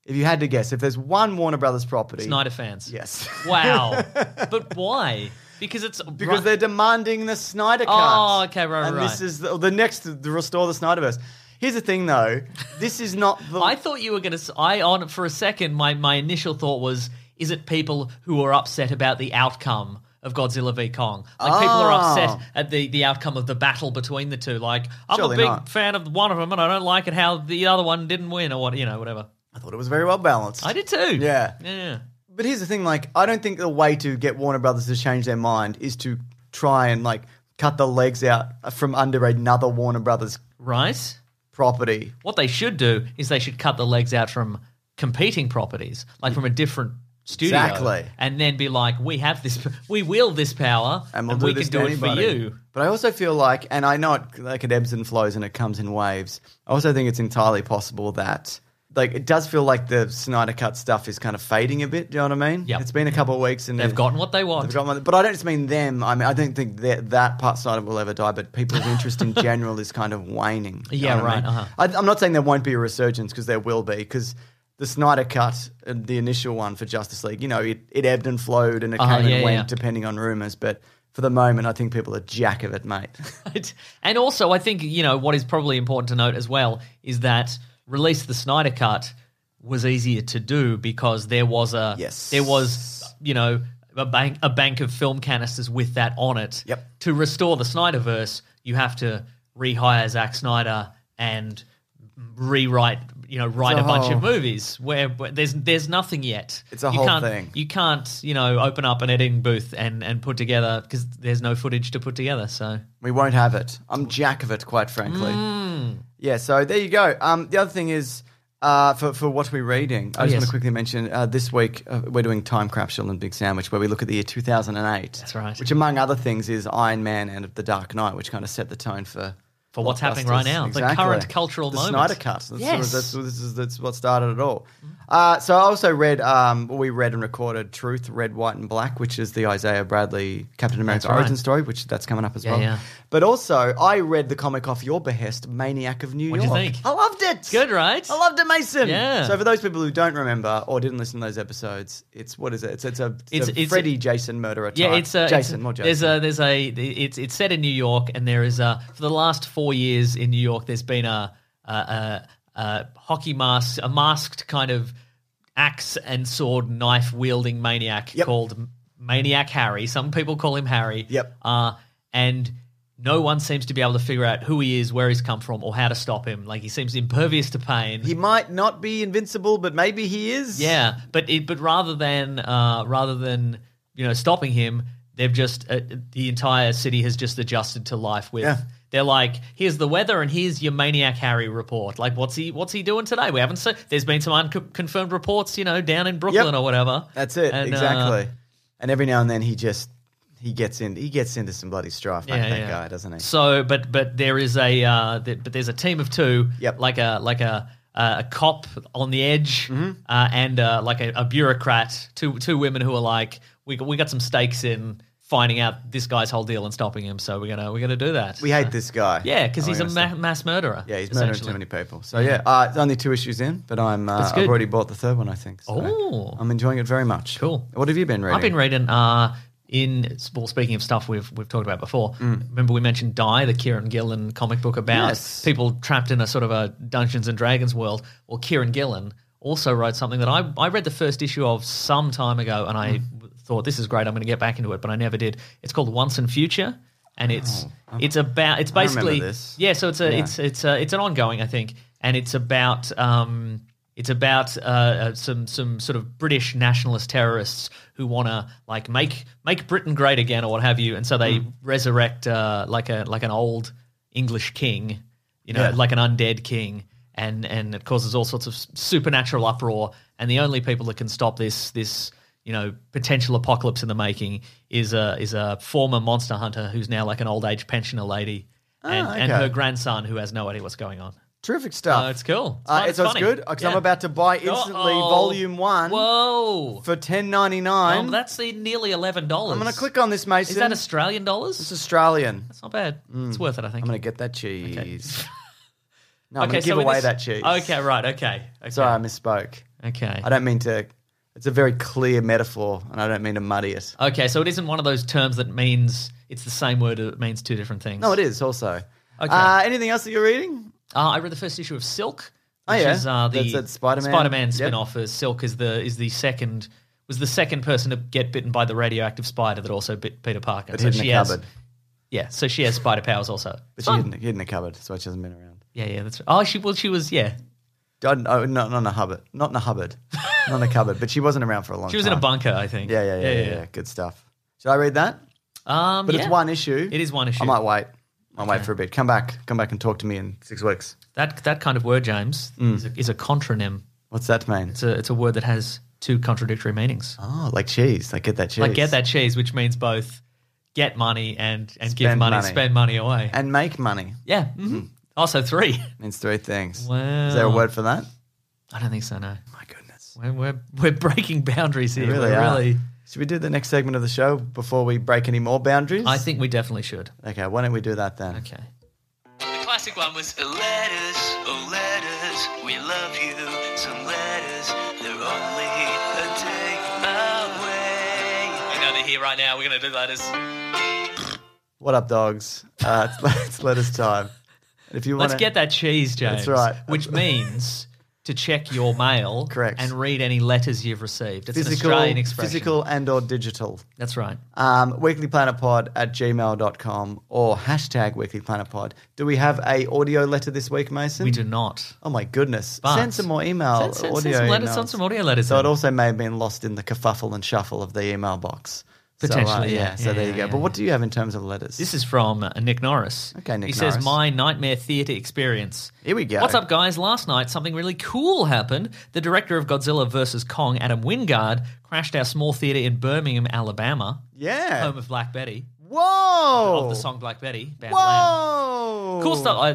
Speaker 3: If you had to guess, if there's one Warner Brothers property,
Speaker 6: Snyder fans.
Speaker 3: Yes,
Speaker 6: [LAUGHS] Wow. but why? Because it's
Speaker 3: because
Speaker 6: right-
Speaker 3: they're demanding the Snyder cut.
Speaker 6: Oh, okay, right, right,
Speaker 3: And this
Speaker 6: right.
Speaker 3: is the, the next the restore the Snyderverse. Here's the thing, though. This is not the.
Speaker 6: [LAUGHS] I thought you were going to. I on for a second. My my initial thought was: Is it people who are upset about the outcome of Godzilla v Kong? Like people are
Speaker 3: Oh.
Speaker 6: upset at the the outcome of the battle between the two. Like I'm
Speaker 3: Surely
Speaker 6: a big
Speaker 3: not.
Speaker 6: fan of one of them, and I don't like it how the other one didn't win, or what you know, whatever.
Speaker 3: I thought it was very well balanced.
Speaker 6: I did too.
Speaker 3: Yeah.
Speaker 6: yeah.
Speaker 3: But here's the thing, like, I don't think the way to get Warner Brothers to change their mind is to try and like cut the legs out from under another Warner Brothers
Speaker 6: Right.
Speaker 3: property.
Speaker 6: What they should do is they should cut the legs out from competing properties, like from a different studio,
Speaker 3: Exactly.
Speaker 6: and then be like, "We have this. We will this power,
Speaker 3: and we'll do
Speaker 6: we
Speaker 3: this
Speaker 6: can do
Speaker 3: to
Speaker 6: it for
Speaker 3: anybody.
Speaker 6: you."
Speaker 3: But I also feel like, and I know it like it ebbs and flows and it comes in waves. I also think it's entirely possible that like it does feel like the Snyder Cut stuff is kind of fading a bit. Do you know what I mean?
Speaker 6: Yep.
Speaker 3: It's been a couple of weeks and
Speaker 6: They've gotten what they want.
Speaker 3: They've gotten, but I don't just mean them. I mean I don't think that that part Snyder will ever die. But
Speaker 6: [LAUGHS]
Speaker 3: people's interest in general is kind of waning. Do you
Speaker 6: Yeah,
Speaker 3: know what I
Speaker 6: right,
Speaker 3: mean?
Speaker 6: uh-huh.
Speaker 3: I, I'm not saying there won't be a resurgence because there will be because. The Snyder Cut, uh, the initial one for Justice League, you know, it, it ebbed and flowed and it
Speaker 6: Uh-huh,
Speaker 3: came
Speaker 6: yeah,
Speaker 3: and went
Speaker 6: yeah.
Speaker 3: depending on rumors, but for the moment, I think people are jack of it, mate. [LAUGHS]
Speaker 6: Right. And also, I think, you know, what is probably important to note as well is that release the Snyder Cut was easier to do because there was a
Speaker 3: Yes.
Speaker 6: there was you know a bank a bank of film canisters with that on it.
Speaker 3: Yep.
Speaker 6: To restore the Snyderverse, you have to rehire Zack Snyder and rewrite, you know, write
Speaker 3: a
Speaker 6: a, bunch of
Speaker 3: whole-
Speaker 6: movies where, where there's there's nothing yet.
Speaker 3: It's a
Speaker 6: you
Speaker 3: whole
Speaker 6: can't,
Speaker 3: thing.
Speaker 6: You can't, you know, open up an editing booth and and put together because there's no footage to put together. So
Speaker 3: We won't have it. I'm jack of it, quite frankly.
Speaker 6: Mm.
Speaker 3: Yeah, so there you go. Um, the other thing is uh, for, for what we're reading, I just want
Speaker 6: yes.
Speaker 3: to quickly mention uh, this week uh, we're doing Time Capsule and Big Sandwich, where we look at the year 2008. That's
Speaker 6: right.
Speaker 3: Which, among other things, is Iron Man and The Dark Knight, which kind of set the tone for.
Speaker 6: For what's happening right
Speaker 3: blockbusters.
Speaker 6: now, the
Speaker 3: Exactly.
Speaker 6: current cultural
Speaker 3: the
Speaker 6: moment.
Speaker 3: Snyder Cut. That's,
Speaker 6: Yes.
Speaker 3: that's, that's, that's what started it all. Uh, so I also read, um, we read and recorded Truth, Red, White, and Black, which is the Isaiah Bradley Captain America
Speaker 6: right.
Speaker 3: origin story, which that's coming up as
Speaker 6: Yeah,
Speaker 3: well.
Speaker 6: yeah.
Speaker 3: But also, I read the comic off your behest, Maniac of New
Speaker 6: What'd you
Speaker 3: York.
Speaker 6: think?
Speaker 3: I loved it.
Speaker 6: Good, right?
Speaker 3: I loved it, Mason.
Speaker 6: Yeah.
Speaker 3: So for those people who don't remember or didn't listen to those episodes, it's what is it? It's it's a, it's
Speaker 6: It's-
Speaker 3: a
Speaker 6: it's a-
Speaker 3: Freddy Jason murderer. Type.
Speaker 6: Yeah, it's a
Speaker 3: Jason,
Speaker 6: It's,
Speaker 3: more Jason.
Speaker 6: There's a there's a it's it's set in New York, and there is a for the last four years in New York, there's been a a, a, a hockey mask, a masked kind of axe and sword knife wielding maniac
Speaker 3: Yep.
Speaker 6: called Maniac Harry. Some people call him Harry.
Speaker 3: Yep.
Speaker 6: Uh, and no one seems to be able to figure out who he is, where he's come from, or how to stop him. Like he seems impervious to pain.
Speaker 3: he might not be invincible, but maybe he is.
Speaker 6: Yeah, but it, but rather than uh, rather than you know stopping him, they've just uh, the entire city has just adjusted to life with.
Speaker 3: Yeah.
Speaker 6: They're like, here's the weather, and here's your maniac Harry report. Like, what's he what's he doing today? We haven't seen. There's been some unconfirmed reports, you know, down in Brooklyn or whatever.
Speaker 3: That's it.
Speaker 6: And, uh,
Speaker 3: exactly. and every now and then he just he gets in he gets into some bloody strife, mate,
Speaker 6: Yeah,
Speaker 3: that
Speaker 6: yeah.
Speaker 3: guy, doesn't he?
Speaker 6: So, but but there is a uh, th- but there's a team of two.
Speaker 3: Yep.
Speaker 6: Like a like a uh, a cop on the edge,
Speaker 3: Mm-hmm.
Speaker 6: uh, and uh, like a, a bureaucrat. Two two women who are like, we got- we got some stakes in finding out this guy's whole deal and stopping him. So we're gonna we're gonna do that.
Speaker 3: we hate this guy.
Speaker 6: yeah, because
Speaker 3: Oh,
Speaker 6: he's a
Speaker 3: honestly.
Speaker 6: ma- mass murderer.
Speaker 3: Yeah, he's murdering too
Speaker 6: essentially.
Speaker 3: many people. So yeah, uh, it's only two issues in, but I'm uh,
Speaker 6: That's
Speaker 3: I've
Speaker 6: good.
Speaker 3: already bought the third one. I think. So
Speaker 6: Oh.
Speaker 3: I'm enjoying it very much.
Speaker 6: Cool.
Speaker 3: What have you been reading?
Speaker 6: I've been reading. Uh, in well, speaking of stuff we've we've talked about before, remember we mentioned Die, the Kieran Gillen comic book about
Speaker 3: Mm. Yes.
Speaker 6: people trapped in a sort of a Dungeons and Dragons world. Well, Kieran Gillen also wrote something that I I read the first issue of some time ago, and I
Speaker 3: Mm.
Speaker 6: thought this is great. I'm going to get back into it, but I never did. It's called Once and Future, and it's it's about it's
Speaker 3: Oh, I remember
Speaker 6: basically
Speaker 3: this.
Speaker 6: yeah. So it's a it's it's a, it's an ongoing, I think, and it's about um it's about uh, uh, some some sort of British nationalist terrorists who want to like make make Britain great again or what have you, and so
Speaker 3: Hmm.
Speaker 6: they resurrect uh, like a like an old English king, you know,
Speaker 3: Yeah.
Speaker 6: like an undead king, and and it causes all sorts of s- supernatural uproar. And the only people that can stop this this you know potential apocalypse in the making is a is a former monster hunter who's now like an old age pensioner lady, and, and
Speaker 3: Ah, okay.
Speaker 6: her grandson who has no idea what's going on.
Speaker 3: terrific
Speaker 6: Oh,
Speaker 3: stuff.
Speaker 6: it's cool. It's,
Speaker 3: Uh,
Speaker 6: fun,
Speaker 3: it's, it's
Speaker 6: funny.
Speaker 3: good because I'm
Speaker 6: Yeah.
Speaker 3: about to buy instantly
Speaker 6: Uh-oh.
Speaker 3: Volume One
Speaker 6: Whoa.
Speaker 3: for ten ninety nine.
Speaker 6: Well, that's the nearly eleven dollars.
Speaker 3: I'm going to click on this, Mason.
Speaker 6: Is that Australian dollars?
Speaker 3: it's Australian.
Speaker 6: It's not bad. It's worth it, I think.
Speaker 3: Mm. I'm going to get that cheese. [LAUGHS] no, I'm going to
Speaker 6: okay, so
Speaker 3: give
Speaker 6: in
Speaker 3: away
Speaker 6: this-
Speaker 3: that cheese.
Speaker 6: Okay, right. Okay. okay.
Speaker 3: Sorry, I misspoke.
Speaker 6: Okay.
Speaker 3: I don't mean to. It's a very clear metaphor, and I don't mean to muddy it.
Speaker 6: Okay, so it isn't one of those terms that means it's the same word. It means two different things.
Speaker 3: No, it is also. Uh, anything else that you're reading?
Speaker 6: Uh, I read the first issue of Silk.
Speaker 3: Oh,
Speaker 6: which
Speaker 3: yeah.
Speaker 6: is, uh, the
Speaker 3: That's that Spider-Man.
Speaker 6: Spider-Man
Speaker 3: Yep.
Speaker 6: spin-off. As Silk is the is the second was the second person to get bitten by the radioactive spider that also bit Peter Parker.
Speaker 3: It hid in a
Speaker 6: has,
Speaker 3: cupboard.
Speaker 6: Yeah, so she has spider powers also.
Speaker 3: But she hid in, hid in a cupboard, so she hasn't been around.
Speaker 6: Yeah, yeah, that's right. Oh, she well, she was yeah.
Speaker 3: I, no, not, not in a hubbard. Not in a hubbard. [LAUGHS] not in a cupboard, but she wasn't around for a long time.
Speaker 6: She was in a bunker, I think.
Speaker 3: Yeah yeah yeah, yeah, yeah, Good stuff. Should I read that?
Speaker 6: yeah. Um,
Speaker 3: But
Speaker 6: yeah.
Speaker 3: it's one issue.
Speaker 6: It is one issue.
Speaker 3: I might wait. I'll wait for a bit. Come back. Come back and talk to me in six weeks.
Speaker 6: That that kind of word, James,
Speaker 3: Mm.
Speaker 6: is, a, is a contronym.
Speaker 3: What's that mean?
Speaker 6: It's a it's a word that has two contradictory meanings.
Speaker 3: Oh, like cheese. Like get that cheese.
Speaker 6: Like get that cheese, which means both get money and and give
Speaker 3: Spend
Speaker 6: money,
Speaker 3: money.
Speaker 6: spend money away.
Speaker 3: And make money.
Speaker 6: yeah. hmm Also three. [LAUGHS]
Speaker 3: Means three things.
Speaker 6: Wow.
Speaker 3: Is there a word for that?
Speaker 6: I don't think so. No.
Speaker 3: My goodness.
Speaker 6: We're we're, we're breaking boundaries here.
Speaker 3: We really
Speaker 6: We're
Speaker 3: are.
Speaker 6: really.
Speaker 3: Should we do the next segment of the show before we break any more boundaries?
Speaker 6: I think we definitely should.
Speaker 3: Okay, why don't we do that then?
Speaker 6: Okay.
Speaker 5: The classic one was the letters, oh letters, we love you. Some letters, they're only a day away.
Speaker 6: We're going to here right now. We're going to do letters.
Speaker 3: What up, dogs? Uh, [LAUGHS] it's, it's letters time. And If you want
Speaker 6: Let's get that cheese,
Speaker 3: [LAUGHS]
Speaker 6: James.
Speaker 3: right.
Speaker 6: Which means to check your mail
Speaker 3: Correct.
Speaker 6: and read any letters you've received. It's an
Speaker 3: Physical,
Speaker 6: Australian expression.
Speaker 3: physical and or digital.
Speaker 6: That's right.
Speaker 3: Um, weeklyplanetpod at gmail.com or hashtag weeklyplanetpod. Do we have a audio letter this week, Mason?
Speaker 6: We do not.
Speaker 3: Oh my goodness.
Speaker 6: But-
Speaker 3: send some more email
Speaker 6: Send- send-
Speaker 3: Oh, audio
Speaker 6: send some letters,
Speaker 3: emails.
Speaker 6: send some audio letters
Speaker 3: So
Speaker 6: in.
Speaker 3: it also may have been lost in the kerfuffle and shuffle of the email box. So, uh,
Speaker 6: Potentially, yeah.
Speaker 3: So
Speaker 6: Yeah,
Speaker 3: there you
Speaker 6: yeah,
Speaker 3: go.
Speaker 6: yeah,
Speaker 3: but what do you have in terms of letters?
Speaker 6: This is from uh, Nick Norris.
Speaker 3: Okay, Nick
Speaker 6: He
Speaker 3: Norris.
Speaker 6: says, My nightmare theatre experience.
Speaker 3: Here we go.
Speaker 6: What's up, guys? Last night, something really cool happened. The director of Godzilla vs. Kong, Adam Wingard, crashed our small theatre in Birmingham, Alabama,
Speaker 3: yeah.
Speaker 6: home of Black Betty,
Speaker 3: Whoa.
Speaker 6: of the song Black Betty. Band Lamb.
Speaker 3: Whoa.
Speaker 6: Cool stuff. I,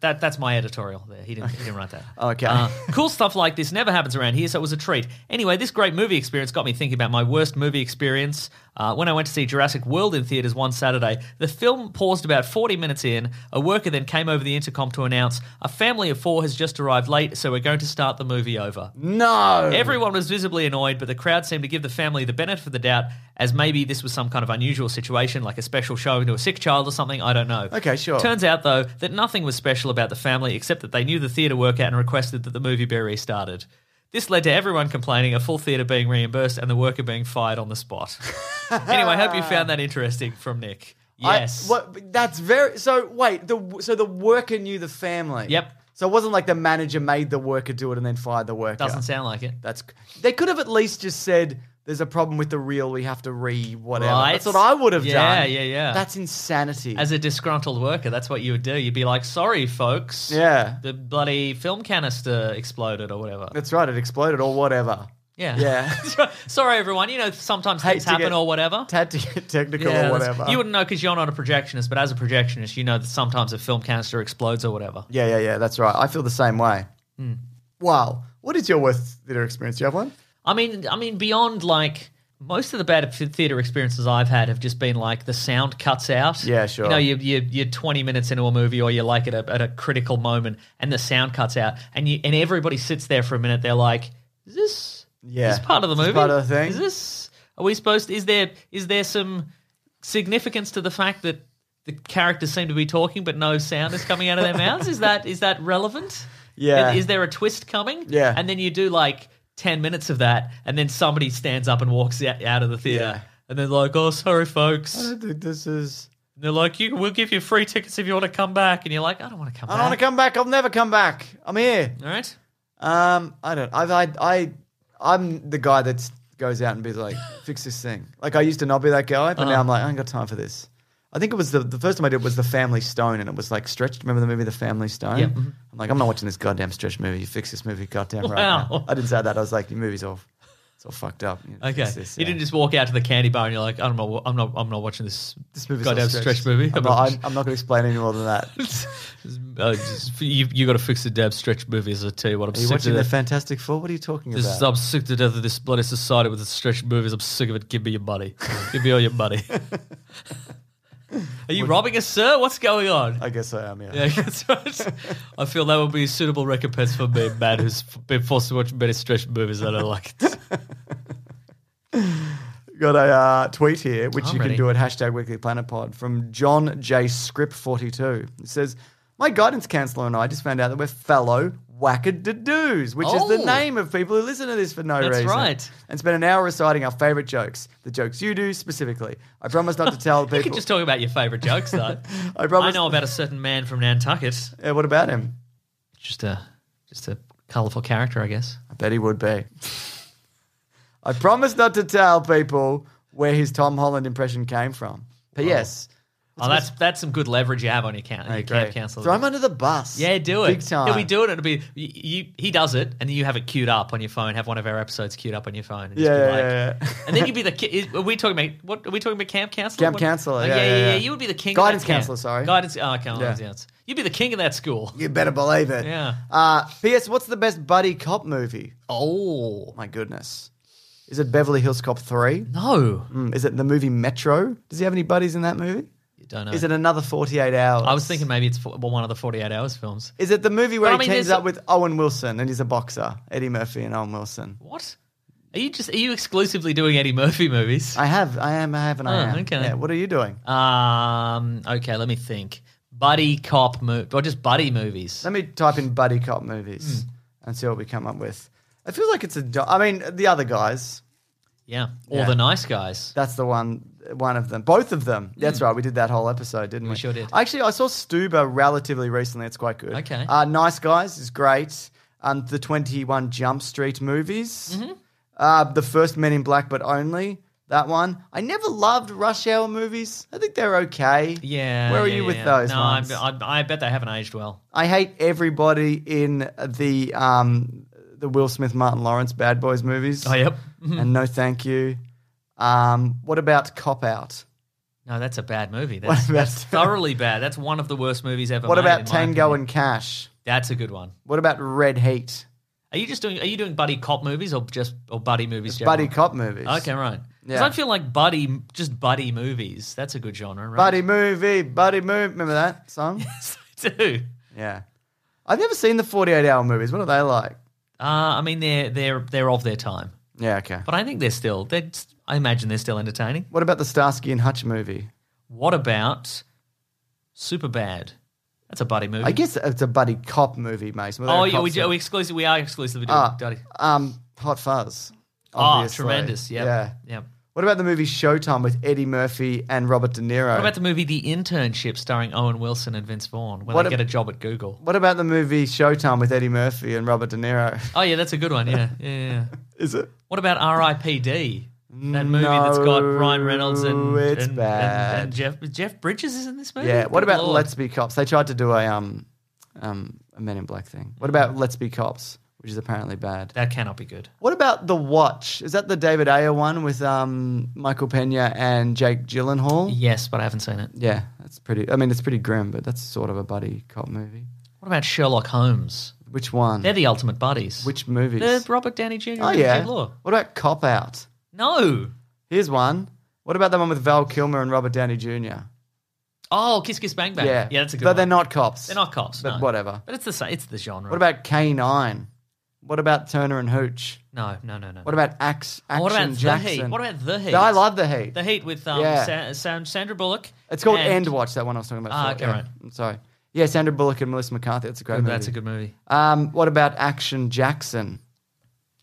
Speaker 6: that, that's my editorial there. He didn't, he didn't write that.
Speaker 3: Oh, Okay.
Speaker 6: Uh, cool stuff like this never happens around here, so it was a treat. Anyway, this great movie experience got me thinking about my worst movie experience. Uh, when I went to see Jurassic World in theaters one Saturday, the film paused about 40 minutes in. A worker then came over the intercom to announce a family of four has just arrived late, so we're going to start the movie over.
Speaker 3: no.
Speaker 6: Everyone was visibly annoyed, but the crowd seemed to give the family the benefit of the doubt, as maybe this was some kind of unusual situation, like a special showing to a sick child or something. I don't know.
Speaker 3: Okay, sure.
Speaker 6: Turns out, though, that nothing was special about the family except that they knew the theatre worker and requested that the movie be restarted. This led to everyone complaining, a full theatre being reimbursed, and the worker being fired on
Speaker 3: [LAUGHS]
Speaker 6: the spot. anyway, I hope you found that interesting from Nick.
Speaker 3: I-
Speaker 6: Yes.
Speaker 3: what, that's very. So wait. The so the worker knew the family.
Speaker 6: Yep.
Speaker 3: So it wasn't like the manager made the worker do it and then fired the worker.
Speaker 6: Doesn't sound like it.
Speaker 3: That's. They could have at least just said. There's a problem with the reel. We have to re whatever.
Speaker 6: Right.
Speaker 3: That's what I would have
Speaker 6: Yeah,
Speaker 3: done.
Speaker 6: yeah, yeah.
Speaker 3: That's insanity.
Speaker 6: As a disgruntled worker, that's what you would do. You'd be like, sorry, folks.
Speaker 3: yeah,
Speaker 6: the bloody film canister exploded or whatever.
Speaker 3: that's right. It exploded or whatever.
Speaker 6: Yeah.
Speaker 3: Yeah.
Speaker 6: [LAUGHS] Sorry, everyone. You know, sometimes
Speaker 3: Hate
Speaker 6: things
Speaker 3: to
Speaker 6: happen
Speaker 3: get-
Speaker 6: or whatever.
Speaker 3: Had to get technical
Speaker 6: Yeah,
Speaker 3: or
Speaker 6: that's-
Speaker 3: whatever.
Speaker 6: You wouldn't know because you're not a projectionist, but as a projectionist, you know that sometimes a film canister explodes or whatever.
Speaker 3: Yeah, yeah, yeah. That's right. I feel the same way.
Speaker 6: Hmm.
Speaker 3: Wow. What is your worst theatre experience? Do you have one?
Speaker 6: I mean, I mean, beyond like most of the bad theater experiences I've had have just been like the sound cuts out.
Speaker 3: Yeah, sure.
Speaker 6: You know, you, you, you're 20 minutes into a movie, or you're like at a, at a critical moment, and the sound cuts out, and you and everybody sits there for a minute. They're like, "Is this?
Speaker 3: Yeah.
Speaker 6: is this part of the
Speaker 3: Is this
Speaker 6: movie?
Speaker 3: part of the thing?"
Speaker 6: Is this? Are we supposed? Is there? Is there some significance to the fact that?" The characters seem to be talking, but no sound is
Speaker 3: [LAUGHS]
Speaker 6: coming out of their mouths. Is that is that relevant?
Speaker 3: Yeah.
Speaker 6: Is, is there a twist coming?
Speaker 3: Yeah.
Speaker 6: And then you do like 10 minutes of that, and then somebody stands up and walks out, out of the theater.
Speaker 3: Yeah.
Speaker 6: And they're like, oh, sorry, folks. And
Speaker 3: This is.
Speaker 6: they're like, you, we'll give you free tickets if you want to come back. And you're like, I don't want to come
Speaker 3: I
Speaker 6: back.
Speaker 3: don't want to come back. I'll never come back. I'm here.
Speaker 6: All right.
Speaker 3: Um, I don't. I, I, I, I'm the guy that goes out and be
Speaker 6: [LAUGHS]
Speaker 3: like, fix this thing. Like I used to not be that guy, but
Speaker 6: Uh-huh.
Speaker 3: now I'm like, I ain't got time for this. I think it was the, the first time I did was the Family Stone, and it was like stretched. Remember the movie The Family Stone?
Speaker 6: Yep.
Speaker 3: I'm like, I'm not watching this goddamn stretch movie. You fix this movie, goddamn right.
Speaker 6: Wow.
Speaker 3: now. I didn't say that. I was like, your movie's all, it's all fucked up. You know,
Speaker 6: Okay.
Speaker 3: fix this,
Speaker 6: You
Speaker 3: yeah.
Speaker 6: didn't just walk out to the candy bar and you're like, I'm not, I'm not, I'm not watching this,
Speaker 3: This movie's
Speaker 6: goddamn
Speaker 3: all
Speaker 6: stretch
Speaker 3: stretched.
Speaker 6: movie.
Speaker 3: I'm not,
Speaker 6: [LAUGHS]
Speaker 3: I'm, I'm not going to explain any more than that. Are
Speaker 6: uh, just- you you got to fix the damn stretch movies. I tell you what, I'm
Speaker 3: you
Speaker 6: sick
Speaker 3: watching
Speaker 6: to
Speaker 3: the
Speaker 6: death.
Speaker 3: Fantastic Four? What are you talking
Speaker 6: This
Speaker 3: about?
Speaker 6: is, I'm sick to death of this bloody society with the stretch movies. I'm sick of it. Give me your money. Give me all your
Speaker 3: [LAUGHS]
Speaker 6: money. Are you robbing us, sir? What's going on?
Speaker 3: I guess I am. Yeah.
Speaker 6: [LAUGHS] Yeah, that's right. I feel that would be a suitable recompense for me, a man who's f- been forced to watch many stretch movies that I don't like. It.
Speaker 3: Got a uh, tweet here, which
Speaker 6: I'm
Speaker 3: you
Speaker 6: ready.
Speaker 3: can do at hashtag Weekly Planet Pod from John J Script forty two. It says, "My guidance counselor and I just found out that we're fellow wackadoos, which is
Speaker 6: Oh.
Speaker 3: the name of people who listen to this for no
Speaker 6: That's
Speaker 3: reason."
Speaker 6: right.
Speaker 3: And spent an hour reciting our favorite jokes, the jokes you do specifically. I promise not to tell people.
Speaker 6: [LAUGHS] You can just talk about your favourite jokes, though.
Speaker 3: [LAUGHS] I
Speaker 6: I
Speaker 3: promise.
Speaker 6: know about a certain man from Nantucket.
Speaker 3: [LAUGHS] Yeah, what about him?
Speaker 6: Just a, just a colourful character, I guess.
Speaker 3: I bet he would be. I promise not to tell people where his Tom Holland impression came from. P.S.
Speaker 6: Oh, that's that's some good leverage you have on your, count, your camp counselor.
Speaker 3: Throw him under the bus.
Speaker 6: Yeah, do it.
Speaker 3: Big time.
Speaker 6: He'll be doing it. It'll be you, you. He does it, and then you have it queued up on your phone. Have one of our episodes queued up on your phone. And just
Speaker 3: Yeah,
Speaker 6: be
Speaker 3: yeah,
Speaker 6: like,
Speaker 3: yeah, yeah.
Speaker 6: And then you'd be the. ki- Is, are we talking about what? Are we talking about camp counselor?
Speaker 3: Camp
Speaker 6: What-
Speaker 3: counselor,
Speaker 6: Oh,
Speaker 3: yeah,
Speaker 6: yeah,
Speaker 3: yeah, yeah.
Speaker 6: You would be the king.
Speaker 3: Guidance
Speaker 6: of that camp.
Speaker 3: counselor, sorry.
Speaker 6: Guidance. Oh, guidance
Speaker 3: Yeah. Mm.
Speaker 6: counselor. You'd be the king of that school.
Speaker 3: [LAUGHS] You better believe it.
Speaker 6: Yeah.
Speaker 3: Uh, P.S. What's the best buddy cop movie?
Speaker 6: Oh
Speaker 3: My goodness. Is it Beverly Hills Cop 3?
Speaker 6: no,
Speaker 3: Mm, is it the movie Metro? Does he have any buddies in that movie?
Speaker 6: you don't know.
Speaker 3: Is it another 48 hours?
Speaker 6: I was thinking maybe it's for, well, one of the forty-eight hours films.
Speaker 3: Is it the movie where
Speaker 6: But I
Speaker 3: he
Speaker 6: mean,
Speaker 3: teams
Speaker 6: there's-
Speaker 3: up with Owen Wilson and he's a boxer? Eddie Murphy and Owen Wilson.
Speaker 6: What? Are you just? Are you exclusively doing Eddie Murphy movies?
Speaker 3: I have, I am, I have, and I
Speaker 6: Oh,
Speaker 3: am.
Speaker 6: okay.
Speaker 3: Yeah, what are you doing?
Speaker 6: Um. Okay, let me think. Buddy cop movie or just buddy movies.
Speaker 3: Let me type in buddy cop movies.
Speaker 6: Hmm.
Speaker 3: and see what we come up with. It feels like it's a. do- I mean, the other guys.
Speaker 6: Yeah. Or
Speaker 3: Yeah.
Speaker 6: the nice guys.
Speaker 3: That's the one. One of them. Both of them. That's right. We did that whole episode, didn't we?
Speaker 6: Hmm. sure did.
Speaker 3: Actually, I saw Stuba relatively recently. It's quite good.
Speaker 6: Okay.
Speaker 3: Uh, nice guys is great. Um, the Twenty One Jump Street movies.
Speaker 6: Mm-hmm.
Speaker 3: Uh, the first Men in Black, but only that one. I never loved Rush Hour movies. I think they're okay.
Speaker 6: Yeah.
Speaker 3: Where are
Speaker 6: yeah,
Speaker 3: you
Speaker 6: yeah,
Speaker 3: with
Speaker 6: yeah.
Speaker 3: those?
Speaker 6: No,
Speaker 3: ones?
Speaker 6: I'm, I, I bet they haven't
Speaker 3: [LAUGHS]
Speaker 6: aged well.
Speaker 3: I hate everybody in the um, the Will Smith, Martin Lawrence Bad Boys movies.
Speaker 6: Oh, yep.
Speaker 3: and no thank you. Um, what about Cop Out?
Speaker 6: No, that's a bad movie. That's,
Speaker 3: about-
Speaker 6: that's thoroughly bad. That's one of the worst movies ever.
Speaker 3: What
Speaker 6: made,
Speaker 3: about
Speaker 6: in my
Speaker 3: Tango
Speaker 6: opinion.
Speaker 3: and Cash?
Speaker 6: That's a good one.
Speaker 3: What about Red Heat?
Speaker 6: Are you just doing? Are you doing buddy cop movies or just or buddy movies?
Speaker 3: Buddy
Speaker 6: generally?
Speaker 3: cop movies.
Speaker 6: Okay, right. Because
Speaker 3: Yeah.
Speaker 6: I feel like buddy, just buddy movies. That's a good genre, right? [LAUGHS]
Speaker 3: Buddy movie, buddy movie. Remember that song?
Speaker 6: too.
Speaker 3: yeah. I've never seen the 48 hour movies. What are they like?
Speaker 6: Uh, I mean, they're they're they're of their time,
Speaker 3: Yeah, okay.
Speaker 6: but I think they're still. They're, I imagine they're still entertaining.
Speaker 3: What about the Starsky and Hutch movie?
Speaker 6: What about Super Bad? That's a buddy movie.
Speaker 3: I guess it's a buddy cop movie, Mason. Well,
Speaker 6: Oh,
Speaker 3: they're
Speaker 6: yeah, we,
Speaker 3: cops
Speaker 6: do-
Speaker 3: in
Speaker 6: we
Speaker 3: it.
Speaker 6: exclusive. We are exclusively doing
Speaker 3: Ah,
Speaker 6: buddy.
Speaker 3: um, Hot Fuzz.
Speaker 6: Oh,
Speaker 3: obviously.
Speaker 6: tremendous. Yep.
Speaker 3: Yeah.
Speaker 6: Yeah.
Speaker 3: What about the movie Showtime with Eddie Murphy and Robert De Niro?
Speaker 6: What about the movie The Internship starring Owen Wilson and Vince Vaughn, where
Speaker 3: What
Speaker 6: they
Speaker 3: ab-
Speaker 6: get a job at Google?
Speaker 3: What about the movie Showtime with Eddie Murphy and Robert De Niro? [LAUGHS]
Speaker 6: Oh yeah, that's a good one. Yeah, yeah. yeah.
Speaker 3: Is it?
Speaker 6: What about R.I.P.D. That movie that's got Ryan Reynolds and,
Speaker 3: No, it's
Speaker 6: and, and-
Speaker 3: bad.
Speaker 6: and Jeff Jeff Bridges is in this movie.
Speaker 3: Yeah. What
Speaker 6: Good
Speaker 3: about
Speaker 6: Lord.
Speaker 3: Let's Be Cops? They tried to do a um, um, a Men in Black thing. What about Let's Be Cops, which is apparently bad?
Speaker 6: That cannot be good.
Speaker 3: What about The Watch? Is that the David Ayer one with um, Michael Pena and Jake Gyllenhaal?
Speaker 6: Yes, but I haven't seen it.
Speaker 3: Yeah, that's pretty. I mean, it's pretty grim, but that's sort of a buddy cop movie.
Speaker 6: What about Sherlock Holmes?
Speaker 3: Which one?
Speaker 6: They're the ultimate buddies.
Speaker 3: Which movies?
Speaker 6: the Robert Downey Jr.
Speaker 3: oh
Speaker 6: and
Speaker 3: yeah.
Speaker 6: Jude Law.
Speaker 3: What about Cop Out?
Speaker 6: No.
Speaker 3: Here's one. What about the one with Val Kilmer and Robert Downey Jr.?
Speaker 6: Oh, Kiss Kiss Bang Bang.
Speaker 3: Yeah,
Speaker 6: yeah, that's a good.
Speaker 3: But
Speaker 6: one.
Speaker 3: they're not cops.
Speaker 6: They're not cops.
Speaker 3: But
Speaker 6: no.
Speaker 3: whatever.
Speaker 6: But it's the sa- it's the genre.
Speaker 3: What about K Nine? What about Turner and Hooch?
Speaker 6: no no no no.
Speaker 3: What about Axe Action
Speaker 6: Oh, what about
Speaker 3: Jackson?
Speaker 6: the heat? What about the heat?
Speaker 3: I love the Heat.
Speaker 6: the heat with um,
Speaker 3: Yeah.
Speaker 6: Sa- Sa- Sandra Bullock.
Speaker 3: It's called
Speaker 6: and-
Speaker 3: End Watch. That one I was talking about.
Speaker 6: Ah,
Speaker 3: before.
Speaker 6: okay,
Speaker 3: Yeah.
Speaker 6: right.
Speaker 3: I'm sorry. Yeah, Sandra Bullock and Melissa McCarthy. That's a great movie.
Speaker 6: That's a good movie.
Speaker 3: Um, what about Action Jackson?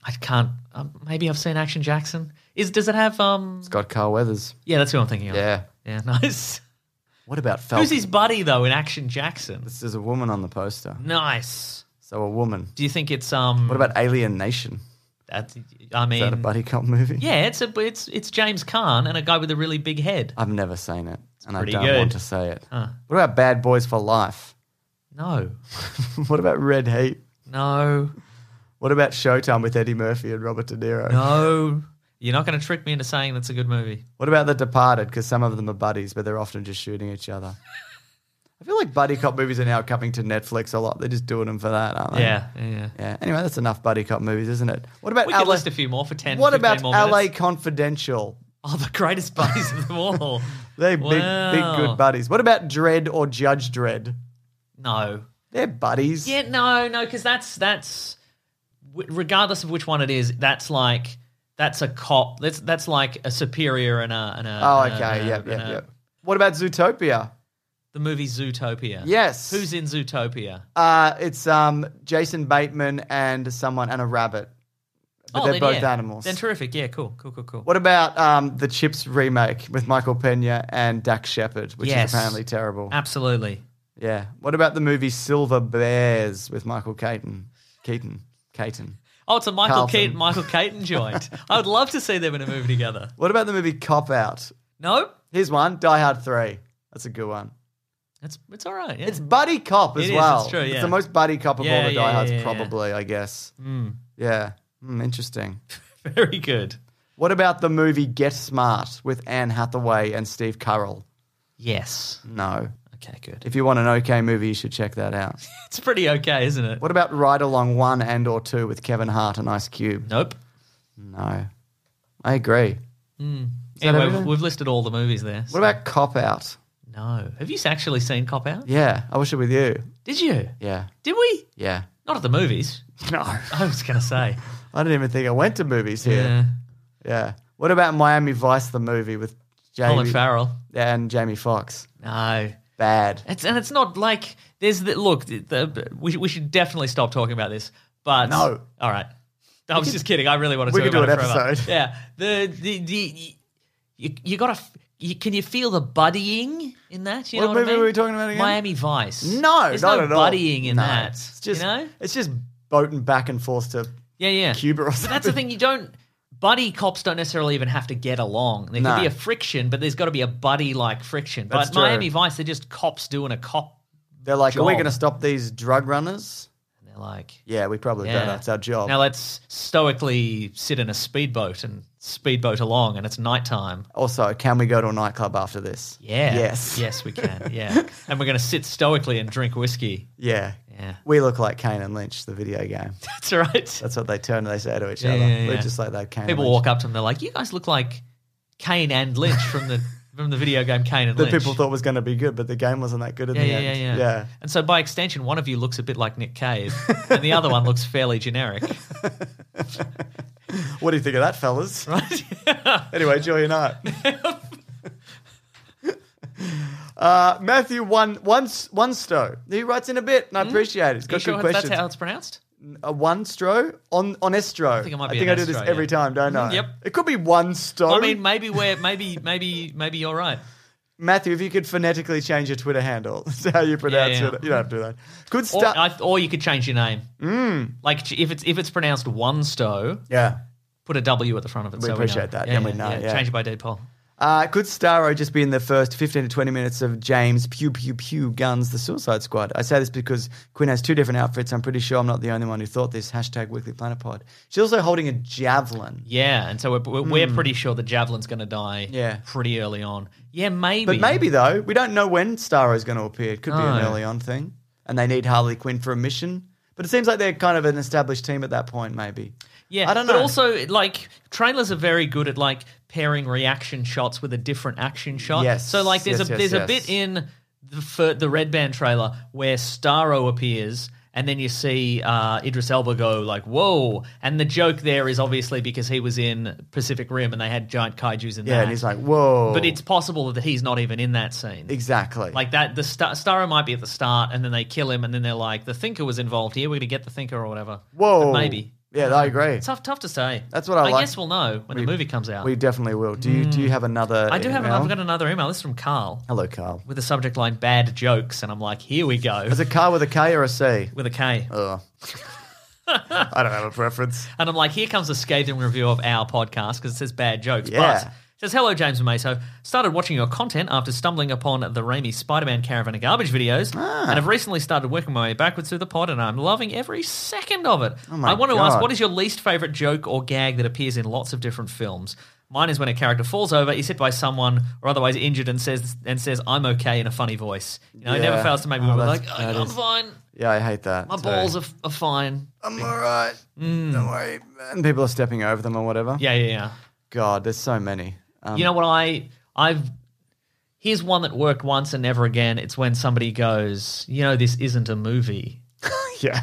Speaker 6: I can't. Um, maybe I've seen Action Jackson. Is does it have? Um,
Speaker 3: It's got Carl Weathers.
Speaker 6: yeah, that's who I'm thinking of.
Speaker 3: Yeah.
Speaker 6: yeah, [LAUGHS] nice.
Speaker 3: What about Falcon?
Speaker 6: Who's his buddy though in Action Jackson?
Speaker 3: This is a woman on the poster.
Speaker 6: Nice.
Speaker 3: So a woman.
Speaker 6: Do you think it's um?
Speaker 3: What about Alien Nation?
Speaker 6: That's, I
Speaker 3: Is that a
Speaker 6: mean,
Speaker 3: buddy cop movie?
Speaker 6: yeah, it's a it's it's James Caan and a guy with a really big head.
Speaker 3: I've never seen it, and I
Speaker 6: pretty
Speaker 3: don't
Speaker 6: good.
Speaker 3: want to say it.
Speaker 6: Huh.
Speaker 3: What about Bad Boys for Life? [LAUGHS]
Speaker 6: No,
Speaker 3: what about Red Heat?
Speaker 6: no,
Speaker 3: What about Showtime with Eddie Murphy and Robert De Niro?
Speaker 6: no. You're not going to trick me into saying that's a good movie.
Speaker 3: What about The Departed? Because some of them are buddies, but they're often just shooting each
Speaker 6: [LAUGHS]
Speaker 3: other. I feel like buddy cop movies are now coming to Netflix a lot. They're just doing them for that, aren't they?
Speaker 6: Yeah, yeah. yeah.
Speaker 3: Yeah. Anyway, that's enough buddy cop movies, isn't it? What about
Speaker 6: We
Speaker 3: LA?
Speaker 6: could list a few more for ten.
Speaker 3: what
Speaker 6: 15
Speaker 3: about
Speaker 6: more
Speaker 3: LA
Speaker 6: minutes.
Speaker 3: Confidential?
Speaker 6: [LAUGHS] Oh, the greatest buddies of them all. [LAUGHS]
Speaker 3: They big,
Speaker 6: Wow.
Speaker 3: big good buddies. What about Dread or Judge Dread?
Speaker 6: No.
Speaker 3: They're buddies.
Speaker 6: Yeah, no, no, because that's that's w- regardless of which one it is, that's like that's a cop. That's that's like a superior and a and a.
Speaker 3: Oh,
Speaker 6: and a-
Speaker 3: okay.
Speaker 6: and a-
Speaker 3: Yep, yep,
Speaker 6: and a-
Speaker 3: yep. What about Zootopia?
Speaker 6: The movie Zootopia.
Speaker 3: Yes.
Speaker 6: Who's in Zootopia?
Speaker 3: Uh, it's um, Jason Bateman and someone and a rabbit. But
Speaker 6: oh,
Speaker 3: they're
Speaker 6: then,
Speaker 3: both
Speaker 6: yeah.
Speaker 3: animals.
Speaker 6: Then terrific. Yeah, cool, cool, cool, cool.
Speaker 3: What about um, the Chips remake with Michael Pena and Dak Shepard, which
Speaker 6: Yes. Um,
Speaker 3: is apparently terrible?
Speaker 6: Absolutely.
Speaker 3: yeah. What about the movie Silver Bears with Michael Keaton? Keaton. Keaton.
Speaker 6: Oh, it's a Michael
Speaker 3: Carlton.
Speaker 6: Keaton,
Speaker 3: [LAUGHS]
Speaker 6: Michael Keaton joint. I would love to see them in a movie together.
Speaker 3: What about the movie Cop Out?
Speaker 6: No,
Speaker 3: Here's one Die Hard 3. That's a good one.
Speaker 6: it's it's all right. Yeah.
Speaker 3: It's Buddy Cop as
Speaker 6: It is,
Speaker 3: well.
Speaker 6: it's true, yeah.
Speaker 3: the most Buddy Cop of
Speaker 6: Yeah,
Speaker 3: all the
Speaker 6: yeah,
Speaker 3: Die
Speaker 6: yeah,
Speaker 3: Hards,
Speaker 6: yeah, yeah.
Speaker 3: probably, I guess. Yeah. Hmm, interesting.
Speaker 6: very good.
Speaker 3: What about the movie Get Smart with Anne Hathaway and Steve Carell?
Speaker 6: Yes.
Speaker 3: No.
Speaker 6: Okay, good.
Speaker 3: If you want an okay movie, you should check that out.
Speaker 6: It's pretty okay, isn't it?
Speaker 3: What about Ride Along 1 and or 2 with Kevin Hart and Ice Cube?
Speaker 6: Nope.
Speaker 3: No. I agree. that
Speaker 6: Anyway,
Speaker 3: everything?
Speaker 6: we've listed all the movies there.
Speaker 3: What about Cop Out?
Speaker 6: No. Have you actually seen Cop Out?
Speaker 3: Yeah, I wish it with you.
Speaker 6: Did you?
Speaker 3: Yeah.
Speaker 6: Did we?
Speaker 3: Yeah. [LAUGHS]
Speaker 6: Not at the movies.
Speaker 3: No.
Speaker 6: I was going
Speaker 3: [LAUGHS]
Speaker 6: to say.
Speaker 3: I didn't even think I went to movies here. Yeah. What about Miami Vice the movie with
Speaker 6: Colin
Speaker 3: Jamie
Speaker 6: Farrell.
Speaker 3: and Jamie Foxx?
Speaker 6: No.
Speaker 3: Bad.
Speaker 6: It's and it's not like there's the, look. The, the, we we should definitely stop talking about this. But
Speaker 3: No.
Speaker 6: all right. I was just kidding. I really want to
Speaker 3: we
Speaker 6: talk
Speaker 3: could do
Speaker 6: about
Speaker 3: an
Speaker 6: it forever.
Speaker 3: episode.
Speaker 6: Yeah, the the the you, you got to. You, can you feel the buddying in that? You
Speaker 3: What
Speaker 6: know what I
Speaker 3: movie
Speaker 6: mean?
Speaker 3: were we talking about again?
Speaker 6: Miami Vice.
Speaker 3: No,
Speaker 6: There's
Speaker 3: not
Speaker 6: no
Speaker 3: at all.
Speaker 6: buddying in
Speaker 3: No.
Speaker 6: that.
Speaker 3: It's just
Speaker 6: you know.
Speaker 3: it's just boating back and forth to
Speaker 6: Yeah, yeah.
Speaker 3: Cuba or
Speaker 6: But that's the thing. You don't. Buddy cops don't necessarily even have to get along. There
Speaker 3: No.
Speaker 6: could be a friction, but there's got to be a buddy like friction.
Speaker 3: That's
Speaker 6: but
Speaker 3: true.
Speaker 6: Miami Vice, they're just cops doing a cop.
Speaker 3: They're like, are we
Speaker 6: job.
Speaker 3: going to stop these drug runners?
Speaker 6: And they're like,
Speaker 3: Yeah, we probably
Speaker 6: Yeah.
Speaker 3: better. It's our job.
Speaker 6: Now let's stoically sit in a speedboat and speedboat along, and it's nighttime.
Speaker 3: also, can we go to a nightclub after this?
Speaker 6: Yeah.
Speaker 3: Yes.
Speaker 6: Yes, we
Speaker 3: [LAUGHS]
Speaker 6: can. Yeah. and we're going to sit stoically and drink whiskey.
Speaker 3: Yeah.
Speaker 6: Yeah.
Speaker 3: We look like Kane and Lynch, the video game.
Speaker 6: That's all right.
Speaker 3: That's what they turn and they say to each
Speaker 6: Yeah,
Speaker 3: other.
Speaker 6: yeah,
Speaker 3: We're
Speaker 6: yeah.
Speaker 3: just like that Kane.
Speaker 6: People
Speaker 3: and Lynch.
Speaker 6: walk up to them. They're like, "You guys look like Kane and Lynch from the from the video game Kane and
Speaker 3: that
Speaker 6: Lynch."
Speaker 3: people thought was going to be good, but the game wasn't that good in
Speaker 6: yeah,
Speaker 3: the
Speaker 6: yeah, yeah,
Speaker 3: end.
Speaker 6: yeah, And so, by extension, one of you looks a bit like
Speaker 3: [LAUGHS]
Speaker 6: Nick Cave, and the other one looks fairly generic.
Speaker 3: What do you think of that, fellas?
Speaker 6: [LAUGHS] Right?
Speaker 3: [LAUGHS] anyway, enjoy your
Speaker 6: [LAUGHS]
Speaker 3: night. uh, Matthew one one one stro. He writes in a bit, and I appreciate it. He's
Speaker 6: Hmm? you
Speaker 3: got
Speaker 6: sure
Speaker 3: good
Speaker 6: that's
Speaker 3: questions.
Speaker 6: how it's pronounced?
Speaker 3: a one stro on on estro. I
Speaker 6: think it might be
Speaker 3: I think
Speaker 6: an
Speaker 3: I do this
Speaker 6: estro,
Speaker 3: every
Speaker 6: yeah. Mm-hmm.
Speaker 3: time, don't I?
Speaker 6: yep.
Speaker 3: It could be one stro.
Speaker 6: I mean, maybe we're maybe maybe maybe you're right.
Speaker 3: Matthew, if you could phonetically change your Twitter handle, [LAUGHS] that's how you pronounce
Speaker 6: yeah.
Speaker 3: it. You don't have to do that. Good
Speaker 6: Or,
Speaker 3: stuff.
Speaker 6: I, or you could change your name.
Speaker 3: Hmm.
Speaker 6: Like if it's if it's pronounced one stow,
Speaker 3: Yeah.
Speaker 6: put a W at the front of it.
Speaker 3: We
Speaker 6: so
Speaker 3: appreciate
Speaker 6: we know.
Speaker 3: that, then we know, yeah.
Speaker 6: Change it by Deadpool.
Speaker 3: Uh, could Starro just be in the first 15 to 20 minutes of James Pew Pew Pew Guns The Suicide Squad? I say this because Quinn has two different outfits. I'm pretty sure I'm not the only one who thought this. Hashtag Weekly Planet Pod. She's also holding a javelin.
Speaker 6: Yeah, and so we're we're, we're pretty sure the javelin's going to die.
Speaker 3: Hmm. Yeah.
Speaker 6: pretty early on. Yeah, maybe.
Speaker 3: But maybe, though, we don't know when Starro's going to appear. It could be an
Speaker 6: No.
Speaker 3: early on thing. And they need Harley Quinn for a mission. But it seems like they're kind of an established team at that point, maybe.
Speaker 6: Yeah,
Speaker 3: I don't
Speaker 6: But
Speaker 3: know.
Speaker 6: also, like trailers are very good at like pairing reaction shots with a different action shot.
Speaker 3: Yes,
Speaker 6: So like, there's
Speaker 3: yes,
Speaker 6: a
Speaker 3: yes,
Speaker 6: there's
Speaker 3: yes.
Speaker 6: a bit in the fir- the Red Band trailer where Starro appears. And then you see uh, Idris Elba go like, "Whoa!" And the joke there is obviously because he was in Pacific Rim and they had giant kaiju's in
Speaker 3: Yeah,
Speaker 6: that.
Speaker 3: and he's like, whoa.
Speaker 6: but it's possible that he's not even in that scene.
Speaker 3: Exactly.
Speaker 6: Like that, the star- Starro might be at the start, and then they kill him, and then they're like, "The Thinker was involved here. We're going to get the Thinker or whatever."
Speaker 3: whoa.
Speaker 6: But maybe.
Speaker 3: Yeah, I agree.
Speaker 6: Tough, tough to say.
Speaker 3: That's what I like.
Speaker 6: guess we'll know when the movie comes out.
Speaker 3: We definitely will. Do you, do you have another?
Speaker 6: Hmm. I do have.
Speaker 3: email?
Speaker 6: I've got another email. This is from Carl
Speaker 3: Hello, Carl.
Speaker 6: with the subject line "bad jokes," and I'm like, here we go
Speaker 3: Is it Carl with a K or a
Speaker 6: [LAUGHS]
Speaker 3: C?
Speaker 6: with a K.
Speaker 3: Ugh. I don't have a preference.
Speaker 6: And I'm like, here comes a scathing review of our podcast because it says bad jokes.
Speaker 3: Yeah.
Speaker 6: But it says, hello, James and Meso. Started watching your content after stumbling upon the Raimi Spider Man Caravan of Garbage videos.
Speaker 3: Ah.
Speaker 6: And have recently started working my way backwards through the pod, and I'm loving every second of it.
Speaker 3: Oh my
Speaker 6: I want to ask,
Speaker 3: God.
Speaker 6: what is your least favorite joke or gag that appears in lots of different films? Mine is when a character falls over, is hit by someone or otherwise injured, and says, and says I'm okay in a funny voice. You know, it never
Speaker 3: Yeah.
Speaker 6: fails to make me
Speaker 3: Oh,
Speaker 6: like,
Speaker 3: that's-
Speaker 6: "I-
Speaker 3: that
Speaker 6: I'm
Speaker 3: is-
Speaker 6: fine.
Speaker 3: Yeah, I hate that.
Speaker 6: My
Speaker 3: too.
Speaker 6: balls are, f- are fine.
Speaker 3: I'm all right. Don't worry. And people are stepping over them or whatever.
Speaker 6: Yeah, yeah, yeah.
Speaker 3: God, there's so many. [LAUGHS] Um,
Speaker 6: you know what I I've here's one that worked once and never again. It's when somebody goes, you know, this isn't a movie,
Speaker 3: yeah,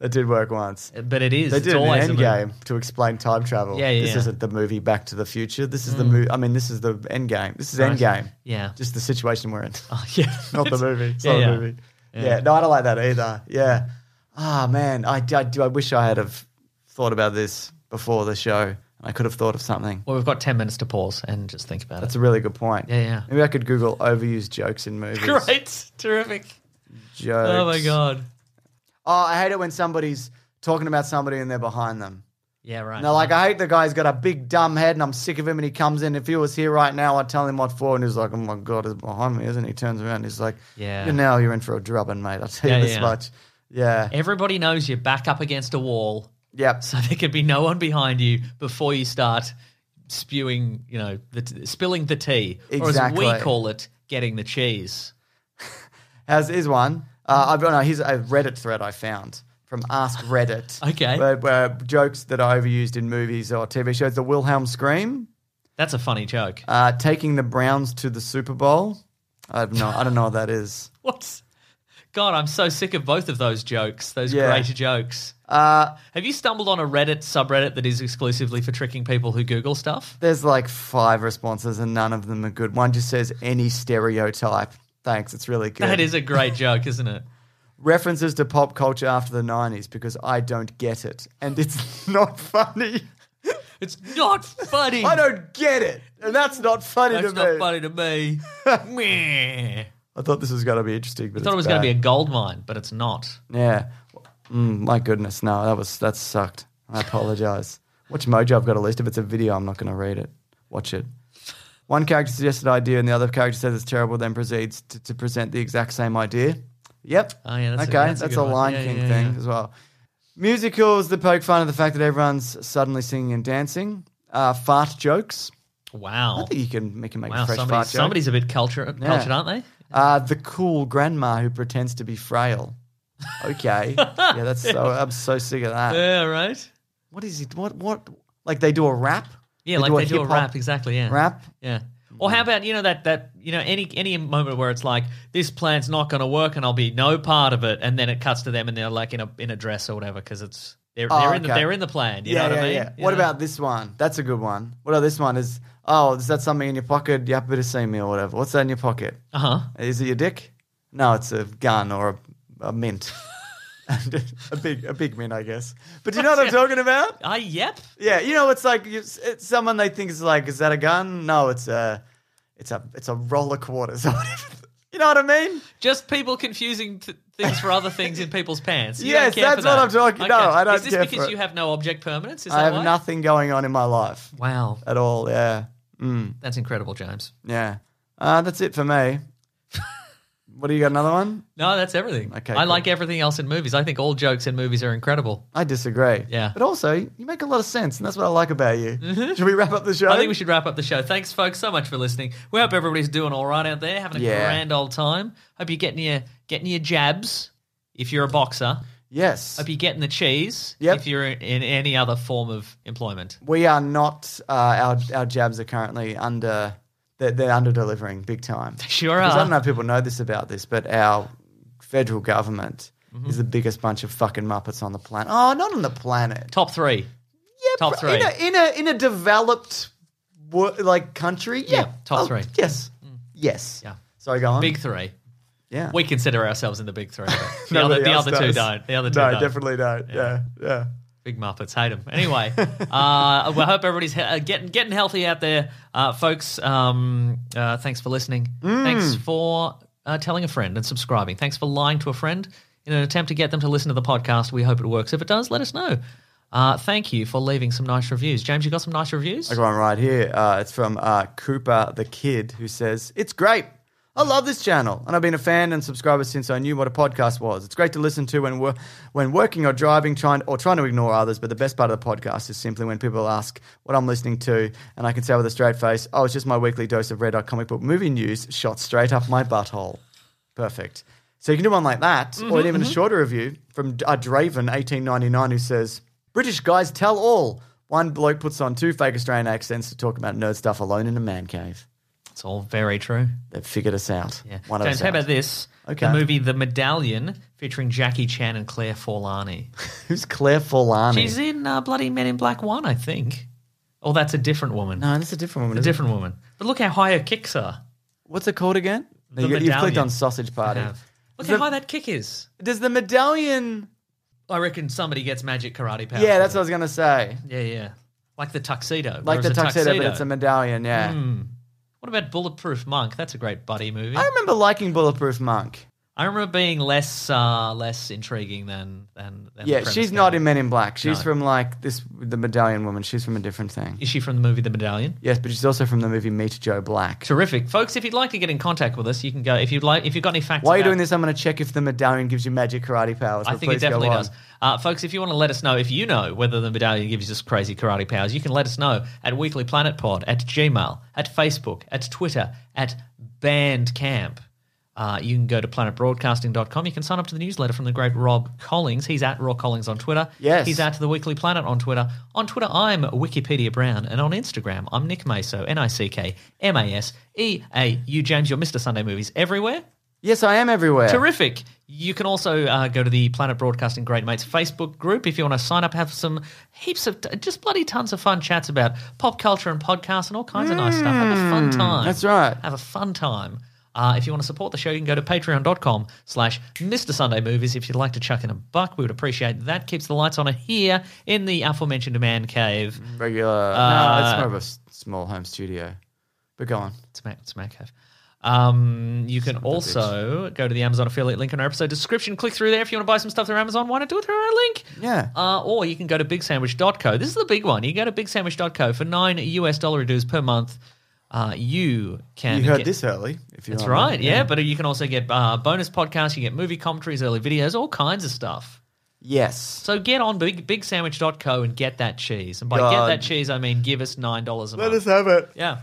Speaker 3: that did work once.
Speaker 6: but it is.
Speaker 3: They
Speaker 6: it's
Speaker 3: did it in
Speaker 6: always a movie.
Speaker 3: Endgame to explain time travel.
Speaker 6: Yeah, yeah,
Speaker 3: This
Speaker 6: yeah. Hmm.
Speaker 3: isn't the movie Back to the Future. This is the movie. I mean, this is the Endgame. This is Endgame.
Speaker 6: Yeah.
Speaker 3: Just the situation we're in. [LAUGHS]
Speaker 6: Oh, [LAUGHS] yeah.
Speaker 3: not the movie. It's
Speaker 6: Yeah,
Speaker 3: not
Speaker 6: yeah.
Speaker 3: a movie. Yeah. no, I don't like that either. Yeah. Ah, man, I, I do. I wish I had have thought about this before the show, and I could have thought of something.
Speaker 6: Well, we've got ten minutes to pause and just think about
Speaker 3: That's a really good point.
Speaker 6: Yeah, yeah.
Speaker 3: Maybe I could Google overused jokes in movies.
Speaker 6: it. [LAUGHS] Great, terrific.
Speaker 3: Jokes.
Speaker 6: Oh my god.
Speaker 3: Oh, I hate it when somebody's talking about somebody and they're behind them.
Speaker 6: Yeah, right.
Speaker 3: And they're like, I hate the guy. He's got a big dumb head, and I'm sick of him. And he comes in. If he was here right now, I'd tell him what for. And he's like, Oh my god, he's behind me, isn't he? He Turns around. he's like,
Speaker 6: Yeah.
Speaker 3: You know, you're in for a drubbing, mate. I'll tell
Speaker 6: Yeah,
Speaker 3: you this
Speaker 6: yeah.
Speaker 3: much. Yeah.
Speaker 6: Everybody knows you're back up against a wall,
Speaker 3: Yep.
Speaker 6: so there could be no one behind you before you start spewing, you know, the t- spilling the tea, or as
Speaker 3: Exactly.
Speaker 6: we call it, getting the cheese.
Speaker 3: As is one. Uh, I've no, here's a Reddit thread I found from Ask Reddit.
Speaker 6: [LAUGHS] Okay.
Speaker 3: Where, where jokes that are overused in movies or TV shows. The Wilhelm scream,
Speaker 6: That's a funny joke.
Speaker 3: uh, taking the Browns to the Super Bowl. I've no, I don't know what that is.
Speaker 6: [LAUGHS] What? God, I'm so sick of both of those jokes, those
Speaker 3: Yeah.
Speaker 6: great jokes.
Speaker 3: Uh,
Speaker 6: Have you stumbled on a Reddit subreddit that is exclusively for tricking people who Google stuff?
Speaker 3: there's like five responses and none of them are good. One just says any stereotype. Thanks, it's really good.
Speaker 6: That is a great joke, isn't it?
Speaker 3: references to pop culture after the 90s because I don't get it. And it's [LAUGHS] not funny.
Speaker 6: It's
Speaker 3: [LAUGHS]
Speaker 6: not funny.
Speaker 3: I don't get it. And that's not funny
Speaker 6: That's
Speaker 3: to
Speaker 6: not
Speaker 3: me.
Speaker 6: funny
Speaker 3: [LAUGHS]
Speaker 6: to me. Meh.
Speaker 3: I thought this was going to be interesting, but
Speaker 6: I thought it was
Speaker 3: going to
Speaker 6: be a gold mine, but it's not.
Speaker 3: Yeah. Mm, my goodness, no, that was that sucked. I apologize. Watch Mojo. I've got a list. If it's a video, I'm not going to read it. Watch it. One character suggests an idea, and the other character says it's terrible. Then proceeds to, to present the exact same idea. Yep.
Speaker 6: Oh, yeah, that's a-
Speaker 3: okay,
Speaker 6: that's a
Speaker 3: that's
Speaker 6: good
Speaker 3: a
Speaker 6: one.
Speaker 3: Lion
Speaker 6: Yeah,
Speaker 3: King
Speaker 6: yeah,
Speaker 3: thing
Speaker 6: yeah.
Speaker 3: as well. Musicals that poke fun at the fact that everyone's suddenly singing and dancing. Uh, fart jokes. I
Speaker 6: Wow.
Speaker 3: think you can make, you can make
Speaker 6: Wow,
Speaker 3: a fresh
Speaker 6: somebody's,
Speaker 3: fart joke.
Speaker 6: somebody's a bit culture, cultured, aren't they?
Speaker 3: Uh, the cool grandma who pretends to be frail.
Speaker 6: [LAUGHS]
Speaker 3: Okay. yeah, that's so. I'm so sick of that.
Speaker 6: Yeah, right.
Speaker 3: What is it? What? What? Like they do a rap?
Speaker 6: Yeah, like they do a
Speaker 3: hip-hop
Speaker 6: rap, exactly. Yeah,
Speaker 3: Rap?
Speaker 6: Yeah. Or
Speaker 3: Mm-hmm.
Speaker 6: how about you know that that you know any any moment where it's like this plan's not going to work and I'll be no part of it, and then it cuts to them and they're like in a in a dress or whatever because it's they're
Speaker 3: Oh,
Speaker 6: they're in the,
Speaker 3: okay.
Speaker 6: they're in the plan. You
Speaker 3: yeah,
Speaker 6: know what
Speaker 3: yeah,
Speaker 6: I mean?
Speaker 3: yeah.
Speaker 6: You
Speaker 3: What
Speaker 6: know?
Speaker 3: about this one? That's a good one. What about this one? Is oh, is that something in your pocket? You happen to see me or whatever. What's that in your pocket?
Speaker 6: uh huh?
Speaker 3: [LAUGHS] Is it your dick? No, it's a gun or a, a
Speaker 6: [LAUGHS]
Speaker 3: mint. [LAUGHS] And a big, a big mint, I guess. But do you know what I'm talking about?
Speaker 6: Ah, yep.
Speaker 3: Yeah, you know, it's like you- it's someone they think is like, is that a gun? No, it's a, it's a, it's a roller [LAUGHS] quarters. or whatever. you know what I mean?
Speaker 6: Just people confusing th- things for other things in people's pants. You
Speaker 3: Yes,
Speaker 6: don't care for
Speaker 3: that's what
Speaker 6: that.
Speaker 3: I'm talking- no, I don't
Speaker 6: Is this
Speaker 3: care
Speaker 6: because
Speaker 3: for it.
Speaker 6: you have no object permanence? Is
Speaker 3: I
Speaker 6: that
Speaker 3: have
Speaker 6: why?
Speaker 3: nothing going on in my life
Speaker 6: Wow,
Speaker 3: at all. Yeah,
Speaker 6: that's incredible, James.
Speaker 3: yeah. Uh, that's it for
Speaker 6: [LAUGHS]
Speaker 3: me. what do you got? Another one?
Speaker 6: No, that's everything.
Speaker 3: Okay,
Speaker 6: I
Speaker 3: cool.
Speaker 6: like everything else in movies. I think all jokes in movies are incredible.
Speaker 3: I disagree.
Speaker 6: Yeah. Mm-hmm.
Speaker 3: But also, you make a lot of sense, and that's what I like about you. Should we wrap up the show?
Speaker 6: I think we should wrap up the show. Thanks, folks, so much for listening. We hope everybody's doing all right out there, having a
Speaker 3: Yeah.
Speaker 6: grand old time. Hope you're getting your getting your jabs if you're a boxer.
Speaker 3: Yes.
Speaker 6: Hope you're getting the cheese
Speaker 3: Yep.
Speaker 6: if you're in any other form of employment.
Speaker 3: we are not. Uh, our our jabs are currently under. They're, they're under delivering big time.
Speaker 6: Sure
Speaker 3: Because I don't know
Speaker 6: are.
Speaker 3: if people know this about this, but our federal government
Speaker 6: Mm-hmm.
Speaker 3: is the biggest bunch of fucking muppets on the planet. Oh, not on the planet.
Speaker 6: Top three.
Speaker 3: Yeah,
Speaker 6: top
Speaker 3: bro, In
Speaker 6: three.
Speaker 3: a in a, in a developed wo- like country. Yeah, Oh,
Speaker 6: Yeah, top three. Mm.
Speaker 3: Yes, yes.
Speaker 6: Yeah.
Speaker 3: Sorry, go on.
Speaker 6: Big three.
Speaker 3: yeah.
Speaker 6: We consider ourselves in the
Speaker 3: [LAUGHS]
Speaker 6: big three. but the
Speaker 3: Nobody
Speaker 6: other, the
Speaker 3: else
Speaker 6: other two
Speaker 3: does.
Speaker 6: don't. The other two
Speaker 3: no,
Speaker 6: don't.
Speaker 3: definitely don't. Yeah, yeah.
Speaker 6: Big Muppets hate them.
Speaker 3: [LAUGHS]
Speaker 6: Anyway, uh, we hope everybody's he- uh, getting getting healthy out there, uh, folks. Um, uh, thanks for listening.
Speaker 3: Mm.
Speaker 6: Thanks for uh, telling a friend and subscribing. Thanks for lying to a friend in an attempt to get them to listen to the podcast. We hope it works. If it does, let us know. Uh, thank you for leaving some nice reviews. James, you got some nice reviews?
Speaker 3: I got one right here. Uh, it's from uh, Cooper the Kid, who says, It's great. I love this channel, and I've been a fan and subscriber since I knew what a podcast was. It's great to listen to when wor- when working or driving, trying or trying to ignore others. But the best part of the podcast is simply when people ask what I'm listening to, and I can say with a straight face, "Oh, it's just my weekly dose of red eye comic book movie news shot straight up my butthole." Perfect. So you can do one like that, or
Speaker 6: Mm-hmm,
Speaker 3: even a shorter review from uh, Draven1899 who says, British guys tell all. One bloke puts on two fake Australian accents to talk about nerd stuff alone in a man cave.
Speaker 6: It's all very true.
Speaker 3: They've figured us out.
Speaker 6: Yeah.
Speaker 3: One of
Speaker 6: James,
Speaker 3: us
Speaker 6: how
Speaker 3: out.
Speaker 6: about this?
Speaker 3: Okay.
Speaker 6: The movie The Medallion featuring Jackie Chan and Claire Forlani.
Speaker 3: Who's Claire Forlani?
Speaker 6: She's in uh, Bloody Men in Black 1, I think. Oh, that's a different woman.
Speaker 3: No, that's a different woman.
Speaker 6: A
Speaker 3: isn't it?
Speaker 6: different woman. But look how high her kicks are.
Speaker 3: What's it called again?
Speaker 6: The
Speaker 3: you, have clicked
Speaker 6: Medallion.
Speaker 3: on Sausage Party.
Speaker 6: Look
Speaker 3: The-
Speaker 6: how high that kick is.
Speaker 3: Does the medallion.
Speaker 6: I reckon somebody gets magic karate power.
Speaker 3: Yeah,
Speaker 6: from
Speaker 3: that's what
Speaker 6: it.
Speaker 3: I was going to say.
Speaker 6: Yeah, yeah. Like the tuxedo. There
Speaker 3: Like
Speaker 6: was
Speaker 3: the
Speaker 6: a
Speaker 3: tuxedo, but it's a medallion, yeah.
Speaker 6: Hmm. What about Bulletproof Monk? That's a great buddy movie.
Speaker 3: I remember liking Bulletproof Monk.
Speaker 6: I remember being less uh, less intriguing than than. than the
Speaker 3: Yeah,
Speaker 6: premise
Speaker 3: she's
Speaker 6: now.
Speaker 3: not in Men in Black. She's
Speaker 6: No.
Speaker 3: from like this the medallion woman. She's from a different thing.
Speaker 6: Is she from the movie The Medallion?
Speaker 3: Yes, but she's also from the movie Meet Joe Black.
Speaker 6: Terrific, folks. If you'd like to get in contact with us, you can go. If you'd like, if you've got any facts,
Speaker 3: While you're
Speaker 6: about-
Speaker 3: doing this, I'm going to check if the medallion gives you magic karate powers.
Speaker 6: I
Speaker 3: but
Speaker 6: think it
Speaker 3: please go
Speaker 6: definitely
Speaker 3: on.
Speaker 6: does. Uh, folks, if you want to let us know if you know whether the medallion gives us crazy karate powers, you can let us know at weeklyplanetpod, at Gmail, at Facebook, at Twitter, at Bandcamp. Uh, you can go to planetbroadcasting.com. You can sign up to the newsletter from the great Rob Collings. He's at Rob Collings on Twitter.
Speaker 3: Yes.
Speaker 6: He's at The Weekly Planet on Twitter. On Twitter, I'm Wikipedia Brown. And on Instagram, I'm Nick Maso, N I C K M A S E A U. James, you're Mr. Sunday Movies everywhere.
Speaker 3: Yes, I am everywhere.
Speaker 6: Terrific. You can also uh, go to the Planet Broadcasting Great Mates Facebook group if you want to sign up, have some heaps of just bloody tons of fun chats about pop culture and podcasts and all kinds of nice stuff. Have a fun time.
Speaker 3: Mm, That's right.
Speaker 6: Have a fun time. Uh, if you want to support the show, you can go to patreon.com slash Mr. Sunday Movies. If you'd like to chuck in a buck, we would appreciate that. Keeps the lights on here in the aforementioned man cave.
Speaker 3: Regular. no,
Speaker 6: Uh,
Speaker 3: it's more of a s- small home studio. But go on.
Speaker 6: It's Mac, it's Mac Cave. Um, you can also go to the Amazon affiliate link in our episode description. Click through there if you want to buy some stuff through Amazon. Why not do it through our link?
Speaker 3: Yeah.
Speaker 6: Uh, or you can go to bigsandwich.co. This is the big one. You go to bigsandwich.co for nine US dollar dues per month. Uh, you can.
Speaker 3: you heard
Speaker 6: get-
Speaker 3: this early. If you
Speaker 6: That's
Speaker 3: remember.
Speaker 6: right. Yeah, but you can also get uh, bonus podcasts. You get movie commentaries, early videos, all kinds of stuff.
Speaker 3: Yes.
Speaker 6: So get on big bigsandwich.co and get that cheese. And by
Speaker 3: God.
Speaker 6: get that cheese, I mean give us nine dollars a month.
Speaker 3: have it.
Speaker 6: yeah.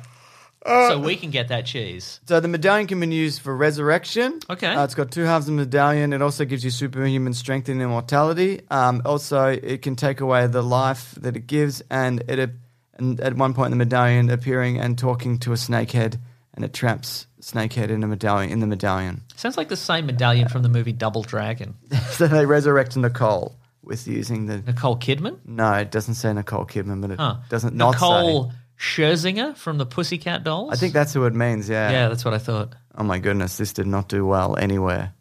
Speaker 3: Uh,
Speaker 6: so we can get that cheese.
Speaker 3: So the medallion can be used for resurrection.
Speaker 6: Okay.
Speaker 3: Uh, it's got two halves of the medallion. It also gives you superhuman strength and immortality. Um, also, it can take away the life that it gives, and it ap- and at one point the medallion appearing and talking to a snakehead, and it traps snakehead in a medallion in the medallion.
Speaker 6: Sounds like the same medallion from the movie Double Dragon.
Speaker 3: so they resurrect Nicole with using the.
Speaker 6: Nicole Kidman?
Speaker 3: No, it doesn't say Nicole Kidman, but it
Speaker 6: Huh.
Speaker 3: Mm. doesn't not say.
Speaker 6: Nicole Scherzinger from the Pussycat Dolls?
Speaker 3: I think that's who it means. Yeah.
Speaker 6: Yeah, that's what I thought.
Speaker 3: Oh my goodness, this did not do well anywhere.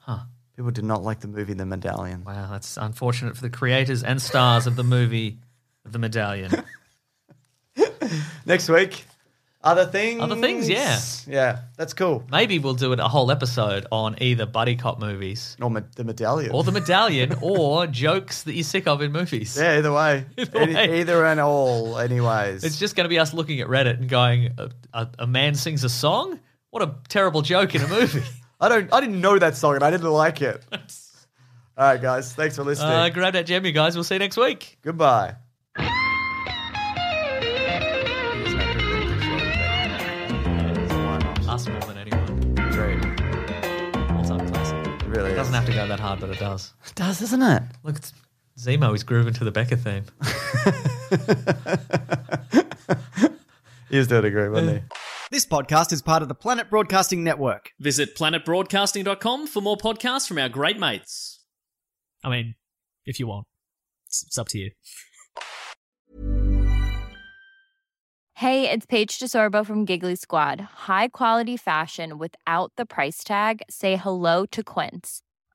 Speaker 3: People did not like the movie The Medallion.
Speaker 6: Wow, that's unfortunate for the creators and stars of the movie of the medallion.
Speaker 3: [LAUGHS] Next week, other things.
Speaker 6: Other things, yeah.
Speaker 3: Yeah, that's cool.
Speaker 6: Maybe we'll do it a whole episode on either buddy cop movies
Speaker 3: Or med- The Medallion.
Speaker 6: or the medallion or jokes that you're sick of in movies.
Speaker 3: [LAUGHS] yeah, either way.
Speaker 6: [LAUGHS] Either
Speaker 3: Any-
Speaker 6: way.
Speaker 3: either and all, anyways.
Speaker 6: It's just going to be us looking at Reddit and going, a, a, a man sings a song? What a terrible joke in
Speaker 3: [LAUGHS]
Speaker 6: a movie.
Speaker 3: I don't. I didn't know that song and I didn't like
Speaker 6: [LAUGHS]
Speaker 3: it. all right, guys. Thanks for listening.
Speaker 6: uh, grab that gem, you guys. We'll see you next week.
Speaker 3: Goodbye.
Speaker 6: Us more than anyone.
Speaker 3: Great.
Speaker 6: All-time classic.
Speaker 3: It really
Speaker 6: It doesn't
Speaker 3: is.
Speaker 6: have to go that hard, but it does.
Speaker 3: It does, doesn't it?
Speaker 6: Look, it's Zemo is grooving to the Becca theme.
Speaker 3: He was doing a great, wasn't he?
Speaker 8: This podcast is part of the Planet Broadcasting Network.
Speaker 4: Visit planetbroadcasting.com for more podcasts from our great mates.
Speaker 5: I mean, if you want, it's, it's up to you.
Speaker 9: Hey, it's Paige DeSorbo from Giggly Squad. High quality fashion without the price tag. Say hello to Quince.